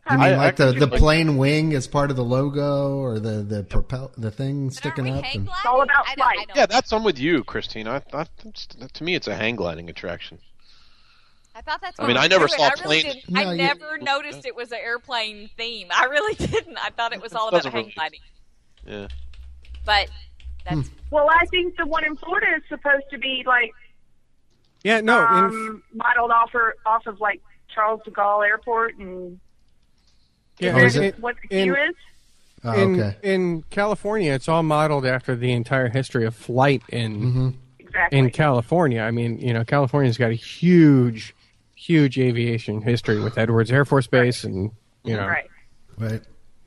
Speaker 2: You mean
Speaker 4: I-
Speaker 2: like
Speaker 4: I
Speaker 2: the, the
Speaker 4: actually like-
Speaker 2: plane wing is part of the logo or the the propel the thing
Speaker 6: But aren't
Speaker 2: sticking
Speaker 6: we
Speaker 2: up?
Speaker 6: hang
Speaker 2: and-
Speaker 6: gliding?
Speaker 10: all about
Speaker 6: I don't, I
Speaker 10: flight.
Speaker 6: don't,
Speaker 4: Yeah, that's I'm with you, Christine. I, I that's, to me, it's a hang gliding attraction.
Speaker 6: I thought that's.
Speaker 4: I
Speaker 6: what
Speaker 4: mean,
Speaker 6: was
Speaker 4: I never
Speaker 6: doing.
Speaker 4: saw
Speaker 6: I really
Speaker 4: planes-
Speaker 6: didn't- I
Speaker 2: No, you-
Speaker 6: never noticed it was an airplane theme. I really *laughs* didn't. I thought it was all about
Speaker 4: Doesn't
Speaker 6: hang
Speaker 4: really-
Speaker 6: gliding.
Speaker 4: Yeah.
Speaker 6: But that's
Speaker 10: Well, I think the one in Florida is supposed to be like
Speaker 7: Yeah, no. Oh, in,
Speaker 10: um, modeled off, or, off of like Charles de Gaulle Airport and
Speaker 7: yeah,
Speaker 2: Oh, is
Speaker 7: in-
Speaker 2: it-
Speaker 10: what the
Speaker 7: in-
Speaker 10: queue is.
Speaker 2: Oh,
Speaker 7: in,
Speaker 2: okay.
Speaker 7: in California, it's all modeled after the entire history of flight in
Speaker 10: Exactly.
Speaker 7: in California. I mean, you know, California's got a huge, huge aviation history with Edwards Air Force Base, and you know,
Speaker 10: right.
Speaker 2: Right.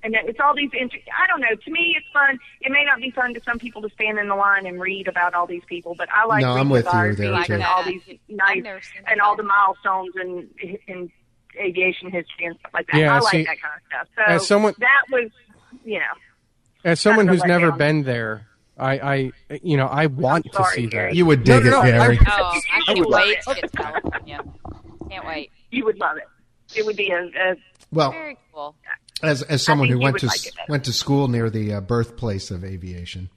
Speaker 10: And it's all these. Inter- I don't know. To me, it's fun. It may not be fun to some people to stand in the line and read about all these people, but I like
Speaker 2: No, I'm
Speaker 10: reading
Speaker 2: with you
Speaker 10: about
Speaker 2: there,
Speaker 10: these
Speaker 6: too.
Speaker 10: and all these nice
Speaker 6: never seen
Speaker 10: and
Speaker 6: that.
Speaker 10: all the milestones and in aviation history and stuff like that.
Speaker 7: Yeah,
Speaker 10: I like
Speaker 7: see,
Speaker 10: that kind of stuff. So
Speaker 7: as someone-
Speaker 10: that was, you know,
Speaker 7: as someone
Speaker 10: Not
Speaker 7: who's
Speaker 10: to let
Speaker 7: never
Speaker 10: down.
Speaker 7: been there, I, I, you know, I want to
Speaker 10: um, sorry,
Speaker 7: see that.
Speaker 10: Gary.
Speaker 2: You would dig
Speaker 7: No, no,
Speaker 2: it,
Speaker 7: no, I-
Speaker 2: Gary.
Speaker 10: *laughs*
Speaker 6: Oh, I
Speaker 10: I would
Speaker 6: can't
Speaker 10: love
Speaker 6: wait
Speaker 10: it.
Speaker 6: to get to California. Can't wait.
Speaker 10: you would love it. It would be a, a
Speaker 2: Well,
Speaker 6: Very cool.
Speaker 2: as as someone
Speaker 10: think
Speaker 2: who
Speaker 10: you
Speaker 2: went
Speaker 10: would
Speaker 2: to
Speaker 10: like it better.
Speaker 2: went to school near the uh, birthplace of
Speaker 4: *laughs*
Speaker 2: aviation,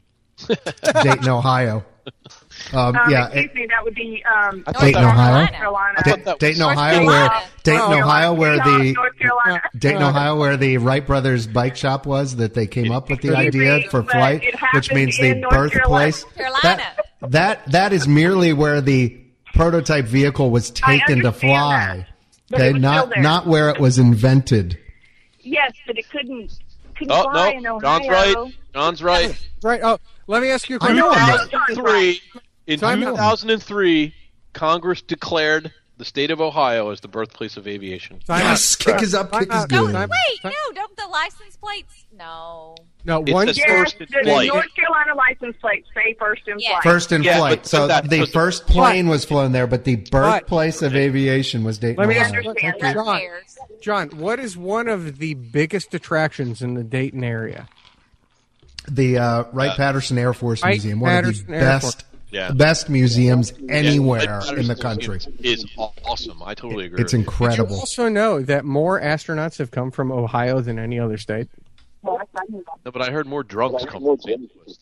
Speaker 2: Dayton, Ohio. Um,
Speaker 10: um,
Speaker 2: yeah,
Speaker 10: excuse me. That would be um,
Speaker 4: I thought
Speaker 2: Dayton,
Speaker 4: that-
Speaker 2: Ohio.
Speaker 6: Carolina.
Speaker 10: Carolina.
Speaker 2: Da-
Speaker 4: thought that was-
Speaker 2: Dayton,
Speaker 6: North
Speaker 2: Ohio,
Speaker 6: Carolina.
Speaker 2: where Dayton,
Speaker 7: Oh.
Speaker 2: Ohio, where the
Speaker 10: North
Speaker 2: *laughs*
Speaker 10: Carolina.
Speaker 2: Dayton, Ohio, where the Wright brothers bike shop was that they came up with the idea for
Speaker 10: But
Speaker 2: flight,
Speaker 10: it happened
Speaker 2: which means the
Speaker 10: in North
Speaker 2: birthplace.
Speaker 6: Carolina.
Speaker 2: That, that that is merely where the prototype vehicle was taken to
Speaker 10: understand
Speaker 2: fly.
Speaker 10: that, but it
Speaker 2: okay,
Speaker 10: was
Speaker 2: not
Speaker 10: still there.
Speaker 2: not where it was invented.
Speaker 10: Yes, but it couldn't. couldn't
Speaker 4: Oh
Speaker 10: fly in
Speaker 4: no,
Speaker 10: Ohio.
Speaker 4: John's right. John's right.
Speaker 7: Right. Oh, let me ask you
Speaker 2: I
Speaker 7: a question.
Speaker 2: know I'm right.
Speaker 10: John's
Speaker 4: Three in
Speaker 7: Time out.
Speaker 4: 2003, Congress declared the state of Ohio as the birthplace of aviation.
Speaker 7: Time out.
Speaker 2: Yes, kick is up,
Speaker 7: Time
Speaker 2: kick is
Speaker 7: out.
Speaker 2: good.
Speaker 7: Time-
Speaker 6: Wait,
Speaker 7: time-
Speaker 6: no, don't the license plates? No.
Speaker 7: no,
Speaker 4: It's
Speaker 7: one.
Speaker 4: the
Speaker 10: Yes,
Speaker 4: First in
Speaker 10: the
Speaker 4: flight.
Speaker 10: North Carolina license plate say first in
Speaker 6: Yes.
Speaker 10: flight.
Speaker 2: First in
Speaker 4: Yeah,
Speaker 2: flight.
Speaker 4: but-
Speaker 2: So
Speaker 4: but that-
Speaker 2: the
Speaker 4: but-
Speaker 2: first plane was flown there, but the birthplace of aviation was Dayton.
Speaker 7: Let me
Speaker 2: Ohio.
Speaker 7: ask you.
Speaker 10: understand
Speaker 7: okay,
Speaker 10: that.
Speaker 7: John,
Speaker 6: Cares.
Speaker 7: John, what is one of the biggest attractions in the Dayton area?
Speaker 2: the uh, Wright Patterson Air Force
Speaker 7: Wright
Speaker 2: Museum, one of
Speaker 7: Patterson
Speaker 2: the
Speaker 7: Air
Speaker 2: best,
Speaker 4: Yeah.
Speaker 2: best museums anywhere
Speaker 4: Yeah,
Speaker 2: in the
Speaker 4: Patterson
Speaker 2: country.
Speaker 4: is awesome. I totally agree.
Speaker 2: It's
Speaker 4: with you.
Speaker 7: Did you
Speaker 2: incredible.
Speaker 7: also know that more astronauts have come from Ohio than any other state?
Speaker 4: No, but I heard more drunks come. from St. Louis.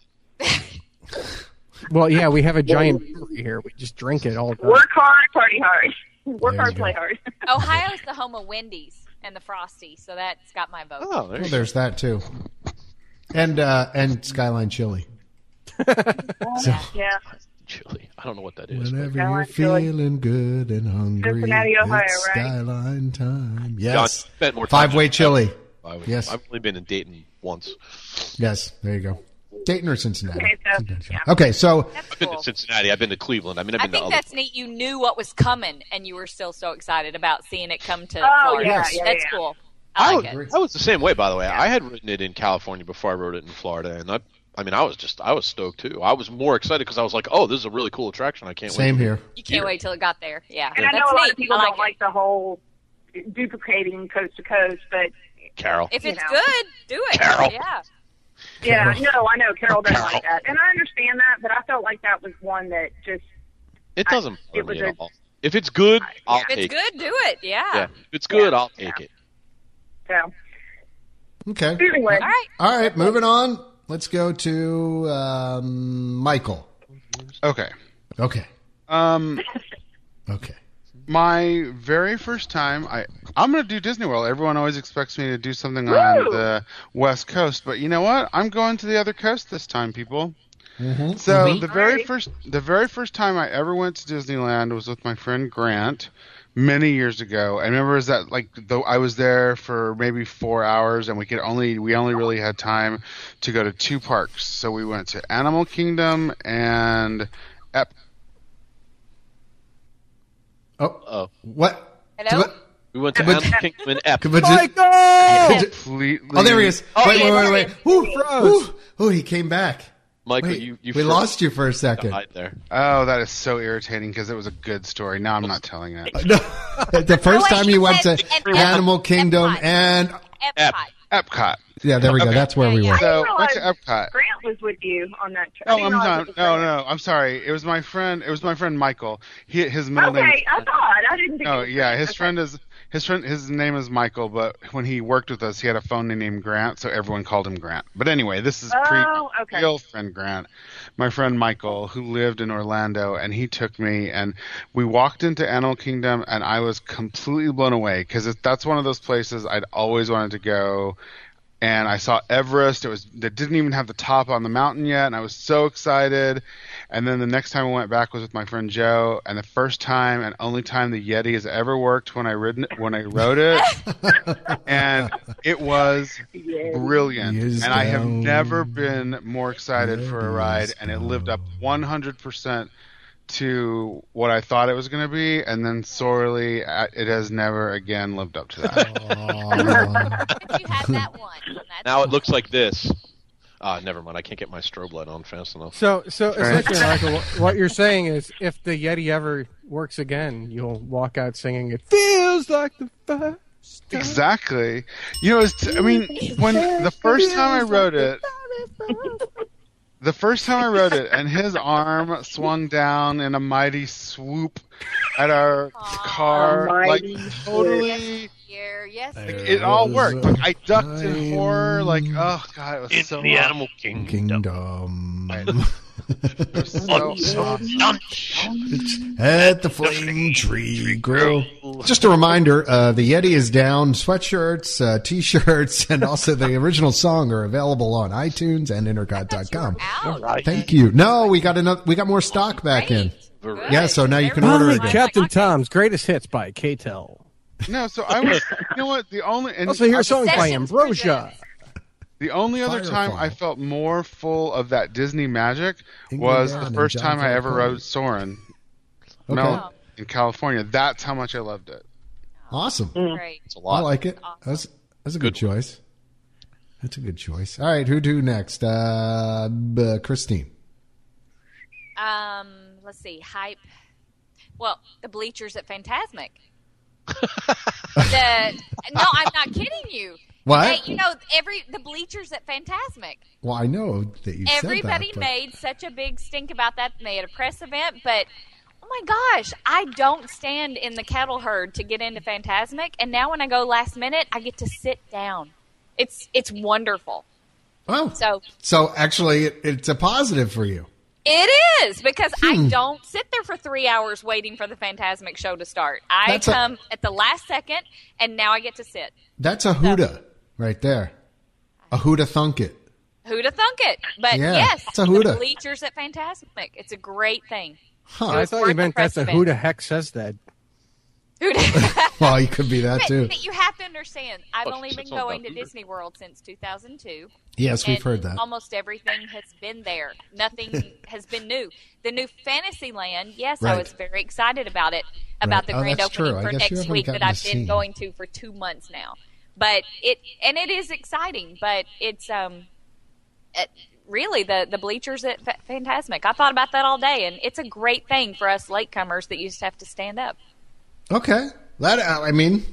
Speaker 7: Well, yeah, we have a giant brewery here. We just drink it all the time.
Speaker 10: Work hard, party hard. Work
Speaker 2: There
Speaker 10: hard,
Speaker 2: you
Speaker 10: play
Speaker 2: go.
Speaker 10: hard.
Speaker 6: Ohio's the home of Wendy's and the Frosty, so that's got my vote.
Speaker 4: Oh, there
Speaker 2: Well,
Speaker 4: you go.
Speaker 2: there's that too, and uh, and Skyline Chili. so
Speaker 10: Yeah,
Speaker 4: Chili. I don't know what that is. but-
Speaker 2: whenever you're
Speaker 10: Skyline Chili.
Speaker 2: feeling good and hungry,
Speaker 10: Cincinnati, Ohio,
Speaker 2: it's
Speaker 10: right?
Speaker 2: Skyline time.
Speaker 4: John,
Speaker 2: Yes,
Speaker 4: you spent more time
Speaker 2: five way
Speaker 4: than
Speaker 2: chili.
Speaker 4: I would.
Speaker 2: Yes.
Speaker 4: I've only been in Dayton once.
Speaker 2: Yes, there you go. Dayton or Cincinnati?
Speaker 10: Okay, so-
Speaker 2: Cincinnati.
Speaker 10: yeah.
Speaker 2: Okay, so
Speaker 6: That's
Speaker 4: I've been
Speaker 6: cool.
Speaker 4: to Cincinnati. I've been to Cleveland. I mean, I've
Speaker 6: I
Speaker 4: been
Speaker 6: think
Speaker 4: to
Speaker 6: that's neat. You knew what was coming, and you were still so excited about seeing it come to
Speaker 10: Oh,
Speaker 6: Florida.
Speaker 10: yeah, yeah,
Speaker 6: that's
Speaker 10: yeah.
Speaker 6: cool.
Speaker 4: other.
Speaker 6: I
Speaker 4: I,
Speaker 6: like it.
Speaker 4: was, I was the same way, by the way. I had written it in California before I wrote it in Florida, and I, I mean, I was just, I was stoked too. I was more excited because I was like, oh, this is a really cool attraction. I can't
Speaker 2: same
Speaker 4: wait.
Speaker 2: here.
Speaker 6: You can't wait till it got there. Yeah,
Speaker 10: and I
Speaker 6: that's
Speaker 10: know a lot
Speaker 6: neat.
Speaker 10: of people
Speaker 6: I like
Speaker 10: don't
Speaker 6: it.
Speaker 10: like the whole duplicating coast to coast, but
Speaker 4: Carol.
Speaker 6: If
Speaker 10: you
Speaker 6: it's
Speaker 10: know.
Speaker 6: good, do it.
Speaker 4: Carol.
Speaker 6: Yeah.
Speaker 10: yeah, no, I know Carol doesn't
Speaker 4: Carol.
Speaker 10: like that, and I understand that, but I felt like that was one that just
Speaker 4: It doesn't
Speaker 10: I- it
Speaker 4: bother me
Speaker 10: was
Speaker 4: at
Speaker 10: a-
Speaker 4: all. If it's good, I'll
Speaker 6: If
Speaker 4: take
Speaker 6: it's
Speaker 4: it.
Speaker 6: good, do it. Yeah.
Speaker 4: Yeah. If it's good,
Speaker 10: Yeah.
Speaker 4: I'll take it.
Speaker 10: So
Speaker 2: Okay.
Speaker 10: anyway,
Speaker 6: All right.
Speaker 2: All right, moving on. Let's go to um, Michael.
Speaker 3: Okay.
Speaker 2: Okay.
Speaker 3: Um,
Speaker 2: Okay.
Speaker 3: my very first time i i'm going to do disney world everyone always expects me to do something on the west coast but you know what i'm going to the other coast this time people
Speaker 2: Mm-hmm.
Speaker 3: so the very first the very first time i ever went to disneyland was with my friend grant many years ago i remember is that like though i was there for maybe four hours and we could only we only really had time to go to two parks so we went to animal kingdom and Ep-
Speaker 4: Oh,
Speaker 2: What?
Speaker 6: Hello?
Speaker 4: we went to
Speaker 2: But-
Speaker 4: Animal Kingdom and Ep.
Speaker 2: Could we just-
Speaker 7: Michael!
Speaker 2: could you-
Speaker 3: completely
Speaker 2: oh, there he is. wait,
Speaker 6: he
Speaker 2: wait,
Speaker 6: is.
Speaker 2: wait, wait.
Speaker 7: Who froze?
Speaker 2: Ooh, ooh, he came back.
Speaker 4: Michael,
Speaker 2: Wait,
Speaker 4: you, you
Speaker 2: we
Speaker 4: first
Speaker 2: lost you for a second.
Speaker 4: died there.
Speaker 3: Oh, that is so irritating because it was a good story. Now I'm not telling it.
Speaker 2: No, *laughs* the first
Speaker 6: No, wait,
Speaker 2: time you
Speaker 6: he
Speaker 2: went
Speaker 6: said-
Speaker 2: to
Speaker 6: and- and-
Speaker 2: Animal Kingdom,
Speaker 6: Epcot.
Speaker 2: and
Speaker 4: Ep.
Speaker 6: Epcot.
Speaker 3: Epcot.
Speaker 2: yeah, there we go. That's where we
Speaker 6: Yeah,
Speaker 2: were.
Speaker 10: I
Speaker 3: So
Speaker 10: didn't
Speaker 3: went to
Speaker 10: realize-
Speaker 3: Epcot.
Speaker 10: Grant was with you on that trip. I
Speaker 3: No,
Speaker 10: didn't
Speaker 3: I'm
Speaker 10: realize
Speaker 3: not.
Speaker 10: it was
Speaker 3: No,
Speaker 10: Grant.
Speaker 3: no, I'm sorry. It was my friend. It was my friend Michael. He, his middle name.
Speaker 10: Okay, I thought I didn't think. it
Speaker 3: Oh
Speaker 10: was
Speaker 3: yeah,
Speaker 10: Grant.
Speaker 3: his
Speaker 10: Okay.
Speaker 3: friend is his friend. His name is Michael, but when he worked with us, he had a phone name named Grant, so everyone called him Grant. But anyway, this is pre
Speaker 10: Oh, okay.
Speaker 3: real friend Grant, my friend Michael, who lived in Orlando, and he took me, and we walked into Animal Kingdom, and I was completely blown away because that's one of those places I'd always wanted to go. And I saw Everest. It was that didn't even have the top on the mountain yet, and I was so excited. And then the next time I went back was with my friend Joe, and the first time and only time the Yeti has ever worked when I ridden when I rode it, and it was brilliant.
Speaker 2: Yes,
Speaker 3: and I have
Speaker 2: down.
Speaker 3: never been more excited for a ride,
Speaker 2: Yes,
Speaker 3: and it lived up 100 percent to what I thought it was going to be, and then sorely, uh, it has never again lived up to
Speaker 2: *laughs*
Speaker 3: that.
Speaker 2: Aw.
Speaker 6: But you had that
Speaker 4: *laughs*
Speaker 6: one. That's
Speaker 4: Now it looks like this. Ah, never mind. I can't get my strobe light on fast enough.
Speaker 7: So, so
Speaker 3: right.
Speaker 7: essentially, Michael, wh- what you're saying is, if the Yeti ever works again, you'll walk out singing, "It feels like the first time."
Speaker 3: *laughs* exactly. You know, it's, I mean, when the first time I rode it, The first time I rode it, and his arm swung down in a mighty swoop at our car, like
Speaker 10: mighty
Speaker 3: totally.
Speaker 6: year. Yes.
Speaker 3: It all worked. Like I ducked in horror. Like oh god, it was so awesome.
Speaker 4: Kingdom.
Speaker 2: Kingdom.
Speaker 3: It was so awesome. *laughs*
Speaker 2: At the Flame Tree Grill. Just a reminder, uh, the Yeti is down. Sweatshirts, uh, t-shirts, and also the original song are available on iTunes and intercot.com.
Speaker 6: Out.
Speaker 2: Thank you. No, we got another. We got more stock back in.
Speaker 6: Good.
Speaker 2: Yeah, so now you can
Speaker 6: Everybody
Speaker 2: order
Speaker 6: likes
Speaker 2: again.
Speaker 7: Captain
Speaker 6: my-
Speaker 7: Tom's greatest hits by KTEL.
Speaker 3: No, so I was. You know what? The only and
Speaker 7: Also, hear a song by
Speaker 6: Sessions
Speaker 7: Ambrosia.
Speaker 3: The only other time
Speaker 2: Firefall.
Speaker 3: I felt more full of that Disney magic
Speaker 2: Ingo
Speaker 3: was
Speaker 2: Brown
Speaker 3: the
Speaker 2: and
Speaker 3: first
Speaker 2: John
Speaker 3: time I ever
Speaker 2: Falcone.
Speaker 3: rode Soren.
Speaker 2: Okay.
Speaker 3: Mel- in California. That's how much I loved it.
Speaker 2: Awesome.
Speaker 6: Great.
Speaker 4: It's a
Speaker 2: I
Speaker 4: lot.
Speaker 2: like it. That's that's a good, choice. That's a good choice. All right, who do next? Uh, b- Christine.
Speaker 6: Um, let's see. Hype. Well, the bleachers at Fantasmic. the, no, I'm not kidding you.
Speaker 2: *laughs* What?
Speaker 6: They- you know, every the bleachers at Fantasmic.
Speaker 2: Well, I know that you
Speaker 6: Everybody
Speaker 2: said that. but-
Speaker 6: made such a big stink about that. and They had a press event, but oh my gosh, I don't stand in the cattle herd to get into Fantasmic, and now when I go last minute, I get to sit down. It's it's wonderful.
Speaker 2: Oh,
Speaker 6: So
Speaker 2: so actually, it, it's a positive for you.
Speaker 6: It is because
Speaker 2: Hmm.
Speaker 6: I don't sit there for three hours waiting for the Fantasmic show to start. I
Speaker 2: That's a-
Speaker 6: come at the last second, and now I get to sit.
Speaker 2: That's a Huda right there. A Huda thunk it.
Speaker 6: Who'da thunk it? But
Speaker 2: Yeah,
Speaker 6: yes,
Speaker 2: it's a
Speaker 6: the
Speaker 2: who'da.
Speaker 6: bleachers at Fantasmic. It's a great thing.
Speaker 7: I
Speaker 2: Huh.
Speaker 7: thought you
Speaker 6: worth
Speaker 7: meant
Speaker 6: the
Speaker 7: that's a
Speaker 6: precedent.
Speaker 7: who the heck says that.
Speaker 2: *laughs*
Speaker 6: Who'da?
Speaker 2: *laughs* Well, you could be
Speaker 6: *laughs*
Speaker 2: that
Speaker 6: but,
Speaker 2: too.
Speaker 6: but you have to understand, I've
Speaker 4: Oh,
Speaker 6: only
Speaker 4: shit,
Speaker 6: been
Speaker 4: it's all
Speaker 6: going to
Speaker 4: about Uber.
Speaker 6: Disney World since 2002.
Speaker 2: Yes, we've
Speaker 6: and
Speaker 2: heard that.
Speaker 6: Almost everything has been there. Nothing
Speaker 2: *laughs*
Speaker 6: has been new. The new Fantasyland, yes,
Speaker 2: Right.
Speaker 6: I was very excited about it, about
Speaker 2: Right.
Speaker 6: the
Speaker 2: Oh,
Speaker 6: grand
Speaker 2: that's
Speaker 6: opening
Speaker 2: true. I
Speaker 6: for
Speaker 2: guess you
Speaker 6: next
Speaker 2: haven't
Speaker 6: week that
Speaker 2: gotten to
Speaker 6: I've been
Speaker 2: see.
Speaker 6: going to for two months now. But it and it is exciting, but it's um, it, really the the bleachers at Fa- Fantasmic. I thought about that all day, and it's a great thing for us latecomers that used to have to stand up.
Speaker 2: Okay. That uh, I mean,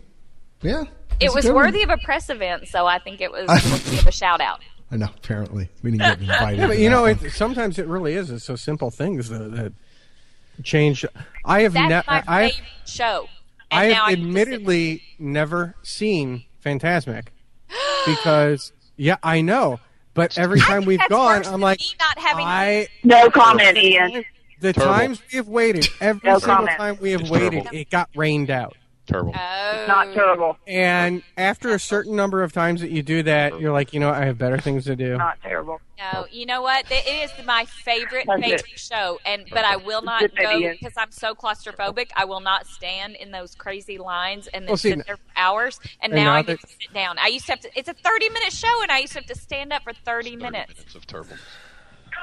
Speaker 2: yeah.
Speaker 6: It
Speaker 2: that's a
Speaker 6: was
Speaker 2: good one.
Speaker 6: worthy of a press event, so I think it was worthy of a shout
Speaker 7: *laughs*
Speaker 6: out.
Speaker 2: I know. Apparently, we didn't
Speaker 6: *laughs*
Speaker 2: get invited.
Speaker 7: But
Speaker 2: to
Speaker 7: you
Speaker 2: that
Speaker 7: know,
Speaker 2: one.
Speaker 7: it, sometimes it really is. It's so simple things that, that change. I have
Speaker 6: That's
Speaker 7: ne-
Speaker 6: my
Speaker 7: I have
Speaker 6: favorite show. And
Speaker 7: I
Speaker 6: now
Speaker 7: have
Speaker 6: get to sit
Speaker 7: admittedly never seen
Speaker 6: *gasps*
Speaker 7: Fantasmic, because yeah, I know. But every time we've
Speaker 6: That's
Speaker 7: gone,
Speaker 6: worse
Speaker 7: I'm
Speaker 6: than
Speaker 7: like,
Speaker 6: me not having.
Speaker 7: I
Speaker 10: No comment, Ian.
Speaker 7: the
Speaker 4: Terrible.
Speaker 7: times we have waited,
Speaker 6: *laughs*
Speaker 7: every
Speaker 10: No
Speaker 7: single
Speaker 10: comment.
Speaker 7: time we have
Speaker 4: It's
Speaker 7: waited,
Speaker 4: terrible.
Speaker 7: it got rained out.
Speaker 4: Terrible.
Speaker 6: oh,
Speaker 10: Not terrible.
Speaker 7: And after a certain number of times that you do that, you're like, you know, I have better things to do.
Speaker 10: Not terrible.
Speaker 6: No, you know what? It is my favorite
Speaker 10: That's
Speaker 6: favorite show, and but I will not
Speaker 10: Good
Speaker 6: go
Speaker 10: idea.
Speaker 6: because I'm so claustrophobic. I will not stand in those crazy lines and then
Speaker 7: Well, see,
Speaker 6: sit there for hours. And,
Speaker 7: and
Speaker 6: now
Speaker 7: now
Speaker 6: I get
Speaker 7: that-
Speaker 6: to sit down. I used to have to. It's a 30 minute show, and I used to have to stand up for
Speaker 4: 30
Speaker 6: 30, minutes.
Speaker 4: minutes of terrible.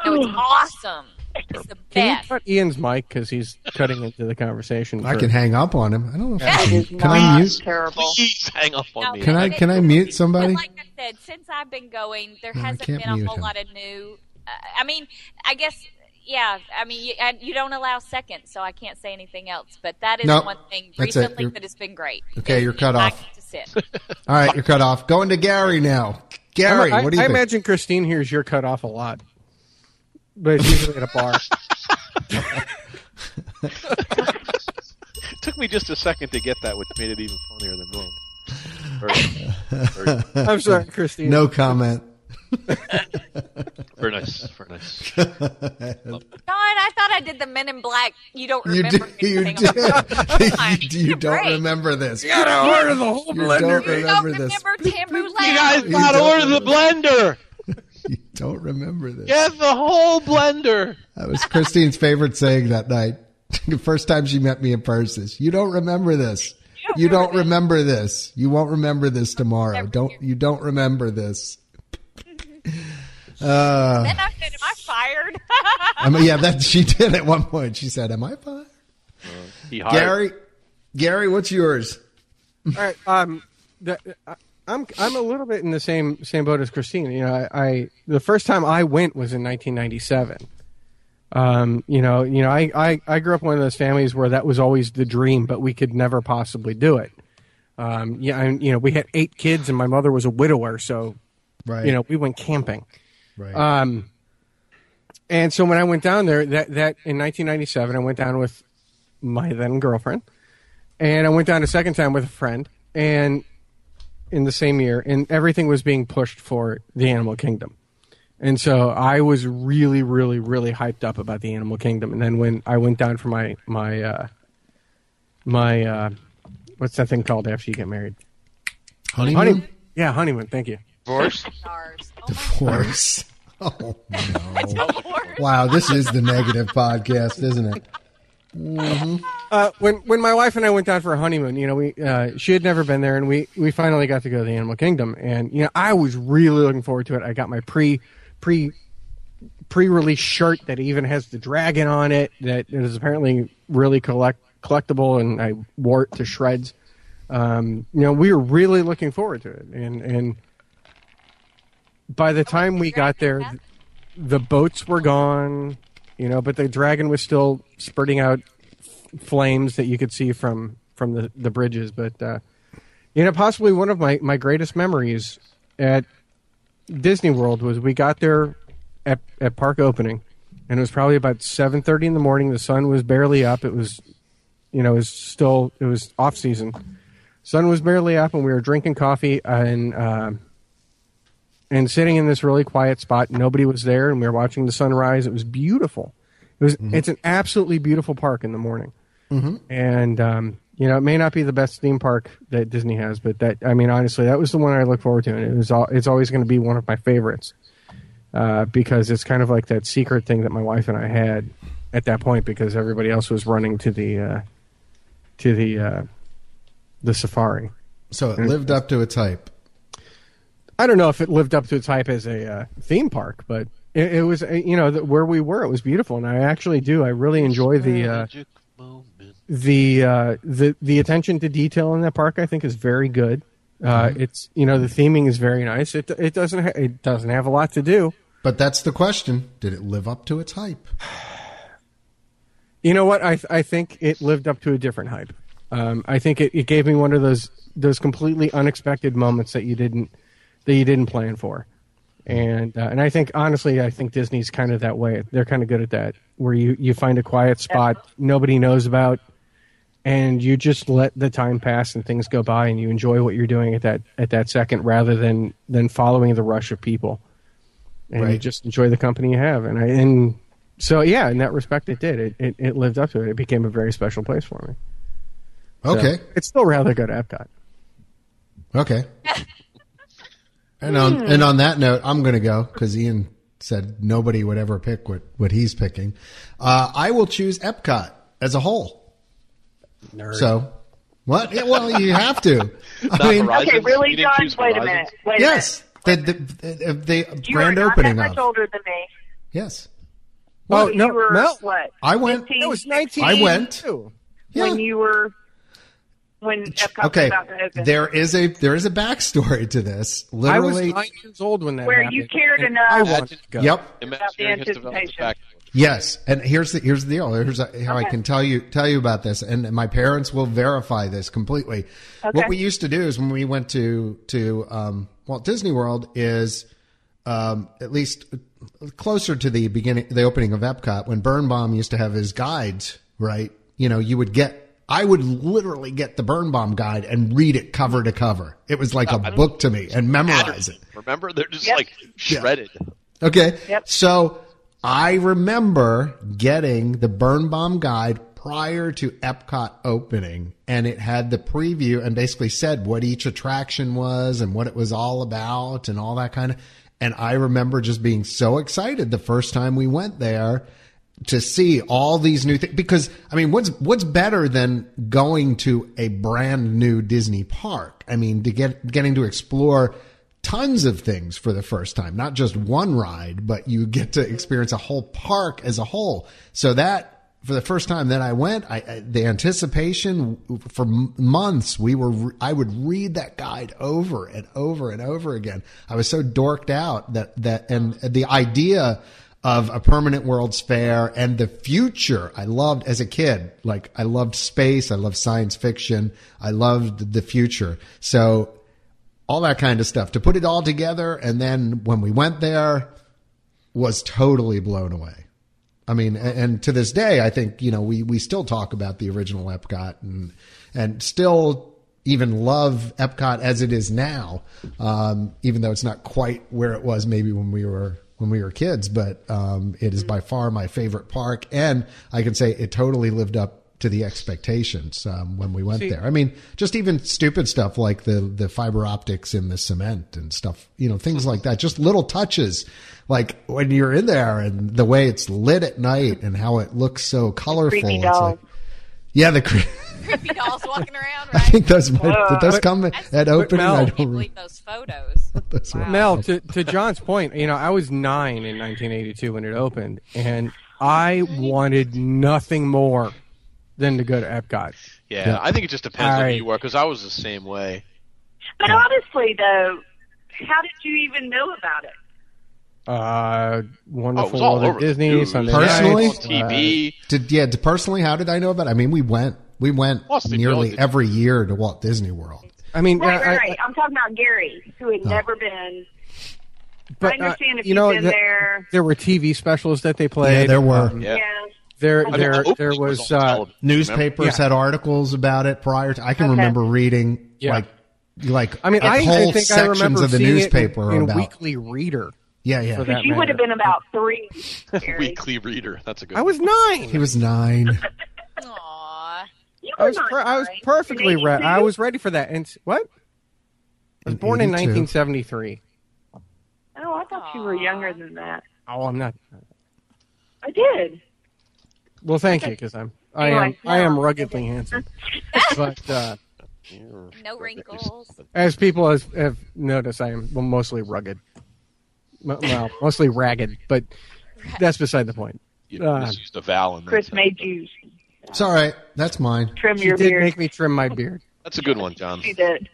Speaker 6: It was awesome. It's the
Speaker 7: Can
Speaker 6: best.
Speaker 7: you cut Ian's mic because he's cutting into the conversation?
Speaker 2: I
Speaker 7: for-
Speaker 2: can hang up on him. I don't know. If I
Speaker 10: That
Speaker 2: can,
Speaker 10: is
Speaker 2: can I
Speaker 10: not
Speaker 2: mute?
Speaker 10: terrible.
Speaker 4: Please hang up on
Speaker 6: No,
Speaker 4: me.
Speaker 2: Can I
Speaker 6: but
Speaker 2: can I
Speaker 6: it-
Speaker 2: mute somebody?
Speaker 6: But like I said, since I've been going, there
Speaker 2: No, I
Speaker 6: hasn't
Speaker 2: can't
Speaker 6: been a
Speaker 2: mute
Speaker 6: whole
Speaker 2: him.
Speaker 6: lot of new. Uh, I mean, I guess, yeah. I mean, you, and you don't allow seconds, so I can't say anything else. But that is
Speaker 2: No,
Speaker 6: one thing
Speaker 2: that's it.
Speaker 6: recently
Speaker 2: You're-
Speaker 6: that has been great.
Speaker 2: Okay,
Speaker 6: Is
Speaker 2: you're cut
Speaker 6: I
Speaker 2: off.
Speaker 6: get to sit.
Speaker 2: All right, you're cut off. Going to Gary now.
Speaker 7: I'm-
Speaker 2: Gary,
Speaker 7: I,
Speaker 2: what do you
Speaker 7: I
Speaker 2: think?
Speaker 7: imagine Christine hears your cut off a lot, but it's usually at a
Speaker 2: *laughs*
Speaker 7: bar.
Speaker 4: It took me just a second to get that, which made it even funnier than normal.
Speaker 7: *laughs*
Speaker 4: Very, very,
Speaker 7: I'm sorry, Christine.
Speaker 2: no comment.
Speaker 4: very nice. Very
Speaker 7: *laughs*
Speaker 4: nice.
Speaker 6: Don, I thought I did the Men in Black. You don't
Speaker 2: You
Speaker 6: remember
Speaker 2: do. You
Speaker 6: anything.
Speaker 2: do.
Speaker 6: I'm
Speaker 2: *laughs*
Speaker 6: like,
Speaker 2: you, do- you
Speaker 6: You're
Speaker 2: don't
Speaker 6: right.
Speaker 2: remember this.
Speaker 8: You gotta order the whole
Speaker 2: You
Speaker 8: blender.
Speaker 2: don't
Speaker 8: man.
Speaker 6: You don't
Speaker 2: remember this.
Speaker 6: remember Timberland.
Speaker 4: You guys
Speaker 2: You
Speaker 4: got to
Speaker 2: don't
Speaker 4: order the blender.
Speaker 2: You don't remember this.
Speaker 4: Get the whole blender.
Speaker 2: That was Christine's favorite saying that night. *laughs* The first time she met me in person. is, You don't remember this. You don't remember this. You won't remember this tomorrow. Don't you don't remember this. Uh,
Speaker 6: And I said, "Am I fired?" *laughs*
Speaker 2: I mean, yeah, that she did at one point. She said, "Am I fine?"
Speaker 4: He hired.
Speaker 2: Gary, Gary, what's yours?
Speaker 7: All right. Um, the, I, I'm I'm a little bit in the same same boat as Christine. You know, I, I the first time I went was in 1997. Um, you know, you know, I, I I grew up in one of those families where that was always the dream, but we could never possibly do it. Um, yeah, and, you know, we had eight kids, and my mother was a widower, so
Speaker 2: Right.
Speaker 7: you know, we went camping.
Speaker 2: Right.
Speaker 7: Um, and so when I went down there, that that in 1997, I went down with my then girlfriend, and I went down a second time with a friend, and in the same year, and everything was being pushed for the Animal Kingdom, and so I was really, really, really hyped up about the Animal Kingdom, and then when I went down for my my uh, my uh, what's that thing called after you get married?
Speaker 2: honeymoon.
Speaker 7: Honeymoon. Yeah, honeymoon. Thank you.
Speaker 3: Divorce?
Speaker 6: Stars. Oh my
Speaker 2: Divorce. *laughs* Oh no! wow, this is the negative podcast, isn't it?
Speaker 7: uh, when when my wife and I went down for a honeymoon, you know, we uh, she had never been there, and we we finally got to go to the Animal Kingdom, and you know, I was really looking forward to it. I got my pre pre pre release shirt that even has the dragon on it that is apparently really collect collectible, and I wore it to shreds. Um, you know, we were really looking forward to it, and and by the time we got there, th- the boats were gone. You know, but the dragon was still spurting out flames that you could see from from the the bridges. But uh, you know, possibly one of my my greatest memories at Disney World was we got there at at park opening, and it was probably about seven thirty in the morning. The sun was barely up. It was, you know, it was still it was off season. Sun was barely up, and we were drinking coffee and. Uh, and sitting in this really quiet spot, nobody was there, and we were watching the sunrise. It was beautiful. It was. It's an absolutely beautiful park in the morning, and um, you know it may not be the best theme park that Disney has, but that I mean honestly, that was the one I look forward to, and it was. All, it's always going to be one of my favorites uh, because it's kind of like that secret thing that my wife and I had at that point because everybody else was running to the uh, to the uh, the safari.
Speaker 2: So it lived up to its hype.
Speaker 7: I don't know if it lived up to its hype as a uh, theme park, but it, it was, uh, you know, the, where we were, it was beautiful, and I actually do. I really enjoy the uh,
Speaker 4: Magic moment.
Speaker 7: the uh, the the attention to detail in that park. I think is very good. Uh, it's you know the theming is very nice. It it doesn't ha- it doesn't have a lot to do.
Speaker 2: But that's the question. Did it live up to its hype?
Speaker 7: You know what? I th- I think it lived up to a different hype. Um, I think it, it gave me one of those those completely unexpected moments that you didn't that you didn't plan for, and uh, and I think honestly, I think Disney's kind of that way. They're kind of good at that, where you you find a quiet spot nobody knows about, and you just let the time pass and things go by and you enjoy what you're doing at that at that second rather than than following the rush of people and you
Speaker 2: Right.
Speaker 7: just enjoy the company you have and I and so yeah in that respect it did it it, it lived up to it it became a very special place for me So,
Speaker 2: Okay.
Speaker 7: it's still rather go to Epcot
Speaker 2: Okay. and on and on that note, I'm going to go because Ian said nobody would ever pick what what he's picking. Uh, I will choose Epcot as a whole. So, what? Yeah, well, you have *laughs* to. I mean,
Speaker 4: Horizons?
Speaker 10: Okay, really,
Speaker 4: You didn't
Speaker 10: John?
Speaker 4: choose
Speaker 10: Wait a
Speaker 4: Horizons?
Speaker 10: minute. Wait
Speaker 2: yes, the the, the, the
Speaker 10: a minute. You
Speaker 2: grand
Speaker 10: are not
Speaker 2: opening
Speaker 10: that much
Speaker 2: of
Speaker 10: older than me.
Speaker 2: yes.
Speaker 7: oh
Speaker 10: You
Speaker 7: no
Speaker 10: were,
Speaker 7: no
Speaker 10: What?
Speaker 2: I went.
Speaker 10: 15,
Speaker 7: that was 19
Speaker 2: I went. Yeah.
Speaker 10: When you were when Epcot
Speaker 2: Okay,
Speaker 10: was about to open.
Speaker 2: there is a there is a backstory to this.
Speaker 7: I was
Speaker 2: Literally,
Speaker 7: nine years old when that
Speaker 10: Where
Speaker 7: happened.
Speaker 10: you cared
Speaker 7: and
Speaker 10: enough-
Speaker 7: I wanted to go.
Speaker 2: yep.
Speaker 4: Imagineering has developed
Speaker 10: anticipation.
Speaker 4: a back-
Speaker 2: Yes, and here's the here's the deal. Here's how I
Speaker 10: Okay.
Speaker 2: can tell you tell you about this, and my parents will verify this completely. What
Speaker 10: Okay.
Speaker 2: we used to do is when we went to to um, Walt Disney World is um, at least closer to the beginning, the opening of Epcot when Birnbaum used to have his guides. Right, you know, you would get. I would literally get the Birnbaum guide and read it cover to cover. It was
Speaker 10: Oh,
Speaker 2: like a book to me, and memorize it.
Speaker 4: Remember, they're just
Speaker 10: Yep.
Speaker 4: like shredded.
Speaker 2: Okay.
Speaker 10: Yep.
Speaker 2: So I remember getting the burn bomb guide prior to Epcot opening and it had the preview and basically said what each attraction was and what it was all about and all that kind of and I remember just being so excited the first time we went there to see all these new things because I mean what's what's better than going to a brand new Disney park I mean to get getting to explore tons of things for the first time, not just one ride, but you get to experience a whole park as a whole. So that for the first time that I went, I, I the anticipation for m- months we were I would read that guide over and over and over again. I was so dorked out that that and the idea of a permanent world's fair and the future I loved as a kid. Like I loved space, I loved science fiction, I loved the future. So all that kind of stuff to put it all together and then when we went there was totally blown away i mean a- and, to this day i think you know we we still talk about the original epcot and and still even love epcot as it is now um even though it's not quite where it was maybe when we were when we were kids but um it is by far my favorite park and i can say it totally lived up to the expectations um, when we went there. I mean, just even stupid stuff like the the fiber optics in the cement and stuff, you know, things like that. Just little touches, like when you're in there and the way it's lit at night and how it looks so colorful.
Speaker 10: creepy
Speaker 2: It's
Speaker 10: dolls.
Speaker 2: like, yeah, the cre- *laughs*
Speaker 6: Creepy dolls walking around,
Speaker 2: I
Speaker 6: right?
Speaker 2: think those might, did those
Speaker 7: But-
Speaker 2: come at opening.
Speaker 7: Mel-
Speaker 2: I
Speaker 6: I can't
Speaker 2: don't re-
Speaker 6: believe those photos.
Speaker 2: That's
Speaker 6: Wow.
Speaker 7: Mel, to, to John's point, you know, I was nine in 1982 when it opened, and I wanted nothing more than to go to Epcot.
Speaker 4: Yeah, I think it just depends on
Speaker 7: I-
Speaker 4: who you are because I was the same way. Oh,
Speaker 10: But honestly, though, how did you even know about it?
Speaker 7: Uh,
Speaker 4: Oh, it was
Speaker 7: wonderful
Speaker 4: all
Speaker 7: World
Speaker 4: over
Speaker 7: of
Speaker 4: the
Speaker 7: Disney,
Speaker 4: news.
Speaker 7: Sunday
Speaker 2: Personally?
Speaker 4: on
Speaker 7: nights, uh,
Speaker 4: TV.
Speaker 2: Did yeah? Personally, how did I know about? it? I mean, we went we went
Speaker 4: Walt Disney World
Speaker 2: nearly
Speaker 4: did-
Speaker 2: every year to Walt Disney World.
Speaker 7: I mean,
Speaker 10: Right,
Speaker 7: I-
Speaker 10: right,
Speaker 7: I- Oh.
Speaker 10: right. I'm talking about Gary, who had never been.
Speaker 7: but,
Speaker 10: I understand
Speaker 7: uh,
Speaker 10: if
Speaker 7: you know,
Speaker 10: you've been
Speaker 7: the-
Speaker 10: there.
Speaker 7: there were TV specials that they played.
Speaker 2: yeah,
Speaker 7: Uh, um,
Speaker 2: there were
Speaker 4: Yeah.
Speaker 10: Yeah.
Speaker 7: There,
Speaker 4: I mean,
Speaker 7: there,
Speaker 4: the
Speaker 7: there
Speaker 4: opening
Speaker 7: was.
Speaker 4: on
Speaker 7: Uh,
Speaker 4: television, remember?
Speaker 2: newspapers had articles about it prior to i can remember reading
Speaker 7: Yeah.
Speaker 2: like like
Speaker 7: I mean, I, I
Speaker 2: whole
Speaker 7: think I
Speaker 2: sections
Speaker 7: remember
Speaker 2: of the
Speaker 7: seeing
Speaker 2: newspaper
Speaker 7: it in, in
Speaker 2: about
Speaker 7: Weekly Reader.
Speaker 2: yeah yeah
Speaker 7: for that.
Speaker 10: Because you would have been about
Speaker 4: *laughs*
Speaker 10: three. Gary.
Speaker 4: Weekly reader. That's a good.
Speaker 7: I was nine.
Speaker 2: he was
Speaker 7: *laughs*
Speaker 2: nine
Speaker 6: Aww.
Speaker 10: You
Speaker 7: I
Speaker 10: were
Speaker 7: was
Speaker 10: not
Speaker 7: per- I was
Speaker 10: nine.
Speaker 7: perfectly
Speaker 10: In
Speaker 7: ready. I
Speaker 10: 82?
Speaker 7: was ready for that. And s- what? I was
Speaker 2: In
Speaker 7: born in
Speaker 2: 82.
Speaker 7: 1973.
Speaker 10: Oh, I thought you were younger than that.
Speaker 7: Oh, I'm not.
Speaker 10: I did.
Speaker 7: Well, thank you, because I'm. I am.
Speaker 10: Anyway,
Speaker 7: I am
Speaker 10: no.
Speaker 7: ruggedly handsome. but uh,
Speaker 6: No wrinkles.
Speaker 7: as people has, have noticed, I am mostly rugged. M- Well, mostly ragged, but that's beside the point.
Speaker 4: You know,
Speaker 7: Ah.
Speaker 4: misused a vowel. in there.
Speaker 10: Chris made you
Speaker 2: it's all right that's mine
Speaker 10: trim
Speaker 7: She
Speaker 10: your
Speaker 7: did
Speaker 10: beard. *laughs*
Speaker 7: make me trim my beard.
Speaker 4: That's a good one, John.
Speaker 10: She did.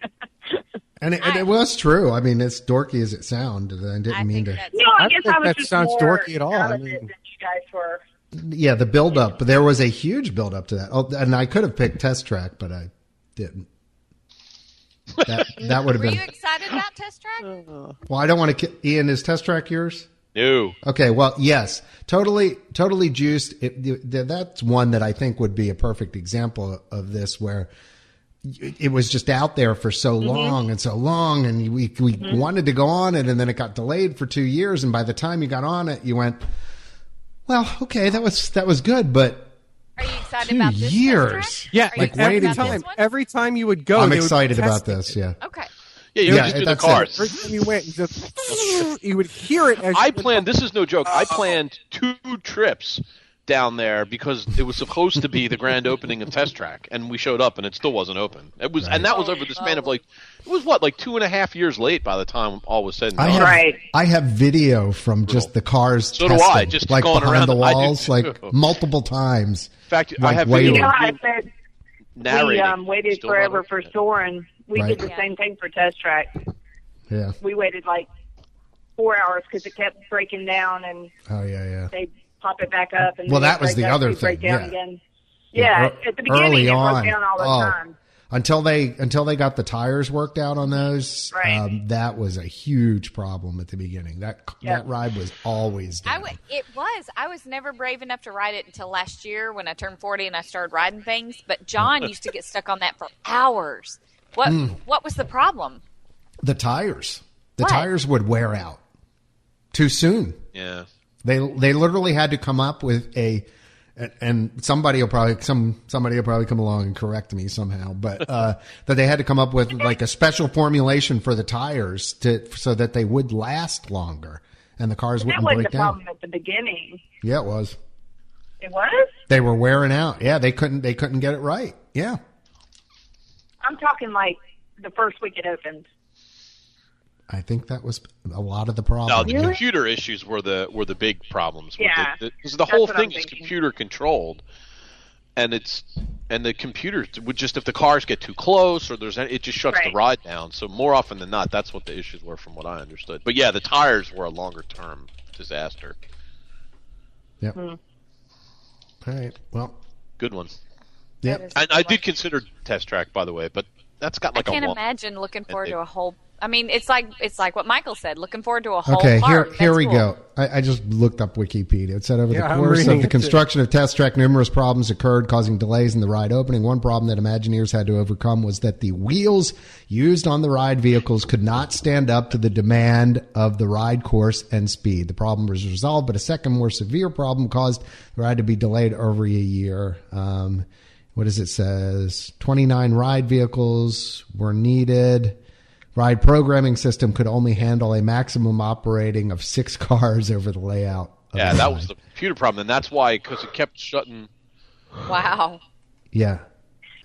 Speaker 2: and it, and it was true i mean it's dorky as it sounded i didn't
Speaker 6: I
Speaker 2: mean
Speaker 6: think
Speaker 2: to *laughs*
Speaker 6: that's
Speaker 10: No, I,
Speaker 7: I
Speaker 10: guess
Speaker 7: think
Speaker 10: I was
Speaker 7: that
Speaker 10: just
Speaker 7: sounds
Speaker 10: more
Speaker 7: dorky at all.
Speaker 10: out
Speaker 7: I
Speaker 10: of it
Speaker 7: mean-
Speaker 10: than you guys were.
Speaker 2: yeah the build up there was a huge build up to that oh, and i could have picked test track but i didn't that that would have
Speaker 6: Were you
Speaker 2: been
Speaker 6: excited about Test Track?
Speaker 2: well i don't want to ki- ian is test track yours
Speaker 4: No.
Speaker 2: Okay, well, yes, totally, totally juiced. It, th- th- that's one that I think would be a perfect example of this, where y- it was just out there for so
Speaker 4: Mm-hmm.
Speaker 2: long and so long, and we we wanted to go on it, and then it got delayed for two years, and by the time you got on it, you went, well, okay, that was that was good, but
Speaker 6: Are you excited
Speaker 2: two
Speaker 6: about this test
Speaker 2: years.
Speaker 6: track?
Speaker 7: Yeah,
Speaker 6: Are you
Speaker 7: like
Speaker 2: like,
Speaker 6: excited
Speaker 7: every
Speaker 6: about
Speaker 7: time,
Speaker 6: this one?
Speaker 7: every time you
Speaker 4: Oh,
Speaker 7: would go,
Speaker 2: I'm
Speaker 7: they would
Speaker 2: excited
Speaker 7: test
Speaker 2: about
Speaker 7: it.
Speaker 2: this. Yeah,
Speaker 6: okay.
Speaker 4: Yeah, you
Speaker 2: Yeah,
Speaker 4: just do the
Speaker 2: that's it.
Speaker 4: cars.
Speaker 7: Every time you went, just *laughs* you would hear it. As
Speaker 4: I
Speaker 7: you-
Speaker 4: planned. This is no joke. I planned two trips down there because it was supposed to be the grand opening of Test Track, and we showed up, and it still wasn't open. It was, and that was over the span of like it was what like two and a half years late by the time all was said and
Speaker 2: I
Speaker 4: done.
Speaker 2: have
Speaker 10: Right.
Speaker 2: I have video from just the cars.
Speaker 4: So do I,
Speaker 2: testing,
Speaker 4: just
Speaker 2: like
Speaker 4: going
Speaker 2: behind
Speaker 4: around
Speaker 2: the
Speaker 4: the- *laughs* I do
Speaker 2: walls,
Speaker 4: too.
Speaker 2: like multiple times.
Speaker 4: In fact, I
Speaker 2: Like
Speaker 4: have
Speaker 2: way
Speaker 4: video
Speaker 10: You know,
Speaker 2: over.
Speaker 4: of
Speaker 10: I
Speaker 4: you
Speaker 10: said we
Speaker 4: narrating.
Speaker 10: um, waited
Speaker 4: Still not
Speaker 10: forever
Speaker 4: open
Speaker 10: for
Speaker 4: yet.
Speaker 10: Soren. We
Speaker 2: Right.
Speaker 10: did the same thing for Test Track.
Speaker 2: Yeah.
Speaker 10: We waited like four hours because it kept breaking down, and
Speaker 2: Oh yeah, yeah.
Speaker 10: they pop it back up. And
Speaker 2: Well,
Speaker 10: then
Speaker 2: that
Speaker 10: it
Speaker 2: was
Speaker 10: break
Speaker 2: the
Speaker 10: up,
Speaker 2: other
Speaker 10: we break
Speaker 2: thing,
Speaker 10: down
Speaker 2: yeah.
Speaker 10: Again. Yeah,
Speaker 2: ear-
Speaker 10: at the beginning
Speaker 2: early
Speaker 10: it broke
Speaker 2: on.
Speaker 10: down all the
Speaker 2: Oh.
Speaker 10: time.
Speaker 2: Until they until they got the tires worked out on those,
Speaker 10: Right.
Speaker 2: um, that was a huge problem at the beginning. That
Speaker 10: Yeah.
Speaker 2: that ride was always
Speaker 6: I
Speaker 2: down.
Speaker 6: w- it was. I was never brave enough to ride it until last year when I turned 40 and I started riding things. But John used to get stuck on that for hours. What
Speaker 2: Hmm.
Speaker 6: What was the problem?
Speaker 2: the tires, the
Speaker 6: What?
Speaker 2: tires would wear out too soon.
Speaker 4: Yeah.
Speaker 2: They they literally had to come up with a and- and somebody will probably some somebody will probably come along and correct me somehow, but uh, *laughs* that they had to come up with like a special formulation for the tires to so that they would last longer and the cars
Speaker 10: That
Speaker 2: wouldn't
Speaker 10: wasn't
Speaker 2: break
Speaker 10: the
Speaker 2: down.
Speaker 10: problem at the beginning.
Speaker 2: Yeah, it was.
Speaker 10: It was.
Speaker 2: They were wearing out. Yeah, they couldn't they couldn't get it right. Yeah.
Speaker 10: I'm talking like the first week it opened.
Speaker 2: I think that was a lot of the problem.
Speaker 4: No, the computer issues were the were the big problems. with
Speaker 10: Yeah,
Speaker 4: it. the, 'cause the whole
Speaker 10: that's what
Speaker 4: thing
Speaker 10: I'm
Speaker 4: is
Speaker 10: thinking.
Speaker 4: computer controlled, and it's and the computers would just if the cars get too close or there's any, it just shuts
Speaker 10: Right.
Speaker 4: the ride down. So more often than not, that's what the issues were, from what I understood. But yeah, the tires were a longer term disaster.
Speaker 2: Yep.
Speaker 10: Hmm.
Speaker 2: All right. Well,
Speaker 4: Good one.
Speaker 2: yeah.
Speaker 4: And I did consider test track, by the way, but that's got like
Speaker 6: I can't
Speaker 4: a long.
Speaker 6: imagine looking forward
Speaker 4: they-
Speaker 6: to a whole. I mean, it's like it's like what Michael said. Looking forward to a whole.
Speaker 2: Okay, here
Speaker 6: park. That's
Speaker 2: here we
Speaker 6: cool.
Speaker 2: go. I, I just looked up Wikipedia. It said over
Speaker 7: Yeah,
Speaker 2: the
Speaker 7: I'm
Speaker 2: course
Speaker 7: reading
Speaker 2: of the
Speaker 7: it too.
Speaker 2: construction of Test Track, numerous problems occurred, causing delays in the ride opening. One problem that Imagineers had to overcome was that the wheels used on the ride vehicles could not stand up to the demand of the ride course and speed. The problem was resolved, but a second, more severe problem caused the ride to be delayed over a year. Um, what does it says? Twenty nine ride vehicles were needed. Ride programming system could only handle a maximum operating of six *laughs* cars over the layout. of
Speaker 4: Yeah,
Speaker 2: the
Speaker 4: that
Speaker 2: ride.
Speaker 4: was the computer problem, and that's why because it kept shutting.
Speaker 6: Wow.
Speaker 2: yeah.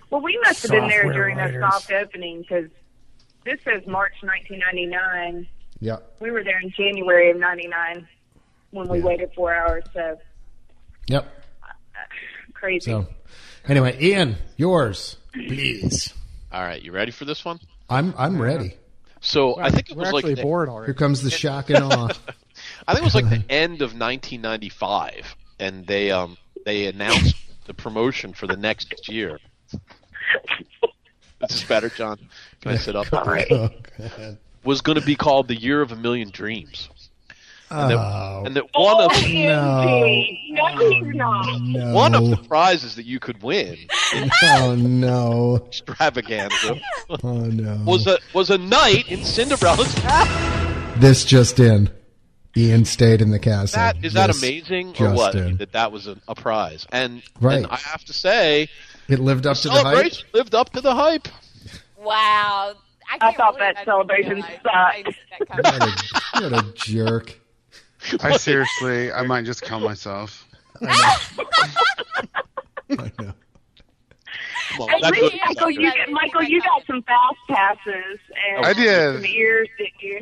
Speaker 10: Well, we must have been there
Speaker 7: Software
Speaker 10: during that
Speaker 7: writers.
Speaker 10: soft opening because this says March 1999.
Speaker 2: Yeah.
Speaker 10: We were there in January of 99 when we
Speaker 2: Yeah.
Speaker 10: waited four hours. So
Speaker 2: Yep.
Speaker 10: crazy.
Speaker 2: So, anyway, Ian, yours, please.
Speaker 4: All right, you ready for this one?
Speaker 2: I'm I'm ready.
Speaker 4: So I think it
Speaker 7: we're
Speaker 4: was like
Speaker 7: actually
Speaker 4: the-
Speaker 7: bored
Speaker 2: Here
Speaker 7: already.
Speaker 2: comes the shock and awe.
Speaker 4: I think it was like
Speaker 2: *laughs*
Speaker 4: the end of 1995, and they um they announced the promotion for the next year. this is better, John. Can I sit up?
Speaker 2: Oh, God.
Speaker 4: Was going to be called the Year of a Million Dreams, and
Speaker 2: Oh,
Speaker 4: that, and that one of
Speaker 2: no. Mm.
Speaker 10: No, you're not.
Speaker 2: No.
Speaker 4: one of the prizes that you could win,
Speaker 2: Oh no.
Speaker 4: extravaganza,
Speaker 2: Oh no.
Speaker 4: was a was a night in Cinderella's castle.
Speaker 2: this just in. Ian stayed in the castle.
Speaker 4: That is that
Speaker 2: This
Speaker 4: amazing or
Speaker 2: just
Speaker 4: what?
Speaker 2: in.
Speaker 4: That that was a, a prize, and
Speaker 2: Right.
Speaker 4: and I have to say,
Speaker 2: It lived up to the hype.
Speaker 4: celebration lived up to the hype.
Speaker 6: Wow. I, can't
Speaker 10: thought
Speaker 6: believe
Speaker 10: that
Speaker 6: didn't
Speaker 10: celebration
Speaker 6: realize
Speaker 10: sucked.
Speaker 6: that
Speaker 2: *laughs*
Speaker 6: kind
Speaker 2: What
Speaker 6: of-
Speaker 2: a, what a
Speaker 4: *laughs*
Speaker 2: jerk.
Speaker 3: I seriously, I might just kill myself.
Speaker 2: I know.
Speaker 4: Come on,
Speaker 10: Hey,
Speaker 4: that's
Speaker 10: really,
Speaker 4: what-
Speaker 10: Michael, you got, Michael, you got some fast passes and
Speaker 3: I did.
Speaker 10: some ears, didn't you?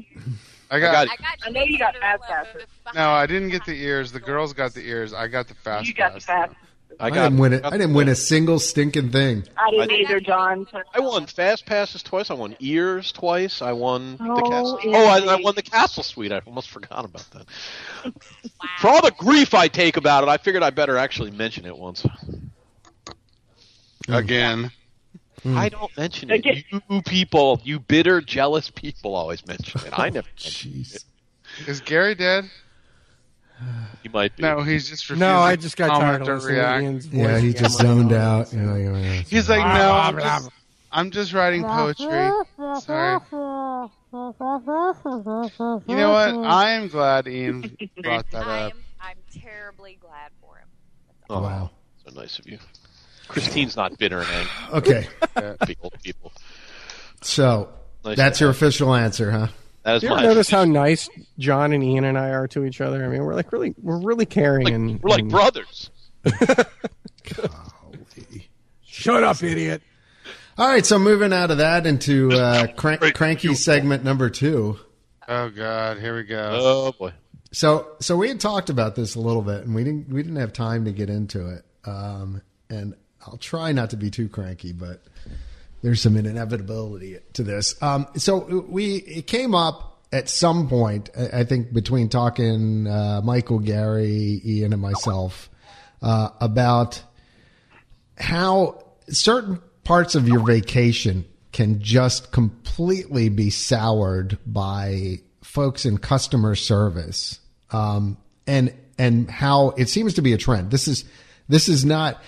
Speaker 3: I
Speaker 4: I
Speaker 3: got.
Speaker 4: got
Speaker 6: I got
Speaker 10: I know you got fast passes.
Speaker 3: no, I didn't get the ears. The girls got the ears. I got the fast.
Speaker 10: You got the
Speaker 3: pass.
Speaker 10: fast.
Speaker 4: I
Speaker 2: I,
Speaker 4: got.
Speaker 2: didn't win it. I didn't win a single stinking thing.
Speaker 10: I didn't
Speaker 4: I-
Speaker 10: either, John. So-
Speaker 4: I won fast passes twice. I won ears twice. I won the
Speaker 10: Oh,
Speaker 4: castle.
Speaker 10: Andy.
Speaker 4: Oh, I, I won the castle suite. I almost forgot about that. For all the grief I take about it, I figured I better actually mention it once.
Speaker 7: Oh.
Speaker 3: again.
Speaker 2: Hmm.
Speaker 4: I don't mention it.
Speaker 10: Again.
Speaker 4: You people,
Speaker 2: *laughs*
Speaker 4: you bitter, jealous people, always mention it. I never. mention it.
Speaker 2: Jeez.
Speaker 3: Is Gary dead?
Speaker 4: He might be.
Speaker 3: No, he's just refusing
Speaker 7: No, I just
Speaker 3: to
Speaker 7: got
Speaker 3: comment
Speaker 7: tired of
Speaker 3: or
Speaker 7: listening
Speaker 3: react.
Speaker 7: to Ian's voice.
Speaker 2: Yeah, he
Speaker 7: again.
Speaker 2: just zoned out. Yeah, yeah, yeah.
Speaker 3: He's like, no, I'm just, I'm just writing poetry. Sorry. You know what? I am glad Ian brought that up.
Speaker 6: I'm, I'm terribly glad for him.
Speaker 4: Oh,
Speaker 2: wow.
Speaker 4: So nice of you. Christine's not bitter and angry.
Speaker 2: Okay,
Speaker 4: at the old people.
Speaker 2: so
Speaker 4: Nice
Speaker 2: that's
Speaker 4: to
Speaker 2: your official answer, huh?
Speaker 4: That is
Speaker 7: You ever
Speaker 4: my.
Speaker 7: notice how nice John and Ian and I are to each other? I mean, we're like really, we're really caring
Speaker 4: like,
Speaker 7: and
Speaker 4: we're like
Speaker 7: and-
Speaker 4: brothers.
Speaker 8: Shut up, idiot.
Speaker 2: All right, so moving out of that into uh, crank,
Speaker 4: Great.
Speaker 2: cranky segment number two.
Speaker 3: Oh God, here we go.
Speaker 4: Oh boy.
Speaker 2: So, so we had talked about this a little bit, and we didn't we didn't have time to get into it. Um, and I'll try not to be too cranky, but there's some inevitability to this. Um, so we it came up at some point, I I think, between talking uh, Michael, Gary, Ian, and myself uh, about how certain parts of your vacation can just completely be soured by folks in customer service. Um, and, and how it seems to be a trend. This is, this is not,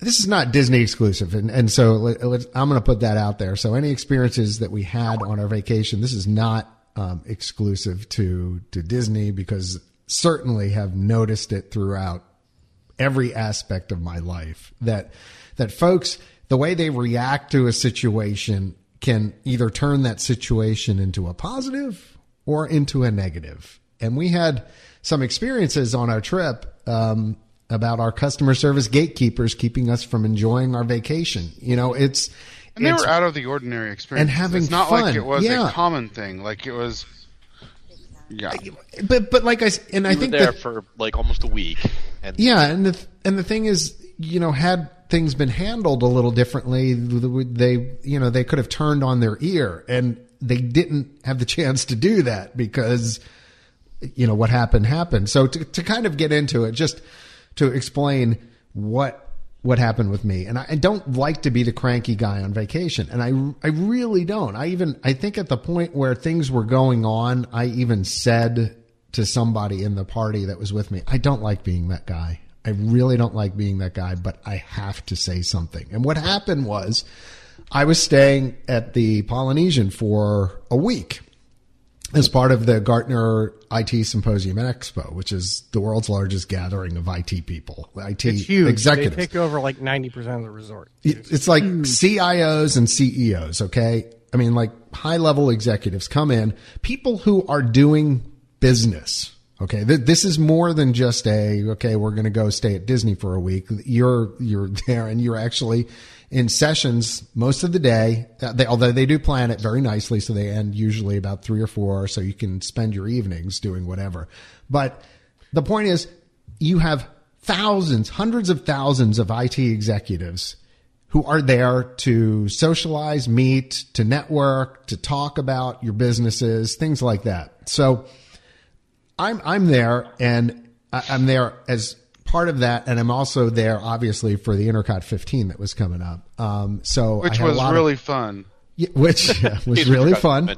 Speaker 2: this is not Disney exclusive. And, and so let, let's, I'm going to put that out there. So any experiences that we had on our vacation, this is not, um, exclusive to, to Disney because certainly have noticed it throughout every aspect of my life that that folks the way they react to a situation can either turn that situation into a positive or into a negative and we had some experiences on our trip um, about our customer service gatekeepers keeping us from enjoying our vacation you know it's
Speaker 3: And they
Speaker 2: it's-
Speaker 3: were out of the ordinary experience.
Speaker 2: having
Speaker 3: it's not
Speaker 2: fun,
Speaker 3: like it was
Speaker 2: yeah.
Speaker 3: a common thing. Like it was. Yeah.
Speaker 2: but but like i s- and i
Speaker 4: We were
Speaker 2: think
Speaker 4: there
Speaker 2: the-
Speaker 4: for like almost a week, and *laughs*
Speaker 2: Yeah, and the and the thing is, you know, had things been handled a little differently, they you know they could have turned on their ear, and they didn't have the chance to do that because you know what happened happened. So to to kind of get into it, just to explain what what happened with me, and I, I don't like to be the cranky guy on vacation, and I I really don't. I even I think at the point where things were going on, I even said to somebody in the party that was with me, I don't like being that guy. I really don't like being that guy, but I have to say something. And what happened was, I was staying at the Polynesian for a week as part of the Gartner IT Symposium and Expo, which is the world's largest gathering of IT people, IT
Speaker 7: It's huge.
Speaker 2: executives.
Speaker 7: They take over like ninety percent of the resort.
Speaker 2: It- It's like CIOs and CEOs, okay? I mean, like high level executives come in, people who are doing business, okay? Th- This is more than just a, okay, we're going to go stay at Disney for a week. You're, you're there and you're actually in sessions most of the day. Uh, They, although they do plan it very nicely. So they end usually about three or four. So you can spend your evenings doing whatever. But the point is you have thousands, hundreds of thousands of IT executives who are there to socialize, meet, to network, to talk about your businesses, things like that. So I'm I'm there and I- I'm there as part of that, and I'm also there obviously for the Intercot 15 that was coming up. Um, so I
Speaker 3: Which
Speaker 2: had a
Speaker 3: was
Speaker 2: lot of-
Speaker 3: really fun.
Speaker 2: yeah, which yeah, was really fun.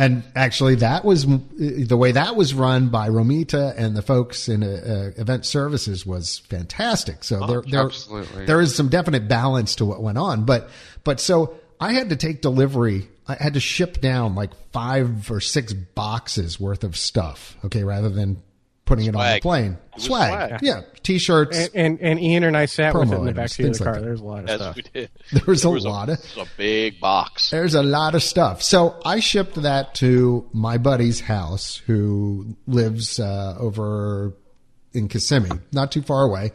Speaker 2: And actually, that was the way that was run by Romita and the folks in uh, uh, event services was fantastic. So there, there,
Speaker 3: absolutely.
Speaker 2: there is some definite balance to what went on. But, but so I had to take delivery. I had to ship down like five or six boxes worth of stuff. Okay, rather than putting it on the
Speaker 4: Swag.
Speaker 2: plane,
Speaker 4: was
Speaker 2: swag.
Speaker 4: swag.
Speaker 2: yeah, t-shirts,
Speaker 7: And, and and Ian and I sat with
Speaker 2: Promo
Speaker 7: it in the
Speaker 2: items,
Speaker 7: backseat of
Speaker 2: things like
Speaker 7: the car.
Speaker 2: that.
Speaker 7: There's a lot of
Speaker 4: Yes,
Speaker 7: stuff.
Speaker 4: we did.
Speaker 2: There
Speaker 4: *laughs*
Speaker 2: was a
Speaker 4: was
Speaker 2: lot
Speaker 4: a,
Speaker 2: of-
Speaker 4: it was a big box.
Speaker 2: There's a lot of stuff. So I shipped that to my buddy's house who lives uh, over in Kissimmee, not too far away.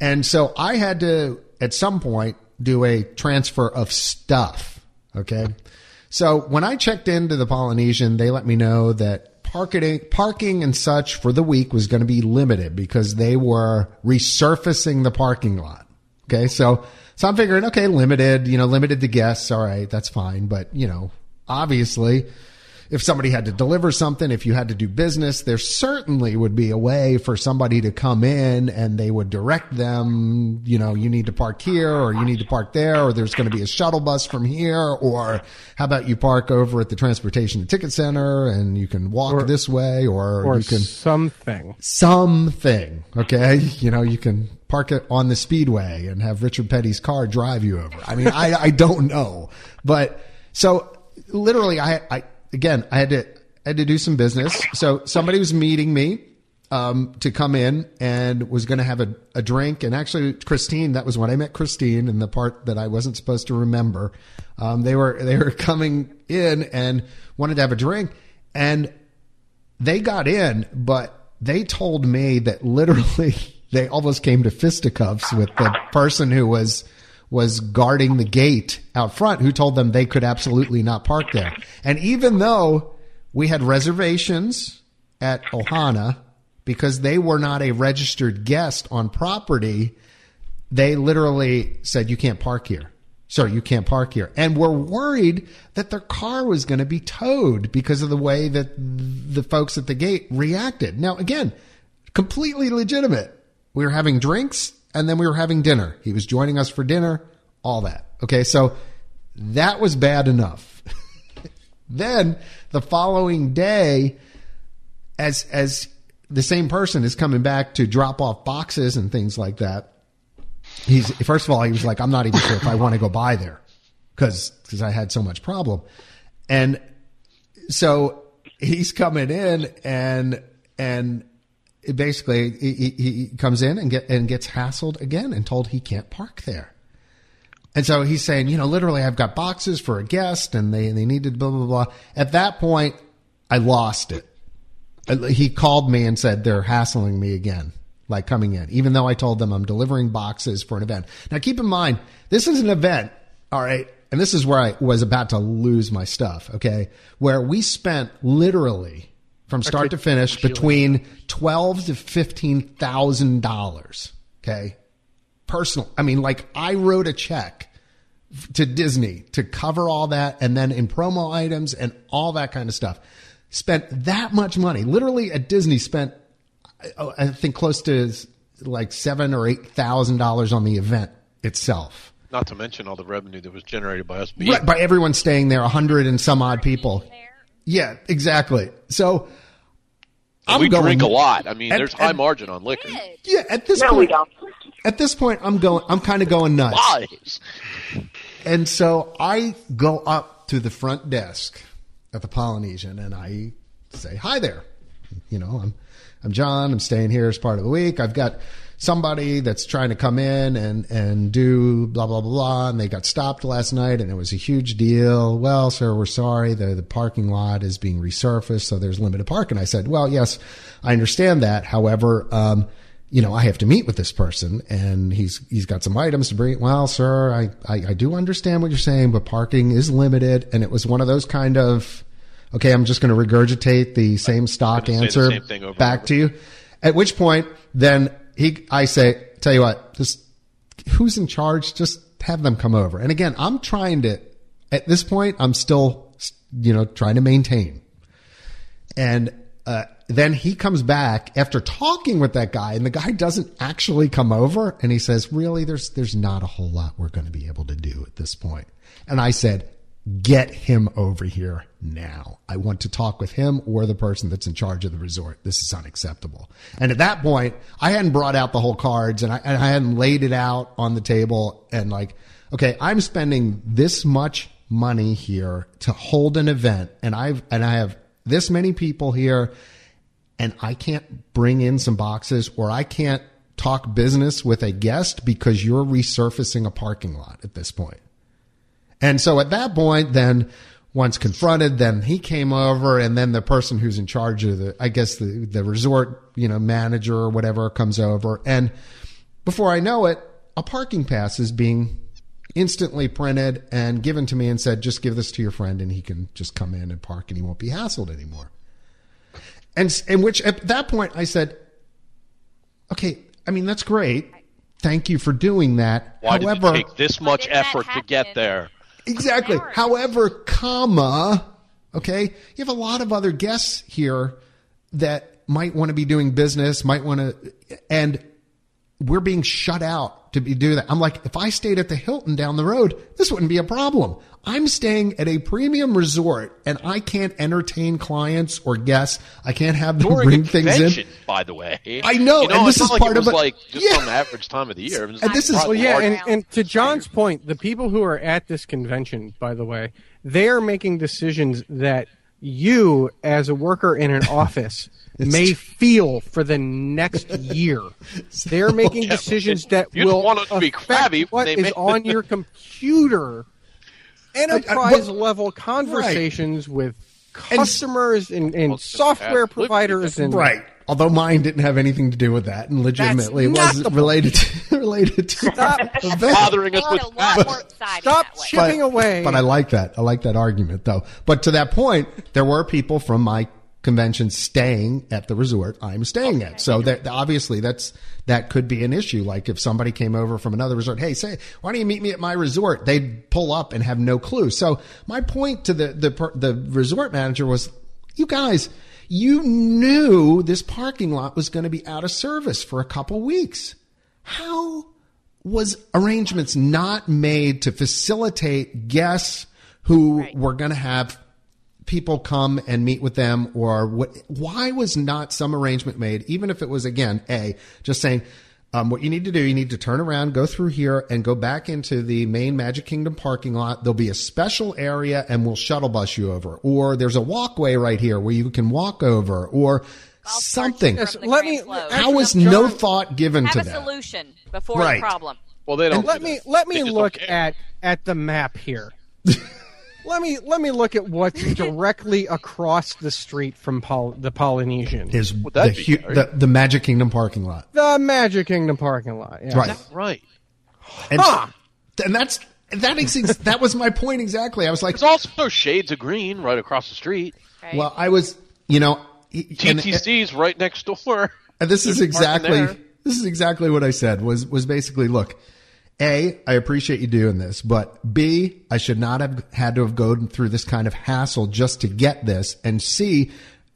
Speaker 2: And so I had to, at some point, do a transfer of stuff. Okay. So when I checked into the Polynesian, they let me know that parking, parking and such for the week was going to be limited because they were resurfacing the parking lot. Okay. So, so I'm figuring, okay, limited, you know, limited to guests. All right. That's fine. But, you know, obviously if somebody had to deliver something, if you had to do business, there certainly would be a way for somebody to come in and they would direct them, you know, you need to park here or you need to park there or there's going to be a shuttle bus from here or how about you park over at the transportation and ticket center and you can walk this way or,
Speaker 7: or
Speaker 2: you can
Speaker 7: something.
Speaker 2: something. Okay. You know, you can park it on the speedway and have Richard Petty's car drive you over. I mean, I, I don't know, but so literally I, I, again, I had to, I had to do some business. So somebody was meeting me, um, to come in and was going to have a, a drink. And actually Christine, that was when I met Christine and the part that I wasn't supposed to remember. Um, they were, they were coming in and wanted to have a drink and they got in, but they told me that literally *laughs* they almost came to fisticuffs with the person who was was guarding the gate out front who told them they could absolutely not park there. And even though we had reservations at Ohana because they were not a registered guest on property, they literally said you can't park here. Sir, you can't park here. And were worried that their car was going to be towed because of the way that the folks at the gate reacted. Now, again, completely legitimate. We were having drinks and then we were having dinner. He was joining us for dinner, all that. Okay. So that was bad enough. *laughs* then the following day, as, as the same person is coming back to drop off boxes and things like that, he's first of all he was like i'm not even sure if i want to go by there because i had so much problem and so he's coming in and and it basically he, he, he comes in and get and gets hassled again and told he can't park there and so he's saying you know literally i've got boxes for a guest and they they needed blah blah blah at that point i lost it he called me and said they're hassling me again like coming in even though i told them i'm delivering boxes for an event now keep in mind this is an event all right and this is where i was about to lose my stuff okay where we spent literally from start to finish between 12 to 15 thousand dollars okay personal i mean like i wrote a check f- to disney to cover all that and then in promo items and all that kind of stuff spent that much money literally at disney spent oh, I think close to like seven or eight thousand dollars on the event itself.
Speaker 4: Not to mention all the revenue that was generated by us. being-
Speaker 2: Right, by everyone staying there, a hundred and some odd people. Yeah, exactly. So
Speaker 4: And
Speaker 2: I'm
Speaker 4: we
Speaker 2: going-
Speaker 4: drink a lot. I mean,
Speaker 2: And-
Speaker 4: there's high
Speaker 2: and-
Speaker 4: margin on liquor.
Speaker 2: Yeah, at this
Speaker 10: No,
Speaker 2: point,
Speaker 10: we don't.
Speaker 2: at this point, I'm going. I'm kind of going nuts.
Speaker 4: Lies.
Speaker 2: And so I go up to the front desk at the Polynesian and I say, "Hi there. You know, I'm I'm John. I'm staying here as part of the week. I've got somebody that's trying to come in and and do blah blah blah, blah and they got stopped last night and it was a huge deal. Well, sir, we're sorry. The the parking lot is being resurfaced, so there's limited parking." I said, "Well, yes, I understand that. However, um you know, I have to meet with this person and he's, he's got some items to bring. Well, sir, I, I, I do understand what you're saying, but parking is limited. And it was one of those kind of, okay, I'm just going to regurgitate the same stock
Speaker 4: say the
Speaker 2: answer
Speaker 4: same thing over and
Speaker 2: back
Speaker 4: over.
Speaker 2: to you. At which point, then he, I say, tell you what, just who's in charge? Just have them come over. And again, I'm trying to, at this point, I'm still, you know, trying to maintain. And uh, then he comes back after talking with that guy, and the guy doesn't actually come over. And he says, "Really, there's there's not a whole lot we're going to be able to do at this point." And I said, "Get him over here now. I want to talk with him or the person that's in charge of the resort. This is unacceptable." And at that point, I hadn't brought out the whole cards, and I, and I hadn't laid it out on the table, and like okay, I'm spending this much money here to hold an event and I've and I have this many people here and I can't bring in some boxes or I can't talk business with a guest because you're resurfacing a parking lot at this point. And so at that point, then once confronted, then he came over and then the person who's in charge of the, I guess the, the resort, you know, manager or whatever comes over. And before I know it, a parking pass is being instantly printed and given to me and said, just give this to your friend and he can just come in and park and he won't be hassled anymore. And, s- and which at that point I said, okay, I mean, that's great. Thank you for doing that.
Speaker 4: Why
Speaker 2: However,
Speaker 4: did it take this
Speaker 6: Why
Speaker 4: much
Speaker 6: didn't that
Speaker 4: effort to
Speaker 6: happen?
Speaker 4: get there?
Speaker 2: Exactly.
Speaker 6: Hours.
Speaker 2: However, comma, Okay. You have a lot of other guests here that might want to be doing business, might want to, and we're being shut out to be do that. I'm like, if I stayed at the Hilton down the road, this wouldn't be a problem. I'm staying at a premium resort and I can't entertain clients or guests. I can't have them
Speaker 4: During
Speaker 2: bring
Speaker 4: a
Speaker 2: things in.
Speaker 4: convention, by the way.
Speaker 2: I know,
Speaker 4: You know
Speaker 2: and this
Speaker 4: it's not
Speaker 2: is
Speaker 4: like
Speaker 2: part
Speaker 4: it
Speaker 2: of
Speaker 4: was
Speaker 2: it.
Speaker 4: like just
Speaker 2: Yeah.
Speaker 4: on average time of the year. It was
Speaker 2: And this is-
Speaker 4: probably
Speaker 2: well,
Speaker 7: yeah,
Speaker 4: large-
Speaker 7: and, and to John's point, the people who are at this convention, by the way, they are making decisions that you, as a worker
Speaker 4: *laughs*
Speaker 7: in an office, may feel for
Speaker 4: *laughs*
Speaker 7: the next year. They're making
Speaker 4: but
Speaker 7: decisions
Speaker 4: it-
Speaker 7: that
Speaker 4: you
Speaker 7: will
Speaker 4: don't want it to be
Speaker 7: affect
Speaker 4: crabby when
Speaker 7: what
Speaker 4: they
Speaker 7: is
Speaker 4: make- *laughs*
Speaker 7: on your computer. Enterprise level conversations with customers and, and software
Speaker 4: absolutely
Speaker 7: providers and
Speaker 2: Right. Although mine didn't have anything to do with that, and legitimately it
Speaker 7: not the
Speaker 2: wasn't
Speaker 7: point.
Speaker 2: related to, *laughs* related to
Speaker 7: Stop
Speaker 2: the event.
Speaker 4: bothering us
Speaker 6: Got
Speaker 4: with
Speaker 6: a
Speaker 2: *laughs*
Speaker 6: lot more exciting
Speaker 7: stop
Speaker 6: that way.
Speaker 7: chipping away.
Speaker 2: But I like that. I like that argument though. But to that point, there were people from my convention staying at the resort I'm staying at. So that obviously that's that could be an issue. Like if somebody came over from another resort, hey, say, why don't you meet me at my resort? They'd pull up and have no clue. So my point to the the per- the resort manager was, you guys, you knew this parking lot was going to be out of service for a couple weeks. How was arrangements not made to facilitate guests who were going to have people come and meet with them or what, why was not some arrangement made even if it was again a just saying um, what you need to do you need to turn around go through here and go back into the main magic kingdom parking lot there'll be a special area and we'll shuttle bus you over or there's a walkway right here where you can walk over or something
Speaker 6: Yes,
Speaker 7: Yes,
Speaker 6: the
Speaker 7: let
Speaker 6: grand
Speaker 7: me-
Speaker 6: slope.
Speaker 2: how was
Speaker 7: John-
Speaker 2: no thought given
Speaker 6: Have
Speaker 2: to
Speaker 6: a
Speaker 2: that
Speaker 6: solution before
Speaker 2: Right.
Speaker 6: the problem.
Speaker 4: well, they don't.
Speaker 7: And let
Speaker 4: do
Speaker 7: me
Speaker 4: that.
Speaker 7: let
Speaker 4: They
Speaker 7: me
Speaker 4: just
Speaker 7: look
Speaker 4: don't care.
Speaker 7: at at the
Speaker 2: *laughs*
Speaker 7: map here. let me let me look at what's directly across the street from Pol- the Polynesian.
Speaker 2: is the,
Speaker 4: that'd be
Speaker 2: hu-
Speaker 4: better.
Speaker 2: the the Magic Kingdom parking lot,
Speaker 7: the Magic Kingdom parking lot. yeah.
Speaker 2: right?
Speaker 4: right.
Speaker 2: And, and that's that is ex- that was my point exactly. I was like,
Speaker 4: There's also shades of green right across the street.
Speaker 6: Right?
Speaker 2: well, I was, you know, and-
Speaker 4: TTC's right next door.
Speaker 2: And this is
Speaker 4: There's a park in
Speaker 2: exactly
Speaker 4: there.
Speaker 2: this is exactly what I said was was basically look, A, I appreciate you doing this, but B, I should not have had to have gone through this kind of hassle just to get this. And C,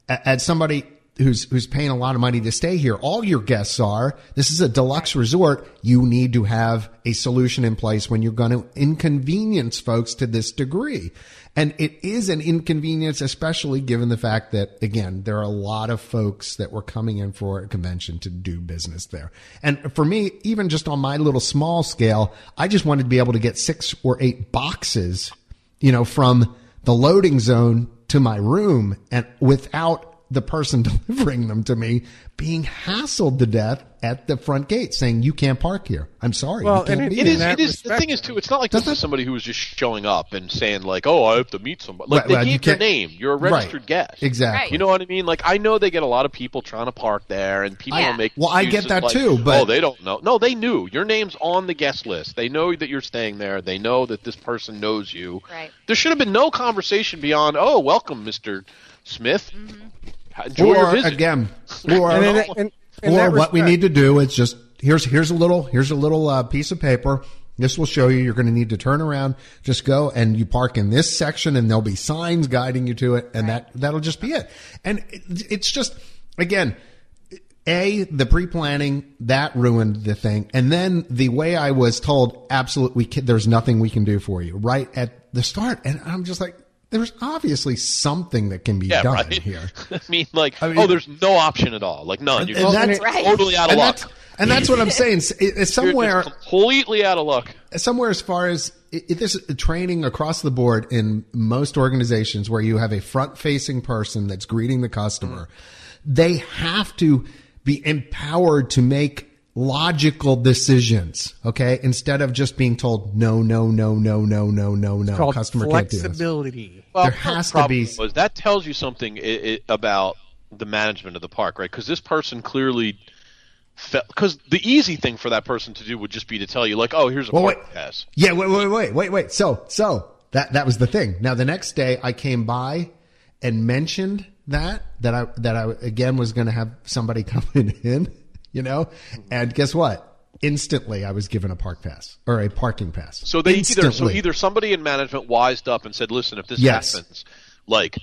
Speaker 2: a- as somebody who's who's paying a lot of money to stay here, all your guests are. This is a deluxe resort. You need to have a solution in place when you're going to inconvenience folks to this degree. And it is an inconvenience, especially given the fact that, again, there are a lot of folks that were coming in for a convention to do business there. And for me, even just on my little small scale, I just wanted to be able to get six or eight boxes, you know, from the loading zone to my room and without the person *laughs* delivering them to me being hassled to death at the front gate saying, you can't park here. I'm sorry.
Speaker 7: Well,
Speaker 2: you can't
Speaker 7: and
Speaker 2: be
Speaker 4: It
Speaker 7: it
Speaker 2: here."
Speaker 4: is.
Speaker 7: that
Speaker 4: It is. The
Speaker 7: respect,
Speaker 4: thing is, too. It's not like this is somebody who was just showing up and saying like, "Oh, I have to meet somebody." Like
Speaker 2: Right,
Speaker 4: they
Speaker 2: well, you
Speaker 4: gave your
Speaker 2: can't-
Speaker 4: name. You're a registered
Speaker 2: right.
Speaker 4: guest.
Speaker 2: Exactly.
Speaker 6: Right.
Speaker 4: You know what I mean? Like I know they get a lot of people trying to park there, and people
Speaker 6: Yeah.
Speaker 4: will make.
Speaker 2: Well, I get
Speaker 4: excuses
Speaker 2: that
Speaker 4: like,
Speaker 2: too, but-
Speaker 4: oh, they don't know. No, they knew your name's on the guest list. They know that you're staying there. They know that this person knows you.
Speaker 6: Right.
Speaker 4: There should have been no conversation beyond, "Oh, welcome, Mister Smith.
Speaker 6: Mm-hmm.
Speaker 4: Enjoy your
Speaker 2: or
Speaker 4: visit."
Speaker 2: again, or
Speaker 7: And, in- and- in
Speaker 2: or
Speaker 7: that
Speaker 2: what we
Speaker 7: respect-
Speaker 2: need to do is just here's here's a little here's a little uh, piece of paper. This will show you you're going to need to turn around. Just go and you park in this section, and there'll be signs guiding you to it, and that that'll just be it. And it, it's just again. A, the pre planning, that ruined the thing. And then the way I was told, absolutely, there's nothing we can do for you right at the start. And I'm just like, there's obviously something that can be
Speaker 4: Yeah,
Speaker 2: done
Speaker 4: right.
Speaker 2: here.
Speaker 4: *laughs* I mean, like,
Speaker 2: I mean-
Speaker 4: oh, there's no option at all. Like none. You're
Speaker 2: and that's-
Speaker 4: just totally out of
Speaker 2: and
Speaker 4: luck.
Speaker 2: That's, and that's what I'm saying. S- it- It's
Speaker 4: You're just
Speaker 2: somewhere,
Speaker 4: completely out of luck.
Speaker 2: somewhere as far as it, it- this is training across the board in most organizations where you have a front facing person that's greeting the customer,
Speaker 4: Mm-hmm.
Speaker 2: they have to be empowered to make logical decisions. Okay. Instead of just being told, no, no, no, no, no, no, no, no,
Speaker 7: called
Speaker 2: customer can't do this.
Speaker 7: flexibility.
Speaker 2: There has to be.
Speaker 4: was that tells you something i i about the management of the park, right? Because this person clearly felt because the easy thing for that person to do would just be to tell you, like, oh, here's a
Speaker 2: Well,
Speaker 4: park
Speaker 2: wait.
Speaker 4: pass.
Speaker 2: Yeah, wait, wait, wait, wait, wait. So, so that that was the thing. Now, the next day, I came by and mentioned that that I that I again was going to have somebody *laughs* coming in, you know, and guess what? Instantly, I was given a park pass or a parking pass.
Speaker 4: So they either so
Speaker 2: Instantly.
Speaker 4: either somebody in management wised up and said, listen, if this
Speaker 2: Yes.
Speaker 4: happens, like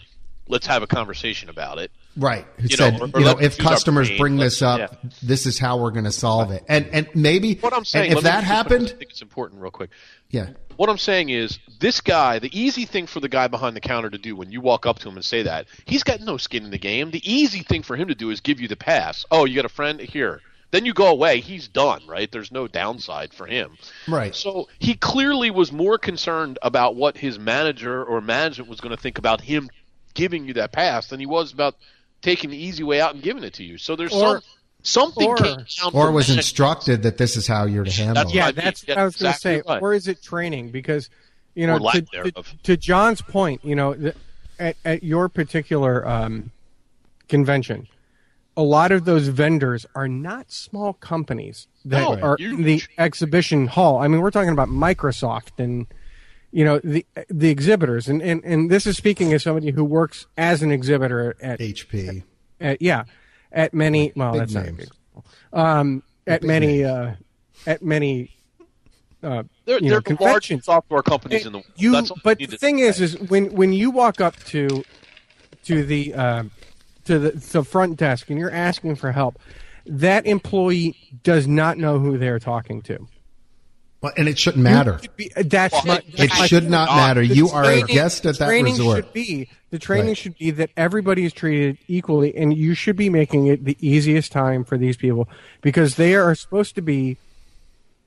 Speaker 4: let's have a conversation about it.
Speaker 2: Right. Who
Speaker 4: You know,
Speaker 2: said,
Speaker 4: or-
Speaker 2: you
Speaker 4: or
Speaker 2: know,
Speaker 4: let me
Speaker 2: if
Speaker 4: use our
Speaker 2: customers
Speaker 4: brain,
Speaker 2: bring
Speaker 4: let-
Speaker 2: this up,
Speaker 4: yeah.
Speaker 2: this is how we're going to solve it. And and maybe
Speaker 4: What I'm saying,
Speaker 2: and if
Speaker 4: let me
Speaker 2: that
Speaker 4: just put this-
Speaker 2: happened,
Speaker 4: I think it's important, real quick.
Speaker 2: yeah.
Speaker 4: What I'm saying is, this guy, the easy thing for the guy behind the counter to do when you walk up to him and say that, he's got no skin in the game. The easy thing for him to do is give you the pass. Oh, you got a friend? Here. Then you go away. He's done, right? There's no downside for him.
Speaker 2: Right.
Speaker 4: So he clearly was more concerned about what his manager or management was going to think about him giving you that pass than he was about taking the easy way out and giving it to you. So there's some,
Speaker 7: Or-
Speaker 4: something
Speaker 7: or-
Speaker 4: came down
Speaker 2: Or
Speaker 4: from
Speaker 2: was
Speaker 4: *laughs* management.
Speaker 2: instructed that this is how you're to handle it.
Speaker 4: That's what
Speaker 7: Yeah,
Speaker 4: I mean.
Speaker 7: that's what
Speaker 4: Yeah,
Speaker 7: I was going to
Speaker 4: exactly
Speaker 7: say.
Speaker 4: right.
Speaker 7: Or is it training? Because you
Speaker 4: Or
Speaker 7: know,
Speaker 4: lack
Speaker 7: to, to,
Speaker 4: thereof.
Speaker 7: to John's point, you know, th- at, at your particular um, convention, a lot of those vendors are not small companies that
Speaker 4: No,
Speaker 7: are
Speaker 4: huge.
Speaker 7: in the exhibition hall. I mean, we're talking about Microsoft and you know the the exhibitors, and and, and this is speaking as somebody who works as an exhibitor at
Speaker 2: HP.
Speaker 7: at, yeah, at many. Well,
Speaker 2: Big
Speaker 7: that's not a
Speaker 2: names.
Speaker 7: good example. um, at
Speaker 2: Big
Speaker 7: many
Speaker 2: names.
Speaker 7: uh, at many
Speaker 4: They're,
Speaker 7: you
Speaker 4: they're
Speaker 7: know,
Speaker 4: the largest
Speaker 7: conventions.
Speaker 4: software companies in the world.
Speaker 7: You,
Speaker 4: That's all
Speaker 7: but
Speaker 4: you
Speaker 7: the
Speaker 4: need to
Speaker 7: thing is,
Speaker 4: say.
Speaker 7: is when when you walk up to to the uh, to the to front desk and you're asking for help, that employee does not know who they're talking to.
Speaker 2: Well, and it shouldn't matter.
Speaker 7: Could be- That's my,
Speaker 2: It
Speaker 7: that's my-
Speaker 2: should not
Speaker 4: not.
Speaker 2: matter. You
Speaker 7: the
Speaker 2: are a
Speaker 7: training-
Speaker 2: guest at that
Speaker 7: training
Speaker 2: resort.
Speaker 7: Should be, the training
Speaker 2: Right.
Speaker 7: should be that everybody is treated equally, and you should be making it the easiest time for these people because they are supposed to be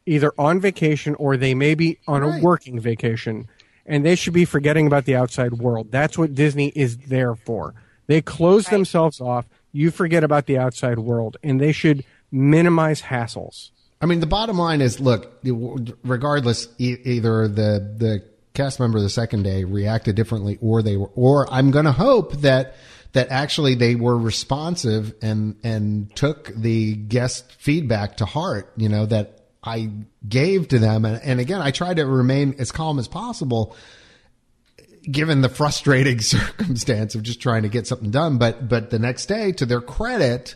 Speaker 7: either on vacation or they may be on
Speaker 2: Right.
Speaker 7: a working vacation, and they should be forgetting about the outside world. That's what Disney is there for. They close themselves off. You forget about the outside world, and they should minimize hassles.
Speaker 2: I mean, the bottom line is, look, regardless, e- either the the cast member the second day reacted differently, or they were, or I'm going to hope that that actually they were responsive and and took the guest feedback to heart. You know that I gave to them, and, and again, I try to remain as calm as possible, given the frustrating *laughs* circumstance of just trying to get something done. But but the next day, to their credit,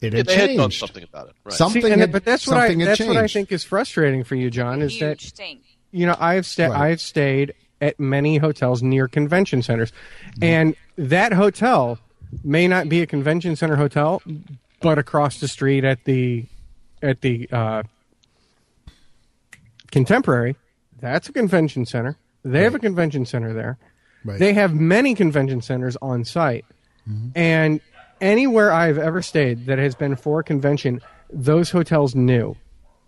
Speaker 2: it
Speaker 4: Yeah,
Speaker 2: had
Speaker 4: they had done
Speaker 2: changed.
Speaker 4: something about it. Right.
Speaker 2: Something,
Speaker 7: See, and-
Speaker 2: had,
Speaker 7: but that's what I
Speaker 2: something had
Speaker 7: that's what I
Speaker 2: changed.
Speaker 7: think is frustrating for you, John, is that
Speaker 6: Huge thing.
Speaker 7: you know I've sta-
Speaker 2: Right.
Speaker 7: I've stayed at many hotels near convention centers, and that hotel may not be a convention center hotel, but across the street at the at the uh, Contemporary, that's a convention center. They have a convention center there.
Speaker 2: Right. Mm-hmm.
Speaker 7: They have many convention centers on site. And anywhere I've ever stayed that has been for a convention, those hotels knew.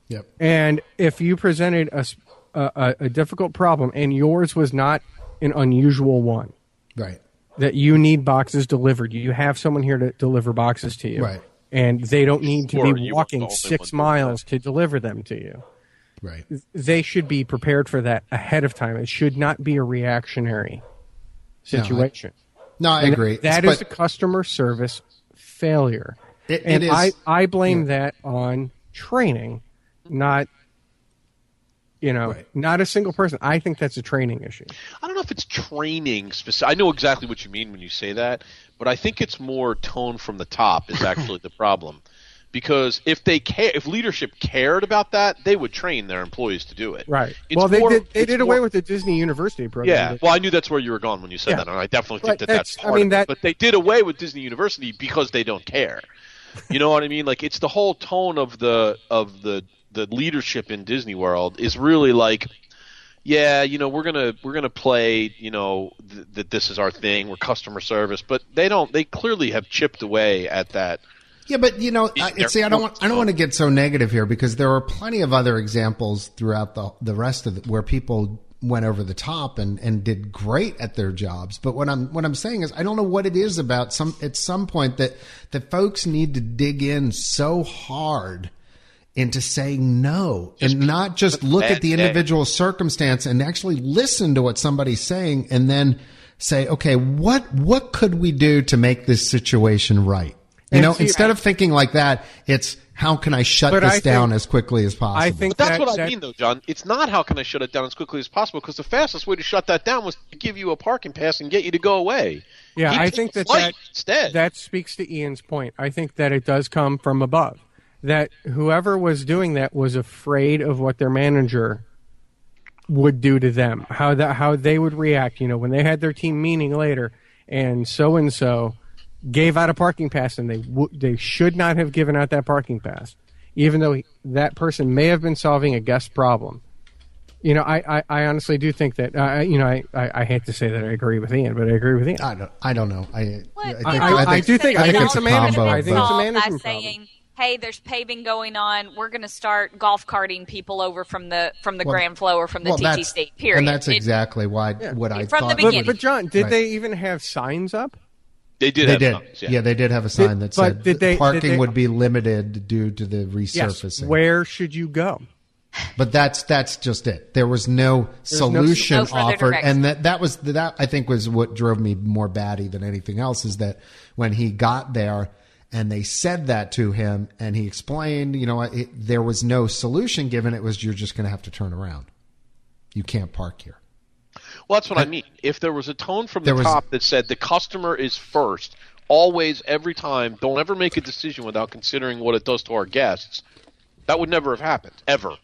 Speaker 2: Yep.
Speaker 7: And if you presented a, s- a- a- a difficult problem and yours was not an unusual one,
Speaker 2: Right.
Speaker 7: that you need boxes delivered, you have someone here to deliver boxes to you.
Speaker 2: Right.
Speaker 7: And they don't need to
Speaker 4: Or you
Speaker 7: be
Speaker 4: weren't the
Speaker 7: walking
Speaker 4: only
Speaker 7: six
Speaker 4: one doing
Speaker 7: miles to deliver them to you.
Speaker 2: Right.
Speaker 7: They should be prepared for that ahead of time. It should not be a reactionary
Speaker 2: I-
Speaker 7: situation.
Speaker 2: No, I agree.
Speaker 7: That
Speaker 2: But
Speaker 7: is a customer service failure.
Speaker 2: It-
Speaker 7: and
Speaker 2: it is-
Speaker 7: I, I blame that on training, not you know,
Speaker 2: Right.
Speaker 7: not a single person. I think that's a training issue.
Speaker 4: I don't know if it's training specific. I know exactly what you mean when you say that, but I think it's more tone from the top is actually the problem. Because if they care, if leadership cared about that, they would train their employees to do it.
Speaker 7: Right.
Speaker 4: It's
Speaker 7: well, they
Speaker 4: more-
Speaker 7: did they
Speaker 4: it's
Speaker 7: did
Speaker 4: more-
Speaker 7: away with the Disney University program.
Speaker 4: Yeah.
Speaker 7: but-
Speaker 4: Well, I knew that's where you were going when you said
Speaker 7: Yeah.
Speaker 4: that, and I definitely
Speaker 7: Right,
Speaker 4: think that
Speaker 7: that's-
Speaker 4: that's.
Speaker 7: I
Speaker 4: part
Speaker 7: mean,
Speaker 4: of it.
Speaker 7: that-
Speaker 4: But they did away with Disney University because they don't care. You know what I mean? Like it's the whole tone of the of the the leadership in Disney World is really like. Yeah, you know we're gonna we're gonna play. You know th- that this is our thing. We're customer service, but they don't. They clearly have chipped away at that.
Speaker 2: yeah, but you know, I,
Speaker 4: They're-
Speaker 2: see, I don't want I don't want to get so negative here because there are plenty of other examples throughout the the rest of the, where people went over the top and and did great at their jobs. But what I'm what I'm saying is, I don't know what it is about some at some point that that folks need to dig in so hard into saying no and not just look at
Speaker 4: bad
Speaker 2: the
Speaker 4: day.
Speaker 2: individual circumstance and actually listen to what somebody's saying and then say okay what what could we do to make this situation right you
Speaker 7: And
Speaker 2: know
Speaker 7: see-
Speaker 2: instead of thinking like that it's how can i shut
Speaker 7: But
Speaker 2: this
Speaker 7: I think-
Speaker 2: down as quickly as possible
Speaker 7: I think
Speaker 4: But that's
Speaker 7: that-
Speaker 4: what I
Speaker 7: that-
Speaker 4: mean, though, John. It's not how can I shut it down as quickly as possible because the fastest way to shut that down was to give you a parking pass and get you to go away.
Speaker 7: Yeah,
Speaker 4: He
Speaker 7: I
Speaker 4: took
Speaker 7: think that
Speaker 4: flight
Speaker 7: that,
Speaker 4: instead.
Speaker 7: that speaks to Ian's point. I think that it does come from above. That whoever was doing that was afraid of what their manager would do to them, how that how they would react. You know, when they had their team meeting later, and so and so gave out a parking pass, and they w- they should not have given out that parking pass, even though he, that person may have been solving a guest problem. You know, I, I, I honestly do think that uh, you know I, I, I hate to say that I agree with Ian, but I agree with Ian.
Speaker 2: I don't. I don't know. I. I, think,
Speaker 7: I- I- I do think- I think it's a management-
Speaker 2: combo,
Speaker 7: I think
Speaker 2: but-
Speaker 7: it's a
Speaker 6: solved by
Speaker 7: management problem.
Speaker 6: saying, "Hey, there's paving going on. We're going to start golf carting people over from the from the
Speaker 2: Well,
Speaker 6: Grand Flow or from the
Speaker 2: well, that's-
Speaker 6: TTC." Period.
Speaker 2: And that's
Speaker 6: It-
Speaker 2: exactly why what I
Speaker 6: From the
Speaker 2: thought.
Speaker 7: But,
Speaker 6: beginning.
Speaker 7: but John, did
Speaker 2: Right.
Speaker 7: they even have signs up?
Speaker 4: They did.
Speaker 2: They
Speaker 4: have
Speaker 2: did.
Speaker 4: numbers,
Speaker 2: yeah. they did have a sign that
Speaker 7: Did- but
Speaker 2: said
Speaker 7: did they- did
Speaker 2: parking
Speaker 7: they-
Speaker 2: would be limited due to the resurfacing.
Speaker 7: Where should you go?
Speaker 2: But that's that's just it. There was no
Speaker 7: no-
Speaker 2: solution
Speaker 6: No further
Speaker 2: offered,
Speaker 6: direction.
Speaker 2: and that that was that I think was what drove me more batty than anything else is that when he got there and they said that to him and he explained, you know, it, there was no solution given. It was you're just going to have to turn around. You can't park here.
Speaker 4: Well, that's what I mean. If there was a tone from
Speaker 2: There
Speaker 4: the
Speaker 2: was-
Speaker 4: top that said the customer is first, always, every time, don't ever make a decision without considering what it does to our guests, that would never have happened, ever.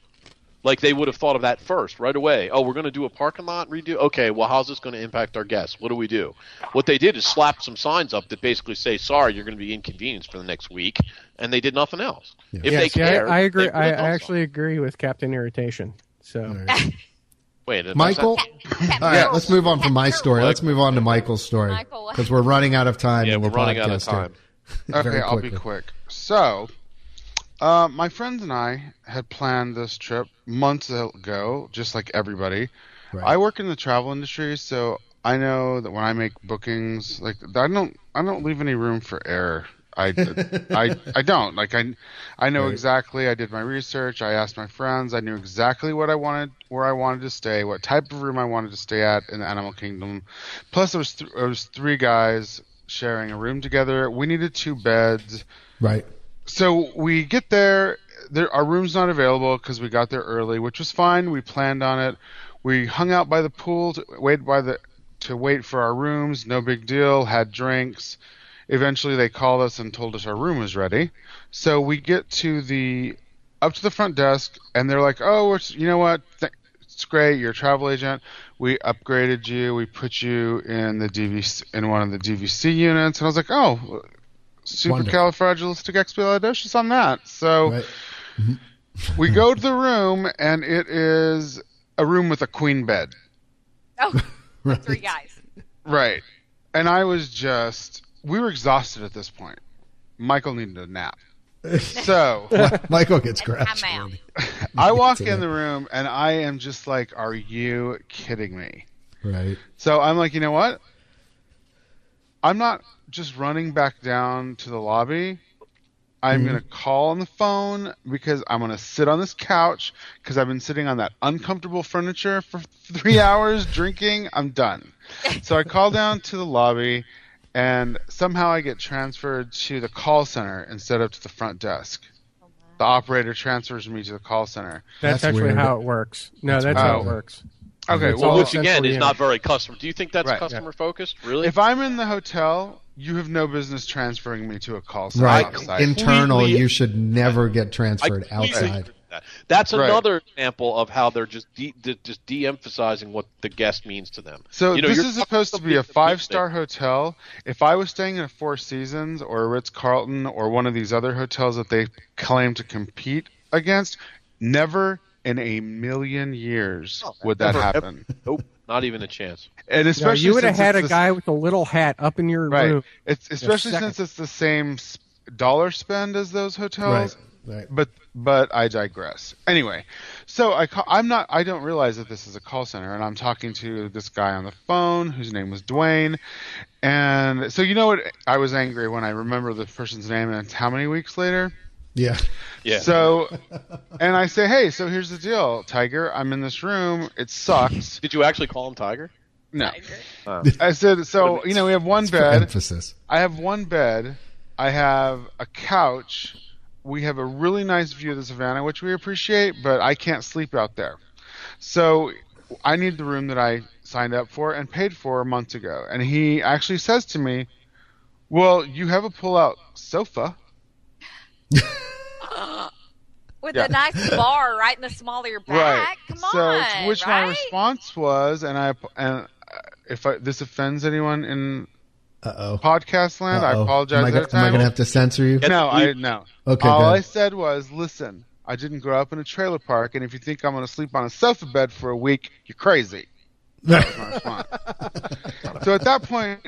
Speaker 4: Like they would have thought of that first, right away. Oh, we're going to do a parking lot redo. Okay, well, how's this going to impact our guests? What do we do? What they did is slap some signs up that basically say, "Sorry, you're going to be inconvenienced for the next week," and they did nothing else. If they
Speaker 7: Yeah,
Speaker 4: cared,
Speaker 7: I, I
Speaker 4: they
Speaker 7: agree.
Speaker 4: would have
Speaker 7: I,
Speaker 4: done
Speaker 7: I actually agree with Captain Irritation. So
Speaker 4: something. wait, that's
Speaker 2: Michael,
Speaker 4: not-
Speaker 2: all right, let's move on from my story. Let's move on to Michael's story
Speaker 6: Michael.
Speaker 2: because we're running out of time.
Speaker 4: Yeah,
Speaker 2: in
Speaker 4: we're
Speaker 2: the
Speaker 4: running out of
Speaker 2: podcast
Speaker 4: time.
Speaker 2: here.
Speaker 3: Okay,
Speaker 2: Very
Speaker 3: I'll be
Speaker 2: quickly.
Speaker 3: quick. So, uh, my friends and I had planned this trip months ago, just like everybody.
Speaker 2: Right.
Speaker 3: I work in the travel industry, so I know that when I make bookings, like I don't, I don't leave any room for error. I, I, I don't like I, I know exactly. I did my research. I asked my friends. I knew exactly what I wanted, where I wanted to stay, what type of room I wanted to stay at in the Animal Kingdom. Plus, there was, th- there was three guys sharing a room together. We needed two beds
Speaker 2: Right.
Speaker 3: so we get there. There, our room's not available because we got there early, which was fine. We planned on it. We hung out by the pool to wait by the to wait for our rooms. No big deal. Had drinks. Eventually, they called us and told us our room was ready. So we get to the up to the front desk, and they're like, "Oh, it's, you know what? Th- it's great. You're a travel agent. We upgraded you. We put you in the DVC in one of the DVC units." And I was like, "Oh,
Speaker 2: Wonderful.
Speaker 3: supercalifragilisticexpialidocious on that. So
Speaker 4: *laughs*
Speaker 2: Right.
Speaker 3: we go to the room, and it is a room with a queen bed.
Speaker 6: oh,
Speaker 2: Right.
Speaker 6: three guys.
Speaker 3: Right. And I was just, we were exhausted at this point. Michael needed a nap. So
Speaker 2: Michael gets grabbed.
Speaker 6: I'm out.
Speaker 3: I walk in the room, and I am just like, are you kidding me?
Speaker 2: Right.
Speaker 3: So I'm like, you know what? I'm not just running back down to the lobby. I'm going to call on the phone because I'm going to sit on this couch because I've been sitting on that uncomfortable furniture for *laughs* three hours drinking. I'm done. So I call down to the lobby and somehow I get transferred to the call center instead of to the front desk. The operator transfers me to the call center.
Speaker 7: that's,
Speaker 2: That's
Speaker 7: actually
Speaker 2: weird.
Speaker 7: how it works. No, that's,
Speaker 2: weird.
Speaker 7: how
Speaker 3: Oh.
Speaker 7: it works.
Speaker 3: Okay,
Speaker 7: It's
Speaker 3: well,
Speaker 7: all
Speaker 4: Which again
Speaker 7: central
Speaker 4: is not
Speaker 7: unit.
Speaker 4: very customer. Do you think that's
Speaker 3: Right, yeah.
Speaker 4: customer focused? Really?
Speaker 3: If I'm in the hotel, you have no business transferring me to a call center.
Speaker 2: Right.
Speaker 3: outside.
Speaker 2: Internal,
Speaker 4: completely-
Speaker 2: you should never get
Speaker 4: I
Speaker 2: transferred
Speaker 4: completely
Speaker 2: outside.
Speaker 4: agree with that. That's
Speaker 3: Right.
Speaker 4: another example of how they're just de- de- just de-emphasizing what the guest means to them.
Speaker 3: so
Speaker 4: You know,
Speaker 3: this
Speaker 4: you're
Speaker 3: is
Speaker 4: talking
Speaker 3: supposed to
Speaker 4: something
Speaker 3: be a
Speaker 4: that people
Speaker 3: five star hotel. If I was staying in a Four Seasons or a Ritz Carlton or one of these other hotels that they claim to compete against, never in a million years would that
Speaker 4: Oh, never, ever.
Speaker 3: happen.
Speaker 4: think. Nope, not even a chance.
Speaker 3: And
Speaker 7: No,
Speaker 3: especially
Speaker 7: you would have
Speaker 3: since
Speaker 7: had a
Speaker 3: it's the-
Speaker 7: guy with a little hat up in your
Speaker 3: right.
Speaker 7: room.
Speaker 3: It's especially
Speaker 7: second.
Speaker 3: since it's the same s- dollar spend as those hotels.
Speaker 2: Right. Right.
Speaker 3: but but I digress. Anyway, so I call, I'm not I don't realize that this is a call center, and I'm talking to this guy on the phone whose name was Dwayne, and so you know what I was angry when I remember the person's name, and it's how many weeks later.
Speaker 2: Yeah.
Speaker 4: Yeah.
Speaker 3: So, and I say, hey, so here's the deal, Tiger. I'm in this room. It sucks.
Speaker 4: Did you actually call him Tiger?
Speaker 3: No,
Speaker 4: Oh.
Speaker 3: I said so. You know, we have one
Speaker 2: For
Speaker 3: bed.
Speaker 2: emphasis.
Speaker 3: I have one bed. I have a couch. We have a really nice view of the savannah, which we appreciate, but I can't sleep out there. So I need the room that I signed up for and paid for months ago. And he actually says to me, Well, you have a pull out sofa.
Speaker 6: with
Speaker 3: Yeah.
Speaker 6: a nice bar right in the small of your back. Come
Speaker 3: so
Speaker 6: on,
Speaker 3: to which
Speaker 6: right?
Speaker 3: my response was, and I and uh, if I, this offends anyone in
Speaker 2: Uh oh.
Speaker 3: podcast land, I apologize.
Speaker 2: Am I,
Speaker 3: at
Speaker 2: go-
Speaker 3: the
Speaker 2: am I
Speaker 3: time.
Speaker 2: going to have to censor you? *laughs*
Speaker 3: No, I
Speaker 4: Yes,
Speaker 3: no.
Speaker 2: Okay,
Speaker 3: All
Speaker 2: go
Speaker 3: I
Speaker 2: ahead.
Speaker 3: said was, listen, I didn't grow up in a trailer park, and if you think I'm going to sleep on a sofa bed for a week, you're crazy. That was my
Speaker 2: *laughs*
Speaker 3: response. so at that point,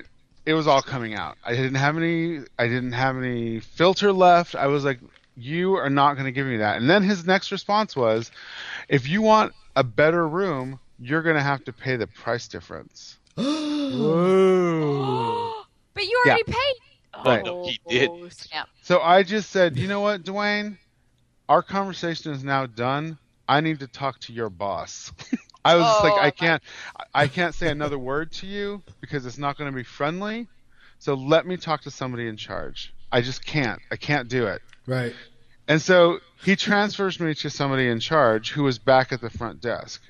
Speaker 3: it was all coming out. I didn't have any. I didn't have any filter left. I was like, you are not going to give me that. And then his next response was, if you want a better room, you're going to have to pay the price difference.
Speaker 6: But you already paid.
Speaker 4: Right. No, he did.
Speaker 6: Oh,
Speaker 4: *laughs*
Speaker 6: snap.
Speaker 3: So I just said, you know what, Dwayne? Our conversation is now done. I need to talk to your boss. I was just
Speaker 6: Oh,
Speaker 3: like, I
Speaker 6: my-
Speaker 3: can't, I- I can't say another word to you because it's not going to be friendly. So let me talk to somebody in charge. I just can't. I can't do it.
Speaker 2: Right.
Speaker 3: And so he transfers me to somebody in charge who was back at the front desk.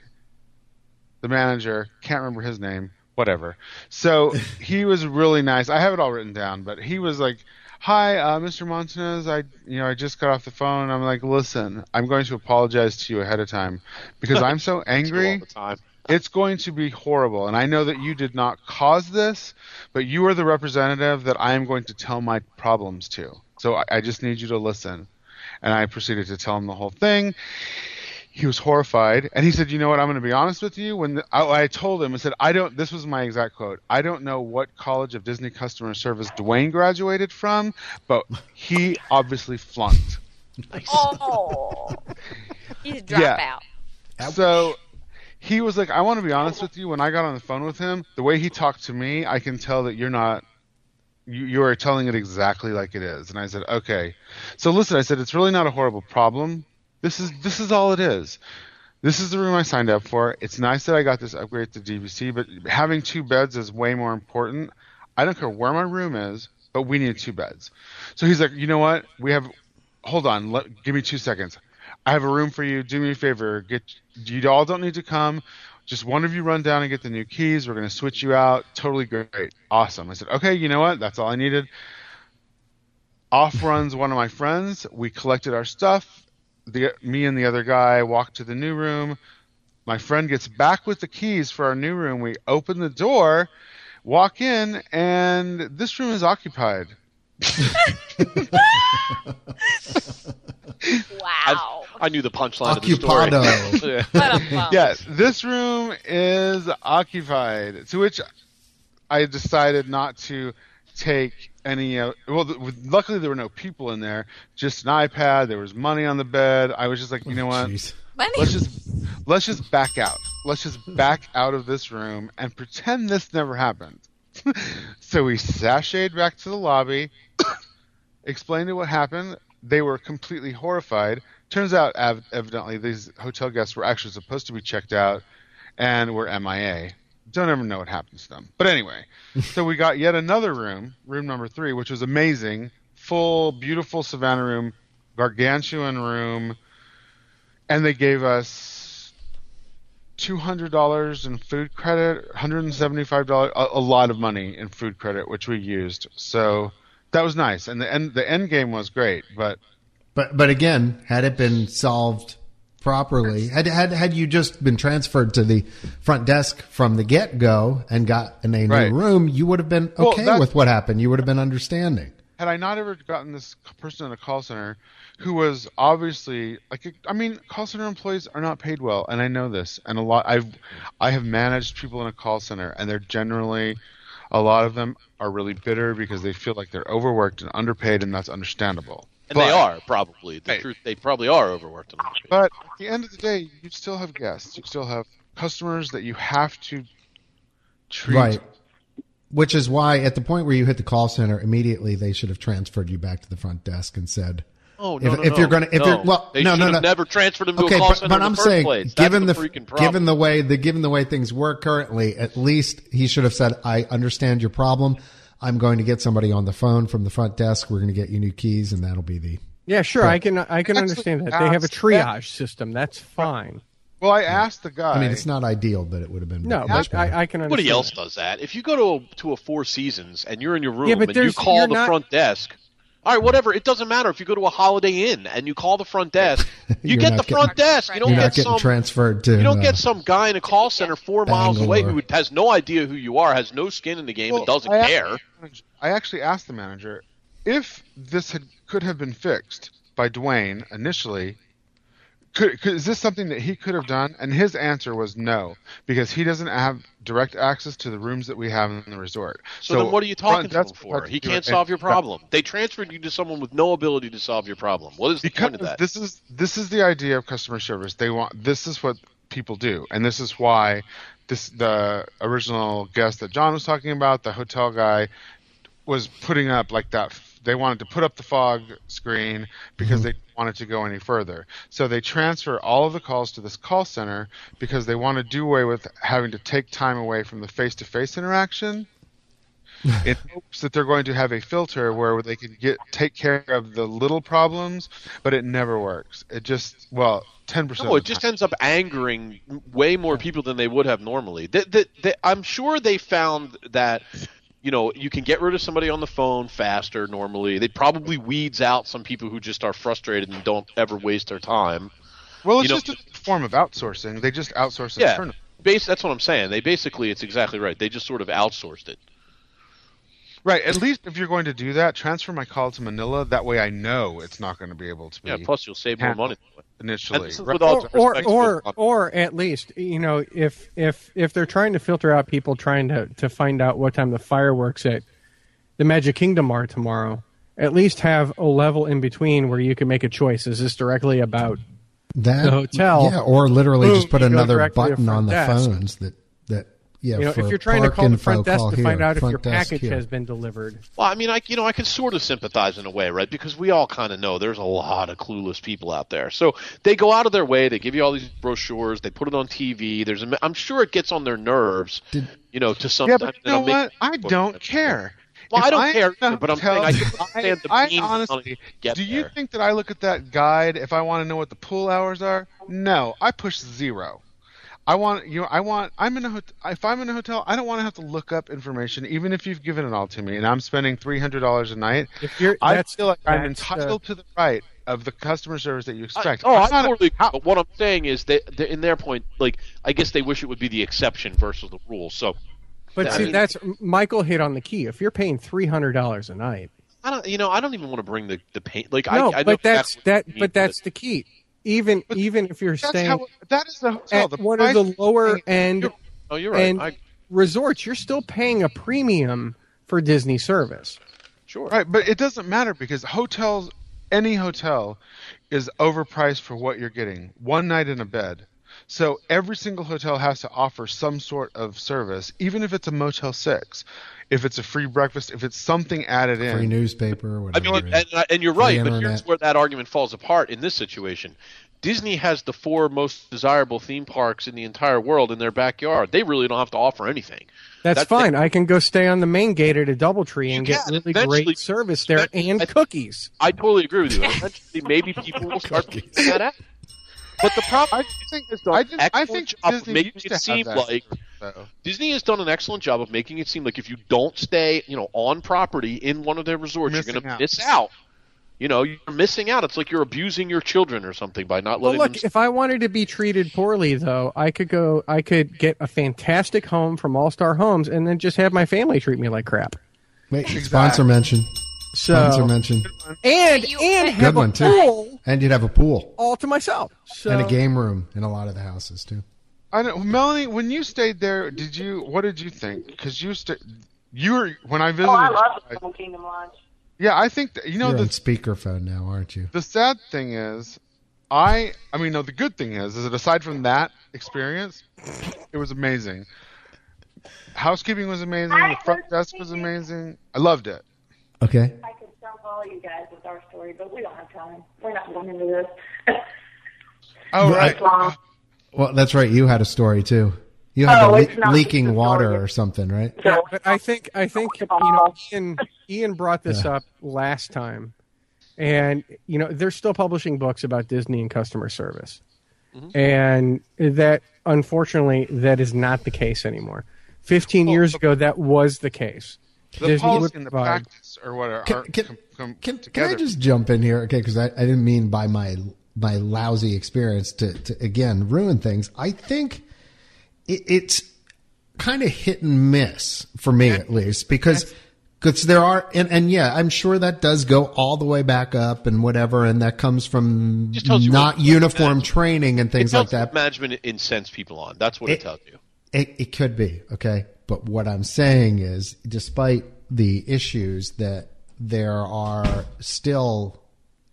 Speaker 3: The manager, can't remember his name, whatever. So he was really nice. I have it all written down, but he was like, "Hi, uh, Mr. Montanez. I, you know, I just got off the phone. I'm like, listen, I'm going to apologize to you ahead of time because I'm so
Speaker 4: all
Speaker 3: angry.
Speaker 4: the time.
Speaker 3: It's going to be horrible, and I know that you did not cause this, but you are the representative that I am going to tell my problems to. So I, I just need you to listen." And I proceeded to tell him the whole thing. He was horrified, and he said, "You know what? I'm going to be honest with you." When the, I, I told him, I said, "I don't." This was my exact quote. I don't know what College of Disney Customer Service Dwayne graduated from, but he obviously flunked.
Speaker 6: Oh, he's a dropout.
Speaker 3: Yeah. So he was like, "I want to be honest with you. When I got on the phone with him, the way he talked to me, I can tell that you're not." You, you are telling it exactly like it is, and I said, "Okay." So listen, I said, "It's really not a horrible problem. This is this is all it is. This is the room I signed up for. It's nice that I got this upgrade to DVC, but having two beds is way more important. I don't care where my room is, but we need two beds." So he's like, "You know what? We have. Hold on. Let, give me two seconds. I have a room for you. Do me a favor. Get you all don't need to come. Just one of you run down and get the new keys. We're gonna switch you out. Totally great. Awesome. I said, okay, you know what? That's all I needed. Off runs one of my friends. We collected our stuff. The me and the other guy walked to the new room. My friend gets back with the keys for our new room. We open the door, walk in, and this room is occupied.
Speaker 6: Wow.
Speaker 4: I knew the punchline of the story.
Speaker 2: Occupado.
Speaker 4: *laughs* Yeah.
Speaker 6: What a bum.
Speaker 3: Yes, this room is occupied. To which I decided not to take any. Uh, well, th- with- luckily there were no people in there. Just an iPad. There was money on the bed. I was just like, you know what?
Speaker 2: Jeez.
Speaker 6: Money.
Speaker 3: Let's just let's just back out. Let's just back out of this room and pretend this never happened. *laughs* so we sashayed back to the lobby, *coughs* explained to what happened. They were completely horrified. Turns out, ev- evidently, these hotel guests were actually supposed to be checked out and were MIA. Don't ever know what happens to them. But anyway, so we got yet another room, room number three, which was amazing. Full, beautiful Savannah room, gargantuan room and they gave us two hundred dollars in food credit, one hundred and seventy-five dollars, a, a lot of money in food credit, which we used. So that was nice, and the end the end game was great. But
Speaker 2: But but again, had it been solved properly, had had had you just been transferred to the front desk from the get go and got in a
Speaker 3: Right.
Speaker 2: new room, you would have been
Speaker 3: Well,
Speaker 2: okay
Speaker 3: that-
Speaker 2: with what happened. You would have been understanding.
Speaker 3: had I not ever gotten this c- person in a call center, who was obviously like, a- I mean, call center employees are not paid well, and I know this, and a lot I've I have managed people in a call center, and they're generally a lot of them are really bitter because they feel like they're overworked and underpaid, and that's understandable.
Speaker 4: And
Speaker 3: But-
Speaker 4: they are probably the
Speaker 3: Hey.
Speaker 4: truth. They probably are overworked. on this.
Speaker 3: But at the end of the day, you still have guests. You still have customers that you have to treat.
Speaker 2: Right. Which is why at the point where you hit the call center, immediately they should have transferred you back to the front desk and said,
Speaker 4: Oh
Speaker 2: if, if you're gonna, if you're well,
Speaker 4: they
Speaker 2: no, no,
Speaker 4: should
Speaker 2: no,
Speaker 4: have never transferred him to
Speaker 2: okay,
Speaker 4: a call
Speaker 2: but,
Speaker 4: center
Speaker 2: but
Speaker 4: in the
Speaker 2: I'm
Speaker 4: first
Speaker 2: saying,
Speaker 4: place. That's
Speaker 2: given
Speaker 4: the,
Speaker 2: the,
Speaker 4: freaking problem.
Speaker 2: given the way the given the way things work currently, at least he should have said, "I understand your problem. I'm going to get somebody on the phone from the front desk. We're going to get you new keys, and that'll be the."
Speaker 7: Yeah, sure. I can I
Speaker 3: Actually,
Speaker 7: can understand that. They have a
Speaker 3: ask-
Speaker 7: triage system. That's fine.
Speaker 3: Well, I asked the guy.
Speaker 2: I mean, it's not ideal, but it would have been
Speaker 7: No,
Speaker 2: much
Speaker 7: but
Speaker 2: better.
Speaker 7: I, I can understand.
Speaker 4: Nobody else
Speaker 7: that.
Speaker 4: does that. If you go to a, to a Four Seasons and you're in your room
Speaker 7: Yeah, but
Speaker 4: and you
Speaker 7: there's-
Speaker 4: call
Speaker 7: you're
Speaker 4: the
Speaker 7: not-
Speaker 4: front desk, All right, whatever. It doesn't matter if you go to a Holiday Inn and you call the front desk.
Speaker 2: *laughs*
Speaker 4: You
Speaker 2: You're
Speaker 4: get the
Speaker 2: not
Speaker 4: front
Speaker 2: getting-
Speaker 4: desk. You don't
Speaker 2: You're
Speaker 4: get
Speaker 2: not getting
Speaker 4: some.
Speaker 2: transferred to.
Speaker 4: you don't
Speaker 2: uh,
Speaker 4: get some guy in a call center four miles away who
Speaker 2: Bangalore.
Speaker 4: has no idea who you are, has no skin in the game,
Speaker 3: Well,
Speaker 4: and doesn't
Speaker 3: I-
Speaker 4: care.
Speaker 3: I actually asked the manager if this had could have been fixed by Dwayne initially. Could, could, is this something that he could have done? And his answer was no, because he doesn't have direct access to the rooms that we have in the resort.
Speaker 4: So, then what are you talking
Speaker 3: front
Speaker 4: to him
Speaker 3: desk would have
Speaker 4: for?
Speaker 3: to
Speaker 4: He
Speaker 3: do
Speaker 4: can't
Speaker 3: it
Speaker 4: solve your
Speaker 3: himself.
Speaker 4: problem. They transferred you to someone with no ability to solve your problem. What is the
Speaker 3: because
Speaker 4: point of that?
Speaker 3: this is this is the idea of customer service. They want this is what people do, and this is why this the original guest that John was talking about, the hotel guy, was putting up like that. f- They wanted to put up the fog screen because they wanted to go any further. So they transfer all of the calls to this call center because they want to do away with having to take time away from the face-to-face interaction in hopes that they're going to have a filter where they can get take care of the little problems, but it never works. It just well, ten percent.
Speaker 4: No, it just ends up angering way more people than they would have normally. Th th th I'm sure they found that you know you can get rid of somebody on the phone faster normally. They probably weeds out some people who just are frustrated and don't ever waste their time.
Speaker 3: well, it's
Speaker 4: you know-
Speaker 3: just a form of outsourcing. They just outsource it.
Speaker 4: Yeah,
Speaker 3: internally.
Speaker 4: base. That's what I'm saying. They basically, it's exactly right. They just sort of outsourced it.
Speaker 3: Right. At least if you're going to do that, transfer my call to Manila. That way, I know it's not going to be able to be
Speaker 4: Yeah. Plus, you'll save more
Speaker 3: Yeah.
Speaker 4: money.
Speaker 3: initially.
Speaker 4: and this is
Speaker 3: Right.
Speaker 4: with all due
Speaker 7: or
Speaker 4: respect to
Speaker 7: or
Speaker 4: the-
Speaker 7: or at least you know if if if they're trying to filter out people trying to to find out what time the fireworks at the Magic Kingdom are tomorrow, at least have a level in between where you can make a choice. Is this directly about?
Speaker 2: that
Speaker 7: the hotel.
Speaker 2: Yeah, or literally
Speaker 7: Boom,
Speaker 2: just put
Speaker 7: you go
Speaker 2: another
Speaker 7: directly to
Speaker 2: button
Speaker 7: front
Speaker 2: on the
Speaker 7: desk.
Speaker 2: phones that that yeah.
Speaker 7: You know,
Speaker 2: for
Speaker 7: if you're trying to
Speaker 2: park
Speaker 7: call the
Speaker 2: info,
Speaker 7: front desk
Speaker 2: call
Speaker 7: to
Speaker 2: here,
Speaker 7: find out if
Speaker 2: front
Speaker 7: your
Speaker 2: desk
Speaker 7: package
Speaker 2: here.
Speaker 7: has been delivered,
Speaker 4: Well, I mean, I you know, I can sort of sympathize in a way, right? Because we all kind of know there's a lot of clueless people out there. So they go out of their way, they give you all these brochures, they put it on TV. There's, a, I'm sure it gets on their nerves, you know, to some.
Speaker 3: Yeah, but you
Speaker 4: I
Speaker 3: know
Speaker 4: mean, it'll
Speaker 3: what?
Speaker 4: make-
Speaker 3: I don't care.
Speaker 4: Well,
Speaker 3: If
Speaker 4: I don't care
Speaker 3: no,
Speaker 4: either, but I'm saying I can understand the
Speaker 3: I, I
Speaker 4: pain of wanting
Speaker 3: honestly,
Speaker 4: to get
Speaker 3: do you
Speaker 4: there.
Speaker 3: think that I look at that guide if I want to know what the pool hours are? No, I push zero. I want you know I want I'm in a hot- if I'm in a hotel I don't want to have to look up information even if you've given it all to me and I'm spending three hundred dollars a night.
Speaker 7: if you're
Speaker 3: I
Speaker 7: that's
Speaker 3: feel like I'm
Speaker 7: that's uh, the-
Speaker 3: entitled to the right of the customer service that you expect.
Speaker 4: I, oh,
Speaker 3: I'm
Speaker 4: I
Speaker 3: not a-
Speaker 4: totally. agree,
Speaker 3: how-
Speaker 4: but what I'm saying is that that in their point, like, I guess they wish it would be the exception versus the rule. So
Speaker 7: But
Speaker 4: I
Speaker 7: see,
Speaker 4: mean-
Speaker 7: that's Michael hit on the key. If you're paying three hundred dollars a night,
Speaker 4: I don't, you know, I don't even want to bring the the pain. Like,
Speaker 7: no,
Speaker 4: I, I know
Speaker 7: but that's
Speaker 4: what
Speaker 7: that.
Speaker 4: you mean,
Speaker 7: But that's the key. Even even if you're
Speaker 3: that's
Speaker 7: staying
Speaker 3: how that is the hotel.
Speaker 7: at
Speaker 3: the
Speaker 7: one of
Speaker 3: price-
Speaker 7: the lower end
Speaker 4: You're- Oh, you're right.
Speaker 7: and
Speaker 4: I,
Speaker 7: resorts, you're still paying a premium for Disney service.
Speaker 4: sure.
Speaker 3: Right, but it doesn't matter because hotels, any hotel, is overpriced for what you're getting. One night in a bed. So every single hotel has to offer some sort of service, even if it's a Motel 6, if it's a free breakfast, if it's something added in.
Speaker 2: free newspaper or
Speaker 4: I
Speaker 2: whatever.
Speaker 4: mean,
Speaker 2: it
Speaker 4: and,
Speaker 2: is.
Speaker 4: and- and you're
Speaker 2: Free
Speaker 4: right, but
Speaker 2: internet.
Speaker 4: here's where that argument falls apart in this situation. Disney has the four most desirable theme parks in the entire world in their backyard. They really don't have to offer anything.
Speaker 7: That's,
Speaker 4: That's-
Speaker 7: fine. I can go stay on the main gate at a DoubleTree and
Speaker 4: You
Speaker 7: get
Speaker 4: can,
Speaker 7: really
Speaker 4: eventually.
Speaker 7: great service there
Speaker 4: Eventually.
Speaker 7: and
Speaker 4: I-
Speaker 7: cookies.
Speaker 4: I totally
Speaker 3: *laughs*
Speaker 4: agree with you. Eventually, maybe people will start picking that up. But the problem
Speaker 3: I think, I just, I think
Speaker 4: Excellent job of
Speaker 3: Disney
Speaker 4: making
Speaker 3: used
Speaker 4: it
Speaker 3: to have
Speaker 4: seem
Speaker 3: that
Speaker 4: like-
Speaker 3: service, though.
Speaker 4: Disney has done an excellent job of making it seem like if you don't stay, you know, on property in one of their resorts, you're going
Speaker 3: Missing
Speaker 4: to
Speaker 3: out.
Speaker 4: miss out. You know, you're missing out. It's like you're abusing your children or something by not
Speaker 7: But
Speaker 4: letting them.
Speaker 7: look, if I wanted to be treated poorly, though, I could go. I could get a fantastic home from All Star Homes, and then just have my family treat me like crap.
Speaker 2: Wait, sponsor mention. Sponsor
Speaker 7: So-
Speaker 2: mention.
Speaker 7: And
Speaker 6: You-
Speaker 7: and
Speaker 6: Good
Speaker 7: have
Speaker 2: one,
Speaker 7: a
Speaker 2: too.
Speaker 7: pool
Speaker 2: And you'd have a pool
Speaker 7: all to myself. So
Speaker 2: and a game room in a lot of the houses too.
Speaker 3: I don't, Melanie, when you stayed there, did you? What did you think? Because you sta you were when I
Speaker 10: Oh,
Speaker 3: visited.
Speaker 10: I love
Speaker 3: I-
Speaker 10: Animal Kingdom Lodge.
Speaker 3: yeah, I think that, you know
Speaker 2: You're
Speaker 3: the
Speaker 2: on speakerphone now, aren't you?
Speaker 3: the sad thing is i i mean no the good thing is is that aside from that experience it was amazing housekeeping was amazing the front desk was amazing i loved it
Speaker 2: Okay.
Speaker 10: I could stump all you guys with our story, but we don't have time. We're not going into this.
Speaker 3: oh
Speaker 2: Right.
Speaker 3: right
Speaker 10: Long.
Speaker 2: Well, that's right. You had a story too. You had
Speaker 10: Oh,
Speaker 2: the
Speaker 10: it's not
Speaker 2: leaking
Speaker 10: just a
Speaker 2: water
Speaker 10: story.
Speaker 2: or something, right?
Speaker 10: So,
Speaker 7: but I think I think you know Ian, Ian brought this up last time, and you know they're still publishing books about Disney and customer service,
Speaker 3: Mm-hmm.
Speaker 7: and that unfortunately that is not the case anymore. Fifteen years ago, that was the case.
Speaker 3: The
Speaker 7: Disney
Speaker 3: policy
Speaker 7: would
Speaker 3: and the
Speaker 7: provide-
Speaker 3: practice or what are,
Speaker 2: Can,
Speaker 3: are
Speaker 2: can,
Speaker 3: com-
Speaker 2: can,
Speaker 3: com-
Speaker 2: can
Speaker 3: together.
Speaker 2: I just jump in here? Okay, because I, I didn't mean by my my lousy experience to, to again ruin things. I think it, it's kind of hit and miss for me at least because because there are and, and yeah, I'm sure that does go all the way back up and whatever, and that comes from
Speaker 4: Just tells you
Speaker 2: not
Speaker 4: what-
Speaker 2: uniform training and
Speaker 4: It
Speaker 2: things
Speaker 4: tells
Speaker 2: like that.
Speaker 4: you what management incents people on. That's what
Speaker 2: It-
Speaker 4: it, tells you.
Speaker 2: It, it could be okay, but what I'm saying is, despite the issues, that there are still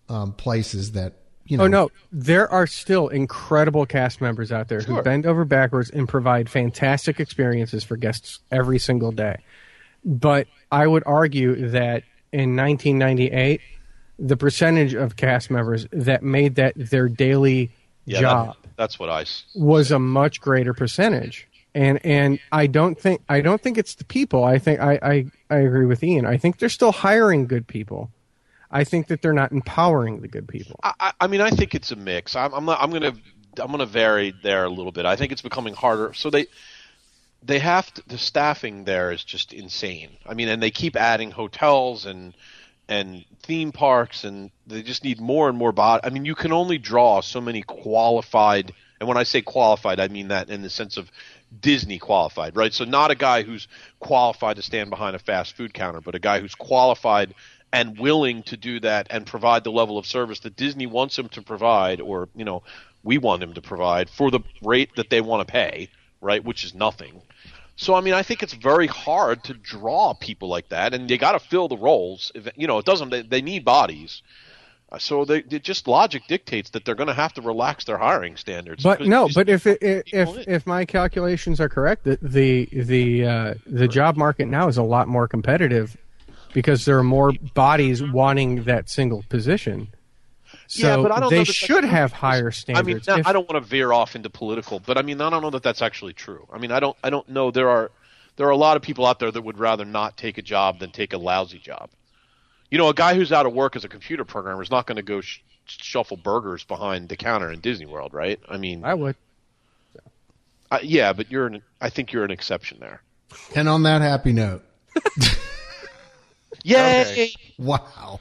Speaker 2: um, places that you know.
Speaker 7: Oh no, there are still incredible cast members out there who bend over backwards and provide fantastic experiences for guests every single day. But I would argue that in 1998, the percentage of cast members that made that their daily
Speaker 4: Yeah,
Speaker 7: job
Speaker 4: that- that's what I. s-
Speaker 7: was a much greater percentage. And and I don't think I don't think it's the people. I think I, I, I agree with Ian. I think they're still hiring good people. I think that they're not empowering the good people.
Speaker 4: I, I- I mean, I think it's a mix. I'm, I'm, not, I'm gonna, I'm gonna vary there a little bit. I think it's becoming harder. So they, they have to, the staffing there is just insane. I mean, and they keep adding hotels and and theme parks, and they just need more and more body. I mean, you can only draw so many qualified, and when I say qualified, I mean that in the sense of Disney qualified, right? So not a guy who's qualified to stand behind a fast food counter, but a guy who's qualified and willing to do that and provide the level of service that Disney wants him to provide, or you know, we want him to provide for the rate that they want to pay, right? Which is nothing. So I mean, I think it's very hard to draw people like that, and they got to fill the roles. If, you know, it doesn't. They, they need bodies. Uh, So they, they just logic dictates that they're going to have to relax their hiring standards.
Speaker 7: But
Speaker 4: because
Speaker 7: no,
Speaker 4: just-
Speaker 7: but if it, i-
Speaker 4: people
Speaker 7: if
Speaker 4: in.
Speaker 7: if my calculations are correct, the the the, uh, the job market now is a lot more competitive because there are more bodies wanting that single position. So
Speaker 4: Yeah, but I don't
Speaker 7: they
Speaker 4: know that that's
Speaker 7: should
Speaker 4: true,
Speaker 7: have
Speaker 4: because-
Speaker 7: higher
Speaker 4: I mean,
Speaker 7: standards.
Speaker 4: now,
Speaker 7: If-
Speaker 4: I don't want to veer off into political, but I mean, I don't know that that's actually true. I mean, I don't, I don't know. There are, there are a lot of people out there that would rather not take a job than take a lousy job. You know, a guy who's out of work as a computer programmer is not going to go sh- shuffle burgers behind the counter in Disney World, right? I mean,
Speaker 7: I would.
Speaker 4: I, yeah, but you're, an, I think you're an exception there.
Speaker 2: And on that happy note,
Speaker 4: Yay!
Speaker 3: Okay.
Speaker 2: wow.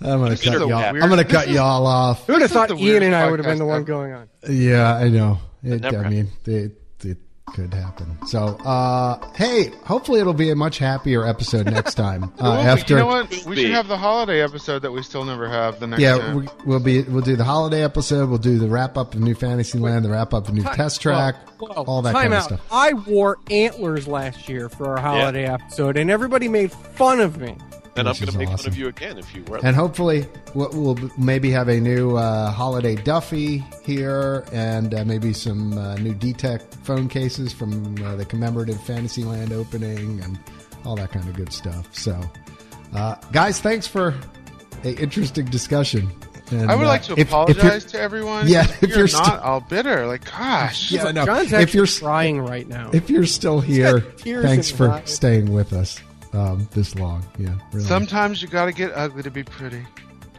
Speaker 2: I'm gonna cut
Speaker 3: is a
Speaker 2: y'all.
Speaker 3: weird-
Speaker 2: I'm gonna cut y'all off.
Speaker 7: Who would have thought
Speaker 3: the
Speaker 7: Ian and I
Speaker 3: weirdest
Speaker 7: would have been the
Speaker 3: podcast
Speaker 7: one
Speaker 3: ever.
Speaker 7: going on?
Speaker 2: Yeah, I know. It,
Speaker 4: never
Speaker 2: I mean, it, it could happen. So, uh, hey, hopefully it'll be a much happier episode next time. Uh,
Speaker 3: *laughs* Well,
Speaker 2: after
Speaker 3: you know what? We
Speaker 4: Big.
Speaker 3: should have the holiday episode that we still never have. The next
Speaker 2: Yeah,
Speaker 3: time.
Speaker 2: we, we'll be we'll do the holiday episode. We'll do the wrap up of New Fantasyland, the wrap up of New Test Track,
Speaker 7: Whoa, whoa,
Speaker 2: all that
Speaker 7: time
Speaker 2: kind
Speaker 7: out.
Speaker 2: of stuff.
Speaker 7: I wore antlers last year for our holiday episode, and everybody made fun of me.
Speaker 4: and I'm
Speaker 2: This
Speaker 4: going
Speaker 2: is
Speaker 4: to make
Speaker 2: awesome.
Speaker 4: fun of you again if you were.
Speaker 2: And hopefully, we'll, we'll maybe have a new uh, holiday Duffy here, and uh, maybe some uh, new D-Tech phone cases from uh, the commemorative Fantasyland opening, and all that kind of good stuff. So, uh, guys, thanks for a interesting discussion. And,
Speaker 3: I would
Speaker 2: uh,
Speaker 3: like to
Speaker 2: if- if you're-
Speaker 3: apologize to everyone.
Speaker 2: Yeah,
Speaker 3: if
Speaker 2: if
Speaker 3: you're,
Speaker 2: you're
Speaker 3: not
Speaker 2: sti-
Speaker 3: all bitter, like gosh.
Speaker 2: Yeah, I know. if
Speaker 7: John's actually
Speaker 2: you're
Speaker 7: crying right now.
Speaker 2: if you're still here,
Speaker 7: tears
Speaker 2: thanks
Speaker 7: in
Speaker 2: for
Speaker 7: his eyes.
Speaker 2: staying with us um, this long. Yeah, really.
Speaker 3: Sometimes you gotta get ugly to be pretty.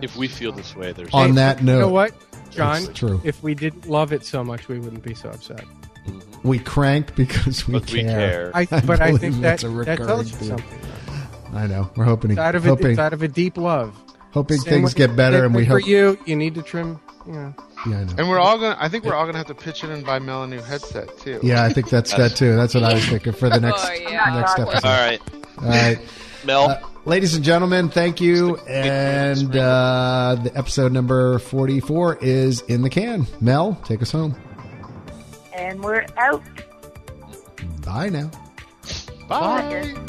Speaker 4: if we feel this way, there's
Speaker 2: on that note,
Speaker 7: you know what, John?
Speaker 2: It's true.
Speaker 7: If we didn't love it so much, we wouldn't be
Speaker 2: *laughs*
Speaker 7: so upset.
Speaker 2: we crank because we,
Speaker 4: but we care.
Speaker 7: I,
Speaker 2: I
Speaker 7: but I
Speaker 2: believe
Speaker 7: think that
Speaker 2: that's a
Speaker 7: that
Speaker 2: recurring
Speaker 7: tells you
Speaker 2: theme.
Speaker 7: something.
Speaker 2: I know. We're hoping,
Speaker 7: It's out of a,
Speaker 2: hoping,
Speaker 7: it's out of a deep love.
Speaker 2: hoping
Speaker 7: Same
Speaker 2: things
Speaker 7: way-
Speaker 2: get better, and we
Speaker 7: for
Speaker 2: hope.
Speaker 7: you. You need to trim. You know,
Speaker 2: Yeah, I know.
Speaker 3: And we're all gonna. I think we're all gonna have to pitch in and buy Mel a new headset too.
Speaker 2: Yeah, I think that's that too. That's what I was thinking for the
Speaker 7: *laughs*
Speaker 2: next
Speaker 6: Oh, yeah.
Speaker 2: next episode.
Speaker 4: All right,
Speaker 2: All right.
Speaker 4: Mel.
Speaker 2: Uh, ladies and gentlemen, thank you. And uh, the episode number 44 is in the can. Mel, take us home.
Speaker 10: And we're out.
Speaker 2: Bye now.
Speaker 3: Bye.
Speaker 10: Bye.